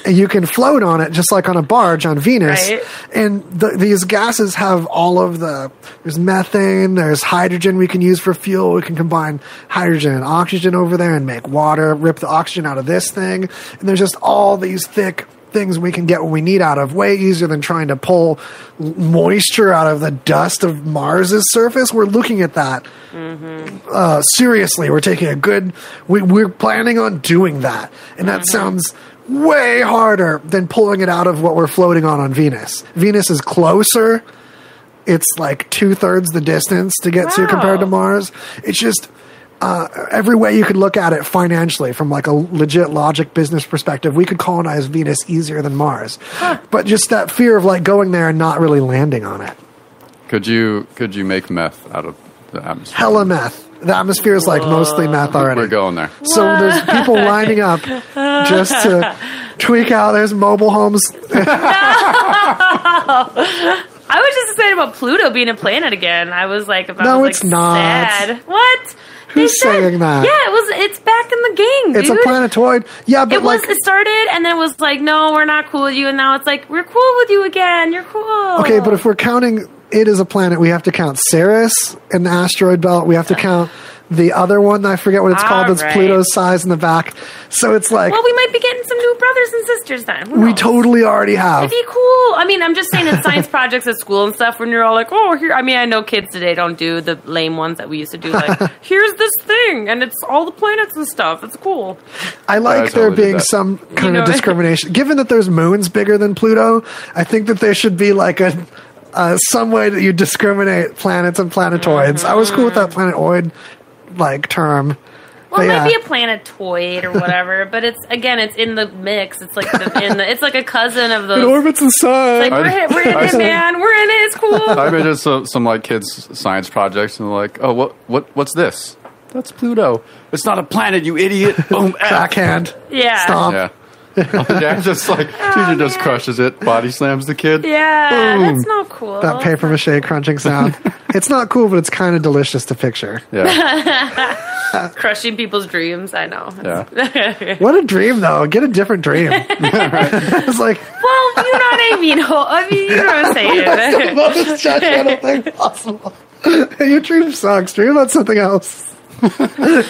and you can float on it just like on a barge on Venus, Right. and th these gases have all of the there's methane, there's hydrogen we can use for fuel. We can combine hydrogen and oxygen over there and make water, rip the oxygen out of this thing. And there's just all these thick things we can get what we need out of way easier than trying to pull l- moisture out of the dust of Mars's surface. We're looking at that uh, seriously, we're taking a good. We, we're planning on doing that, and that sounds way harder than pulling it out of what we're floating on on Venus. Venus is closer. It's like two thirds the distance to get to Wow. compared to Mars. It's just uh, every way you could look at it financially, from like a legit logic business perspective, we could colonize Venus easier than Mars. But just that fear of like going there and not really landing on it. Could you could you make meth out of the atmosphere? Hella meth. The atmosphere is like mostly meth already. We're going there. So there's [LAUGHS] people lining up just to tweak out. There's mobile homes. I was just excited about Pluto being a planet again. I was like, if I No, was, it's like, not. Sad. What? Who's They said- saying that? Yeah, it was. It's back in the game. It's a dude. planetoid. Yeah, but It was. like, It started, and then it was like, no, we're not cool with you. And now it's like, we're cool with you again. You're cool. okay, but if we're counting it as a planet, we have to count Ceres and the asteroid belt. We have to count the other one. I forget what it's called. That's Alright. Pluto's size in the back. So it's like Ah, well, we might be getting some new brothers and sisters then. Who we knows? totally already have. It'd be cool. I mean, I'm just saying in science [LAUGHS] projects at school and stuff, when you're all like, oh, here, I mean, I know kids today don't do the lame ones that we used to do. [LAUGHS] Like, here's this thing, and it's all the planets and stuff. It's cool. Yeah, I I like there totally did being that. some kind know- of discrimination. Given that there's moons bigger than Pluto, I think that there should be like a uh, some way that you discriminate planets and planetoids. I was cool with that planetoid like term. Well, it But might yeah. be a planetoid or whatever, [LAUGHS] but it's again, it's in the mix. It's like the, in the, it's like a [LAUGHS] cousin of It those. orbits the sun. Like, we're, I- in- we're in I it, said- man. We're in it. It's cool. I imagine some, some like kids' science projects, and they're like, "Oh, what, what, what's this? That's Pluto. It's not a planet, you idiot!" Boom, F. Backhand. Yeah. Stomp. Yeah, yeah. Just like teacher just Oh, man. crushes it, body slams the kid. [LAUGHS] Yeah, Boom. that's not cool. That paper mache crunching [LAUGHS] sound. it's not cool, but it's kind of delicious to picture. [LAUGHS] Yeah, Crushing people's dreams. I know. yeah. What a dream, though. Get a different [LAUGHS] dream. it's like [LAUGHS] Well, you know what I mean. Ho- I mean, you know what [LAUGHS] I'm saying. most judgmental [LAUGHS] thing possible. Your dream sucks. Dream about something else. It's never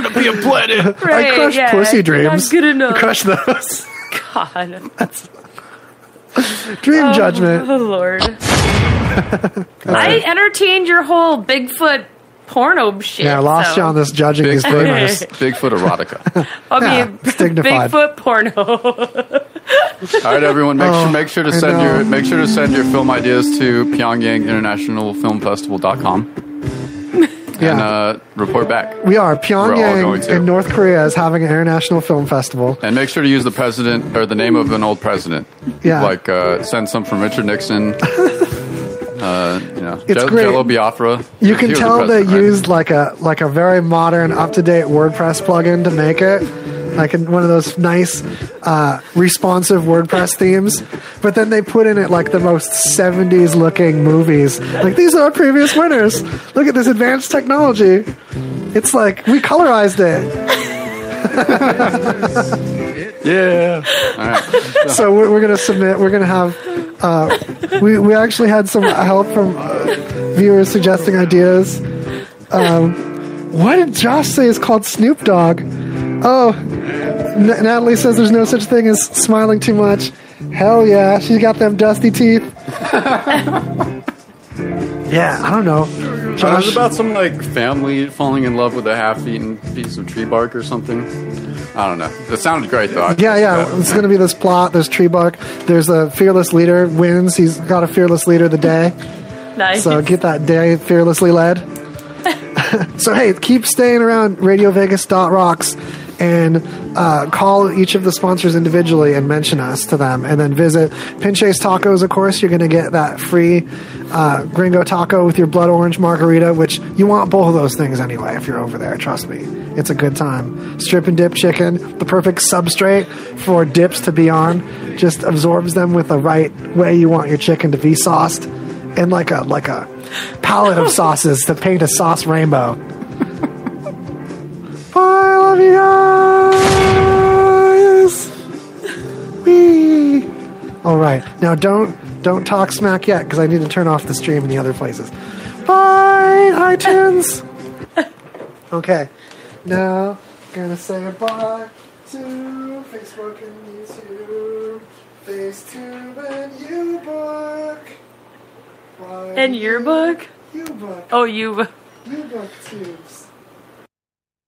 gonna be a planet. [LAUGHS] Right, I crush yeah. pussy You're dreams. Not good enough. Crush those. [LAUGHS] [LAUGHS] God. Dream judgment. Oh, Lord. [LAUGHS] I entertained your whole Bigfoot porno shit. Yeah, I lost so. you on this judging these [LAUGHS] Bigfoot, dreamers. Bigfoot erotica. I [LAUGHS] Yeah, mean, it's dignified. Bigfoot porno. All right, everyone, make Oh, sure make sure to I send know. your make sure to send your film ideas to pyongyanginternationalfilmfestival.com [LAUGHS] Yeah. and uh, report back. we are going Pyongyang to. in North Korea is having an international film festival. And make sure to use the president or the name of an old president. Yeah. Like uh, send some from Richard [LAUGHS] Nixon. uh, you know, It's Je- great. Jello Biafra. You He can was the tell they president, right? used like a like a very modern, up to date WordPress plugin to make it, like in one of those nice, uh, responsive WordPress themes. But then they put in it like the most '70s looking movies. Like these are our previous winners. Look at this advanced technology. It's like we colorized it. Yeah. All right. So we're, we're gonna submit. We're gonna have. Uh, we we actually had some help from uh, viewers suggesting ideas. Um, what did Josh say is called Snoop Dogg? Oh, N- Natalie says there's no such thing as smiling too much. Hell yeah, she's got them dusty teeth. [LAUGHS] yeah, I don't know. It was Josh, about some like family falling in love with a half-eaten piece of tree bark or something. I don't know. It sounded great though. I- yeah, yeah, it's gonna be this plot. There's tree bark. There's a fearless leader wins. He's got a fearless leader of the day. [LAUGHS] Nice. So get that day fearlessly led. so hey, keep staying around RadioVegas.rocks and uh, call each of the sponsors individually and mention us to them. And then visit Pinche's Tacos. Of course, you're going to get that free uh, Gringo Taco with your blood orange margarita, which you want both of those things anyway if you're over there. Trust me, it's a good time. Strip and dip chicken, the perfect substrate for dips to be on. Just absorbs them with the right way you want your chicken to be sauced and like a like a palette of sauces to paint a sauce rainbow. I love you guys. Wee. All right, now don't don't talk smack yet because I need to turn off the stream in the other places. Bye, iTunes. okay, now gonna say bye to Facebook and YouTube, FaceTube and YouBook. Bye. and your book? YouBook, Oh, you. YouBook tubes.